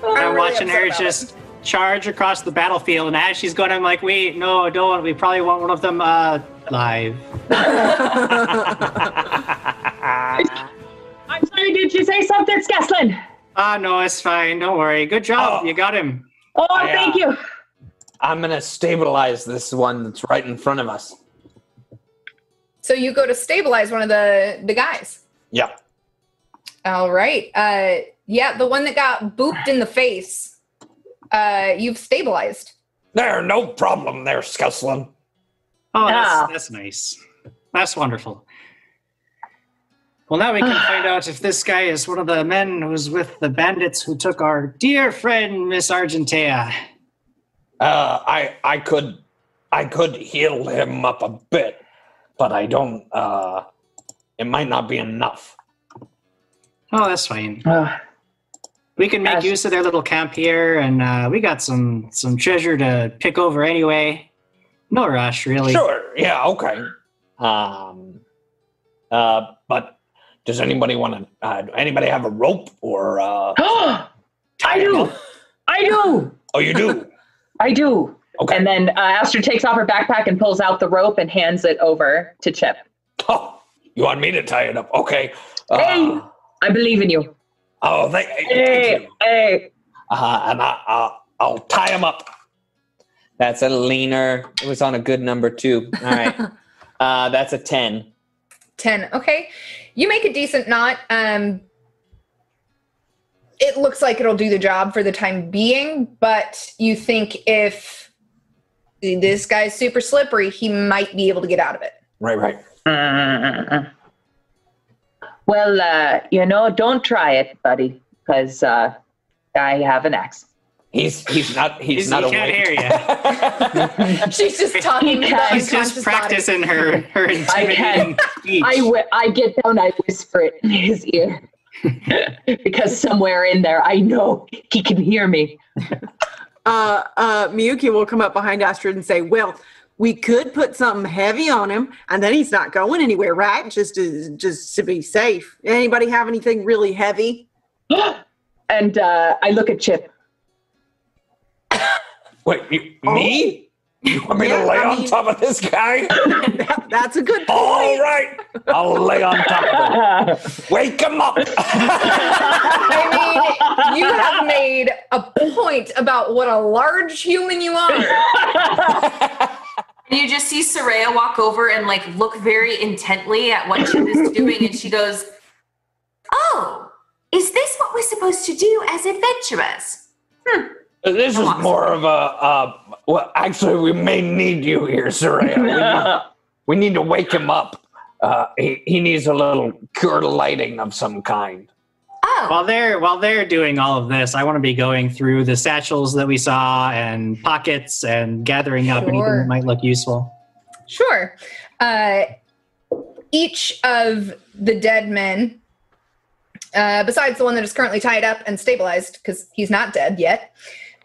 [SPEAKER 4] I'm
[SPEAKER 3] really
[SPEAKER 4] watching
[SPEAKER 3] upset
[SPEAKER 4] her
[SPEAKER 3] about it.
[SPEAKER 4] just charge across the battlefield, and as she's going, I'm like, wait, no, don't. We probably want one of them uh, live.
[SPEAKER 7] I'm sorry, did you say something, Skeslin?
[SPEAKER 4] Ah, no, it's fine. Don't worry. Good job.
[SPEAKER 2] Oh.
[SPEAKER 4] You got him.
[SPEAKER 7] Oh,
[SPEAKER 2] Yeah.
[SPEAKER 7] thank you.
[SPEAKER 2] I'm gonna stabilize this one that's right in front of us.
[SPEAKER 3] So you go to stabilize one of the the guys.
[SPEAKER 2] Yep.
[SPEAKER 3] All right. Uh, yeah, the one that got booped in the face. Uh, you've stabilized.
[SPEAKER 8] There, no problem there, Scuslin.
[SPEAKER 4] Oh,
[SPEAKER 7] Yeah.
[SPEAKER 4] that's, that's nice. That's wonderful. Well, now we can find out if this guy is one of the men who's with the bandits who took our dear friend, Miss Argentea.
[SPEAKER 8] Uh, I I could I could heal him up a bit, but I don't. Uh, it might not be enough.
[SPEAKER 4] Oh, that's fine.
[SPEAKER 7] Ah.
[SPEAKER 4] We can make
[SPEAKER 7] Yes.
[SPEAKER 4] use of their little camp here, and uh, we got some some treasure to pick over anyway. No rush, really.
[SPEAKER 8] Sure. Yeah. Okay.
[SPEAKER 2] Um,
[SPEAKER 8] Uh, but does anybody want to? Uh, anybody have a rope or? Uh,
[SPEAKER 7] I do. I do.
[SPEAKER 8] oh, you do.
[SPEAKER 7] I do.
[SPEAKER 8] Okay.
[SPEAKER 7] And then uh, Astrid takes off her backpack and pulls out the rope and hands it over to Chip.
[SPEAKER 8] oh, you want me to tie it up? Okay. Uh,
[SPEAKER 7] Hey. I believe in you.
[SPEAKER 8] Oh, thank, thank
[SPEAKER 7] Hey,
[SPEAKER 8] you.
[SPEAKER 7] hey.
[SPEAKER 8] Uh, and I, I I'll tie him up.
[SPEAKER 2] that's a leaner. It was on a good number two. All right. uh, that's a ten.
[SPEAKER 3] 10. Okay. You make a decent knot. Um, it looks like it'll do the job for the time being, but you think if this guy's super slippery, he might be able to get out of it.
[SPEAKER 8] Right. Right.
[SPEAKER 7] Well, uh, you know, don't try it, buddy. because uh, I have an axe.
[SPEAKER 2] He's he's not he's,
[SPEAKER 4] He's-
[SPEAKER 2] not
[SPEAKER 4] he
[SPEAKER 2] awake.
[SPEAKER 4] can't hear
[SPEAKER 3] She's just talking
[SPEAKER 7] He
[SPEAKER 3] about
[SPEAKER 7] can.
[SPEAKER 4] She's just
[SPEAKER 3] unconscious
[SPEAKER 4] practicing her her
[SPEAKER 7] I
[SPEAKER 4] intimidating speech.
[SPEAKER 7] I, whi- I get down, I whisper it in his ear because somewhere in there I know he can hear me.
[SPEAKER 5] uh, uh, Miyuki will come up behind Astrid and say, "Well, we could put something heavy on him, and then he's not going anywhere, right? Just to just to be safe. Anybody have anything really heavy?
[SPEAKER 7] And uh, I look at Chip.
[SPEAKER 8] Wait, you, me? You want me
[SPEAKER 5] Oh. Yeah,
[SPEAKER 8] to lay
[SPEAKER 5] I
[SPEAKER 8] on
[SPEAKER 5] mean-
[SPEAKER 8] top of this guy?
[SPEAKER 5] That- that's a good point.
[SPEAKER 8] All right, I'll lay on top of him. Wake him up.
[SPEAKER 3] I mean, you have made a point about what a large human you are.
[SPEAKER 6] And you just see Soraya walk over and like look very intently at what Chip is doing, and she goes,
[SPEAKER 9] Oh, is this what we're supposed to do as adventurers?
[SPEAKER 8] this is more of a. Uh, well, actually, we may need you here, Soraya. We need- We need to wake him up. Uh, he, he needs a little cure lighting of some kind.
[SPEAKER 9] Oh,
[SPEAKER 4] While they're while they're doing all of this, I want to be going through the satchels that we saw and pockets and gathering up anything
[SPEAKER 3] Sure.
[SPEAKER 4] that might look useful.
[SPEAKER 3] Sure. Uh, each of the dead men, uh, besides the one that is currently tied up and stabilized because he's not dead yet,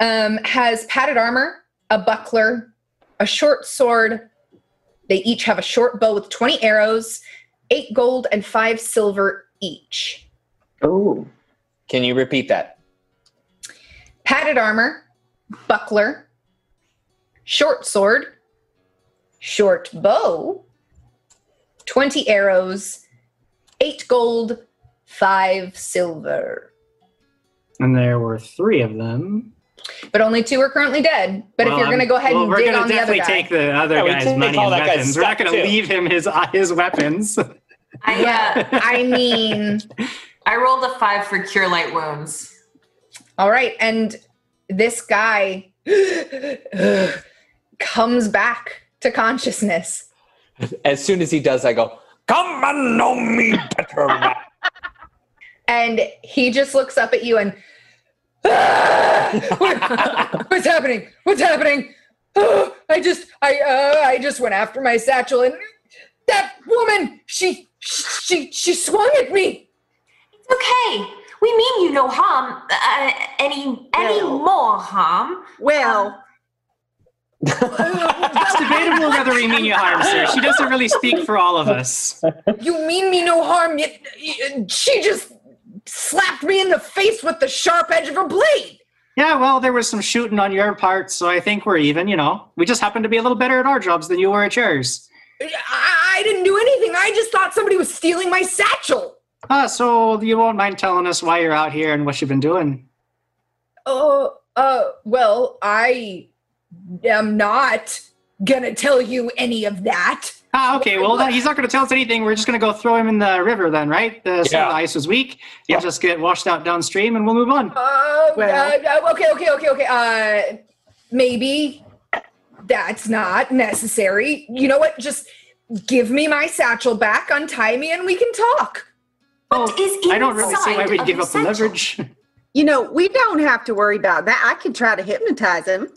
[SPEAKER 3] um, has padded armor, a buckler, a short sword. They each have a short bow with 20 arrows, eight gold, and five silver each.
[SPEAKER 7] Oh,
[SPEAKER 2] Can you repeat that?
[SPEAKER 3] padded armor, buckler, short sword, short bow, 20 arrows, 8 gold, 5 silver.
[SPEAKER 4] And there were three of them.
[SPEAKER 3] But only two are currently dead. But
[SPEAKER 4] Well,
[SPEAKER 3] if you're going to
[SPEAKER 4] I'm-
[SPEAKER 3] go ahead
[SPEAKER 4] well,
[SPEAKER 3] and
[SPEAKER 4] we're
[SPEAKER 3] dig
[SPEAKER 4] gonna
[SPEAKER 3] on the other
[SPEAKER 4] definitely
[SPEAKER 3] guy,
[SPEAKER 4] take the other
[SPEAKER 2] Yeah, we
[SPEAKER 4] guy's
[SPEAKER 2] take
[SPEAKER 4] money
[SPEAKER 2] all
[SPEAKER 4] and
[SPEAKER 2] that guy's
[SPEAKER 4] weapons. We're not
[SPEAKER 2] stuff,
[SPEAKER 4] going to
[SPEAKER 2] too.
[SPEAKER 4] leave him his his weapons.
[SPEAKER 6] I uh,
[SPEAKER 3] I mean,
[SPEAKER 6] I rolled a five for cure light wounds.
[SPEAKER 3] all right. And this guy comes back to consciousness.
[SPEAKER 2] As soon as he does, I go.
[SPEAKER 8] Come and know me better. man."
[SPEAKER 3] and he just looks up at you and "Ah, what- what's happening what's happening Oh, i just i uh, i just went after my satchel and that woman she she she swung at me
[SPEAKER 9] it's okay. We mean you no harm, uh, any any
[SPEAKER 5] No.
[SPEAKER 9] more harm. Um,
[SPEAKER 5] Well,
[SPEAKER 4] it's debatable whether we mean you harm, sir. She doesn't really speak for all of us.
[SPEAKER 3] you mean me no harm yet she just slapped me in the face with the sharp edge of her blade
[SPEAKER 4] Yeah, well, there was some shooting on your part, so I think we're even. You know, we just happen to be a little better at our jobs than you were at yours.
[SPEAKER 3] I, I didn't do anything i just thought somebody was stealing my satchel
[SPEAKER 4] Ah, so you won't mind telling us why you're out here and what you've been doing?
[SPEAKER 3] Oh, uh, well, I am not gonna tell you any of that.
[SPEAKER 4] Ah, okay. Well, that, he's not going to tell us anything. We're just going to go throw him in the river then, right? The, so
[SPEAKER 8] Yeah.
[SPEAKER 4] the ice was weak. He'll
[SPEAKER 8] Yeah.
[SPEAKER 4] just get washed out downstream, and we'll move on.
[SPEAKER 3] Uh,
[SPEAKER 5] Well-
[SPEAKER 3] uh, okay, okay, okay, okay. Uh, maybe that's not necessary. You know what? Just give me my satchel back, untie me, and we can talk.
[SPEAKER 9] What is
[SPEAKER 4] Oh, I don't really see why
[SPEAKER 9] inside
[SPEAKER 4] we'd
[SPEAKER 9] of
[SPEAKER 4] give
[SPEAKER 9] the
[SPEAKER 4] up the
[SPEAKER 9] satchel?
[SPEAKER 4] leverage.
[SPEAKER 5] You know, we don't have to worry about that. I could try to hypnotize him.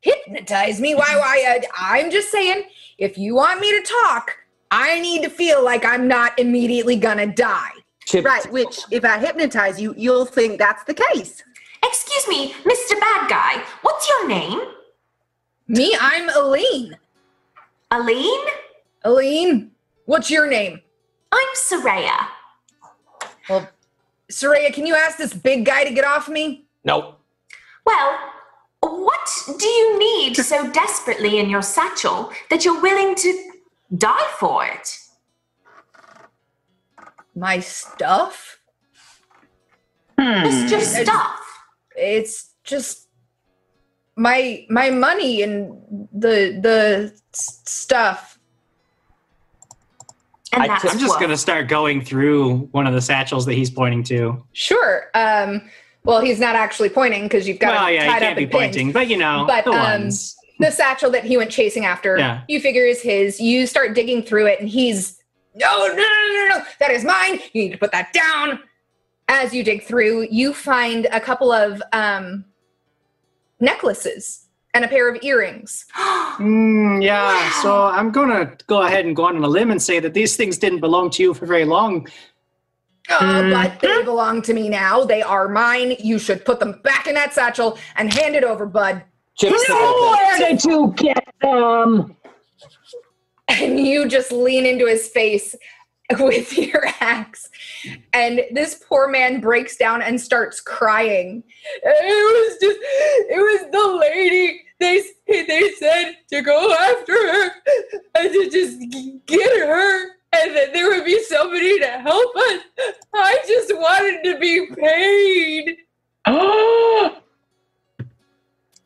[SPEAKER 3] Hypnotize me? Why? Why? Uh, I'm just saying, if you want me to talk, I need to feel like I'm not immediately gonna die.
[SPEAKER 2] Chip,
[SPEAKER 5] Right, which if I hypnotize you, you'll think that's the case.
[SPEAKER 9] Excuse me, Mr. Bad Guy. What's your name?
[SPEAKER 3] Me, I'm Aline.
[SPEAKER 9] Aline?
[SPEAKER 3] Aline, what's your name?
[SPEAKER 9] I'm Soraya.
[SPEAKER 3] Soraya, can you ask this big guy to get off me?
[SPEAKER 2] nope.
[SPEAKER 9] Well, what do you need so desperately in your satchel that you're willing to die for it?
[SPEAKER 3] My stuff?
[SPEAKER 4] Hmm.
[SPEAKER 9] It's just
[SPEAKER 3] It's-
[SPEAKER 9] stuff.
[SPEAKER 3] It's just my my money and the the s- stuff.
[SPEAKER 9] And
[SPEAKER 2] I
[SPEAKER 9] that's
[SPEAKER 2] took-
[SPEAKER 4] I'm just
[SPEAKER 9] what-
[SPEAKER 4] going to start going through one of the satchels that he's pointing to.
[SPEAKER 3] Sure. Um well, he's not actually pointing because you've got
[SPEAKER 4] well,
[SPEAKER 3] him
[SPEAKER 4] yeah,
[SPEAKER 3] tied
[SPEAKER 4] he
[SPEAKER 3] up
[SPEAKER 4] can't be
[SPEAKER 3] and pinned.
[SPEAKER 4] pointing, but you know,
[SPEAKER 3] But,
[SPEAKER 4] the
[SPEAKER 3] um,
[SPEAKER 4] ones.
[SPEAKER 3] The satchel that he went chasing after,
[SPEAKER 4] Yeah.
[SPEAKER 3] you figure is his. You start digging through it, and he's no, no, no, no, no. That is mine. You need to put that down. as you dig through, you find a couple of um, necklaces and a pair of earrings.
[SPEAKER 4] Mm, yeah, so I'm going to go ahead and go on a limb and say that these things didn't belong to you for very long.
[SPEAKER 3] Uh, but they belong to me now. They are mine. You should put them back in that satchel and hand it over, bud.
[SPEAKER 2] Chips
[SPEAKER 7] Where did you get them?
[SPEAKER 3] and you just lean into his face with your axe. And this poor man breaks down and starts crying. It was just, it was the lady. They, they said to go after her and to just g- get her and that there would be somebody to help us. I just wanted to be paid.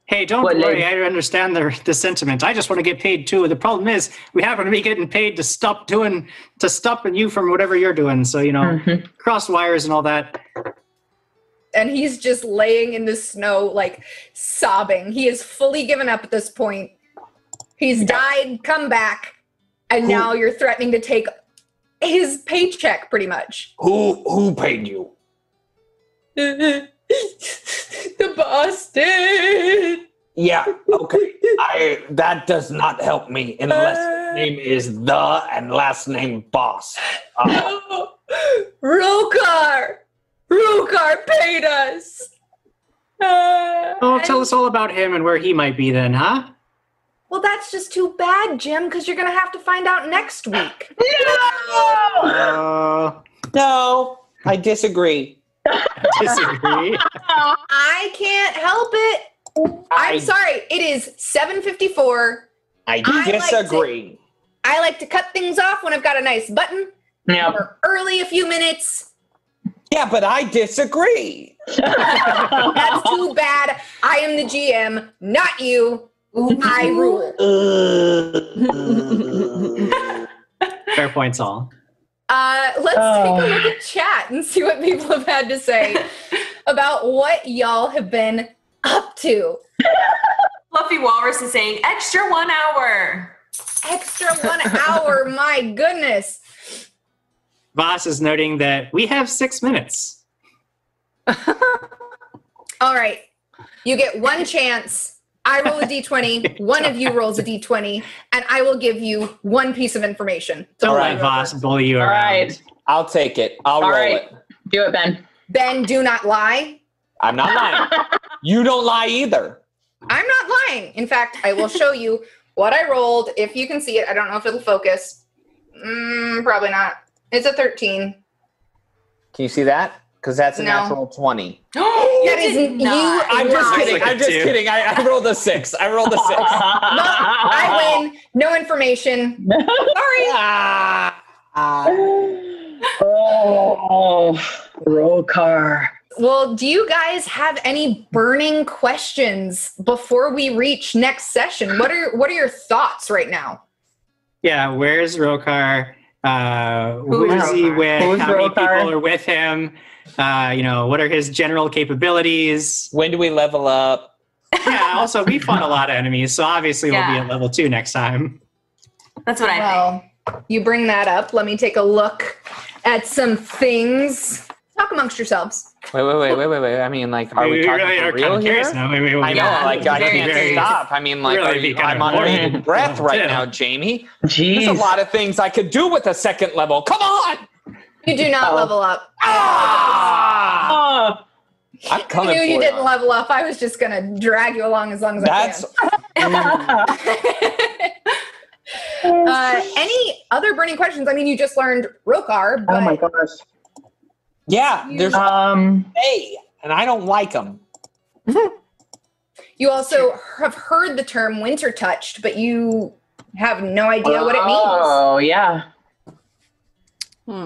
[SPEAKER 4] Hey, don't
[SPEAKER 7] What
[SPEAKER 4] worry.
[SPEAKER 7] lady?
[SPEAKER 4] I understand the, the sentiment. I just want to get paid too. The problem is, we happen to be getting paid to stop doing, to stop you from whatever you're doing. So, you know,
[SPEAKER 7] Mm-hmm.
[SPEAKER 4] cross wires and all that.
[SPEAKER 3] and he's just laying in the snow, like sobbing. He is fully given up at this point. He's died, come back, and now you're threatening to take his paycheck pretty much.
[SPEAKER 8] Who who paid you?
[SPEAKER 3] the boss did.
[SPEAKER 8] Yeah, okay. I that does not help me unless his name is the and last name boss. Uh,
[SPEAKER 3] Rokar! Rokar paid us! Uh,
[SPEAKER 4] Oh, tell us all about him and where he might be then, huh?
[SPEAKER 3] well, that's just too bad, Jim, because you're going to have to find out next week.
[SPEAKER 7] No!
[SPEAKER 4] Uh,
[SPEAKER 2] No, I disagree.
[SPEAKER 4] disagree.
[SPEAKER 3] I can't help it. I'm
[SPEAKER 2] I-
[SPEAKER 3] sorry. It is 7:54.
[SPEAKER 2] I
[SPEAKER 3] like to-
[SPEAKER 2] disagree.
[SPEAKER 3] I like to cut things off when I've got a nice button.
[SPEAKER 7] Yeah.
[SPEAKER 3] We're early a few minutes.
[SPEAKER 2] yeah, but I disagree.
[SPEAKER 3] That's too bad. I am the GM, not you. I rule.
[SPEAKER 4] Fair points all.
[SPEAKER 3] Uh, let's take a look at chat and see what people have had to say about what y'all have been up to.
[SPEAKER 6] Fluffy Walrus is saying extra one hour.
[SPEAKER 3] Extra one hour. My goodness.
[SPEAKER 4] Voss is noting that we have six minutes.
[SPEAKER 3] All right. You get one chance. I roll a d20. One of you rolls a d20, and I will give you one piece of information.
[SPEAKER 4] Don't
[SPEAKER 2] All
[SPEAKER 4] let
[SPEAKER 2] right.
[SPEAKER 4] Voss bully you
[SPEAKER 7] All
[SPEAKER 4] around.
[SPEAKER 7] right.
[SPEAKER 2] I'll take it. I'll
[SPEAKER 7] All
[SPEAKER 2] roll
[SPEAKER 7] right.
[SPEAKER 2] it.
[SPEAKER 7] Do it, Ben.
[SPEAKER 3] Ben, do not lie.
[SPEAKER 2] I'm not lying. you don't lie either.
[SPEAKER 3] I'm not lying. In fact, I will show you what I rolled. If you can see it, I don't know if it'll focus. Mm, probably not. It's a 13.
[SPEAKER 2] Can you see that? Because that's a
[SPEAKER 3] No.
[SPEAKER 2] natural 20.
[SPEAKER 6] you
[SPEAKER 3] That is
[SPEAKER 6] did
[SPEAKER 3] you.
[SPEAKER 6] not.
[SPEAKER 2] I'm just
[SPEAKER 3] lied.
[SPEAKER 2] kidding. I'm just
[SPEAKER 4] Two.
[SPEAKER 2] kidding. I, I rolled a six. I rolled a six.
[SPEAKER 3] No, I win. No information. Sorry.
[SPEAKER 2] ah, ah.
[SPEAKER 7] oh, roll car.
[SPEAKER 3] Well, do you guys have any burning questions before we reach next session? What are what are your thoughts right now?
[SPEAKER 4] Yeah, where's Rokar? Uh, who
[SPEAKER 6] is
[SPEAKER 4] is he
[SPEAKER 6] Rokar?
[SPEAKER 4] with?
[SPEAKER 7] Who's
[SPEAKER 4] How many
[SPEAKER 7] Rokar?
[SPEAKER 4] people are with him? Uh, you know, what are his general capabilities?
[SPEAKER 2] When do we level up?
[SPEAKER 4] yeah, also, we fought a lot of enemies, so obviously we'll
[SPEAKER 6] Yeah.
[SPEAKER 4] be at level two next time.
[SPEAKER 6] That's what I think.
[SPEAKER 3] Well, you bring that up. Let me take a look at some things. Talk amongst yourselves.
[SPEAKER 2] Wait, wait, wait, wait, wait, wait. I mean, like, are we, talking
[SPEAKER 4] really
[SPEAKER 2] for
[SPEAKER 4] are
[SPEAKER 2] real
[SPEAKER 4] kind of
[SPEAKER 2] here?
[SPEAKER 4] curious now. I mean,
[SPEAKER 2] I know,
[SPEAKER 6] Yeah,
[SPEAKER 2] like, I
[SPEAKER 6] very
[SPEAKER 2] can't
[SPEAKER 6] serious.
[SPEAKER 2] stop. I mean, like,
[SPEAKER 4] Really
[SPEAKER 2] are
[SPEAKER 4] be
[SPEAKER 2] you, I'm
[SPEAKER 4] kind of
[SPEAKER 2] on
[SPEAKER 4] boring.
[SPEAKER 2] bated breath right
[SPEAKER 4] Yeah.
[SPEAKER 2] now, Jamie. There's a
[SPEAKER 7] Jeez.
[SPEAKER 2] lot of things I could do with a second level. Come on!
[SPEAKER 3] You do
[SPEAKER 2] Oh.
[SPEAKER 3] not level up.
[SPEAKER 2] Ah!
[SPEAKER 7] Oh,
[SPEAKER 2] I'm
[SPEAKER 3] I
[SPEAKER 2] coming
[SPEAKER 3] knew
[SPEAKER 2] for
[SPEAKER 3] you
[SPEAKER 2] ya.
[SPEAKER 3] didn't level up. I was just gonna drag you along as long as
[SPEAKER 2] That's
[SPEAKER 3] I can. Uh, any other burning questions? I mean, you just learned Rokar, but
[SPEAKER 7] oh my gosh.
[SPEAKER 2] yeah. There's
[SPEAKER 7] Um,
[SPEAKER 2] A, and I don't like them.
[SPEAKER 3] you also have heard the term "winter touched," but you have no idea what it
[SPEAKER 2] Ah.
[SPEAKER 3] means.
[SPEAKER 7] Oh, yeah.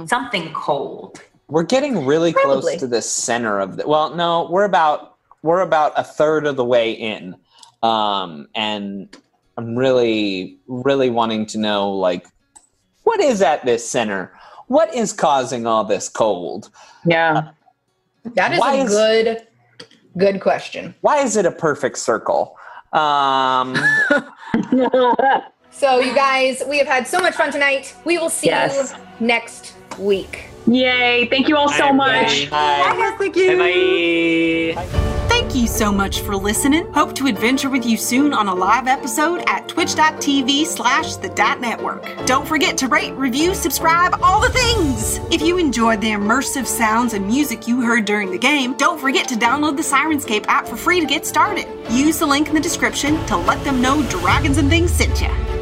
[SPEAKER 6] Something cold.
[SPEAKER 2] We're getting really
[SPEAKER 3] Probably.
[SPEAKER 2] close to the center of the. Well, no, we're about we're about a third of the way in, um, and I'm really really wanting to know like what is at this center. What is causing all this cold?
[SPEAKER 7] Yeah.
[SPEAKER 3] That is
[SPEAKER 2] Why
[SPEAKER 3] a
[SPEAKER 2] is-
[SPEAKER 3] good, good question.
[SPEAKER 2] Why is it a perfect circle? Um,
[SPEAKER 3] So, you guys, we have had so much fun tonight. We will see
[SPEAKER 7] Yes.
[SPEAKER 3] you next week.
[SPEAKER 7] Yay. Thank you all so much.
[SPEAKER 2] Bye.
[SPEAKER 5] Thank you.
[SPEAKER 4] Bye.
[SPEAKER 1] Thank you so much for listening. Hope to adventure with you soon on a live episode at twitch.tv slash the dot network. Don't forget to rate, review, subscribe, all the things! If you enjoyed the immersive sounds and music you heard during the game, don't forget to download the Sirenscape app for free to get started. Use the link in the description to let them know Dragons and Things sent you.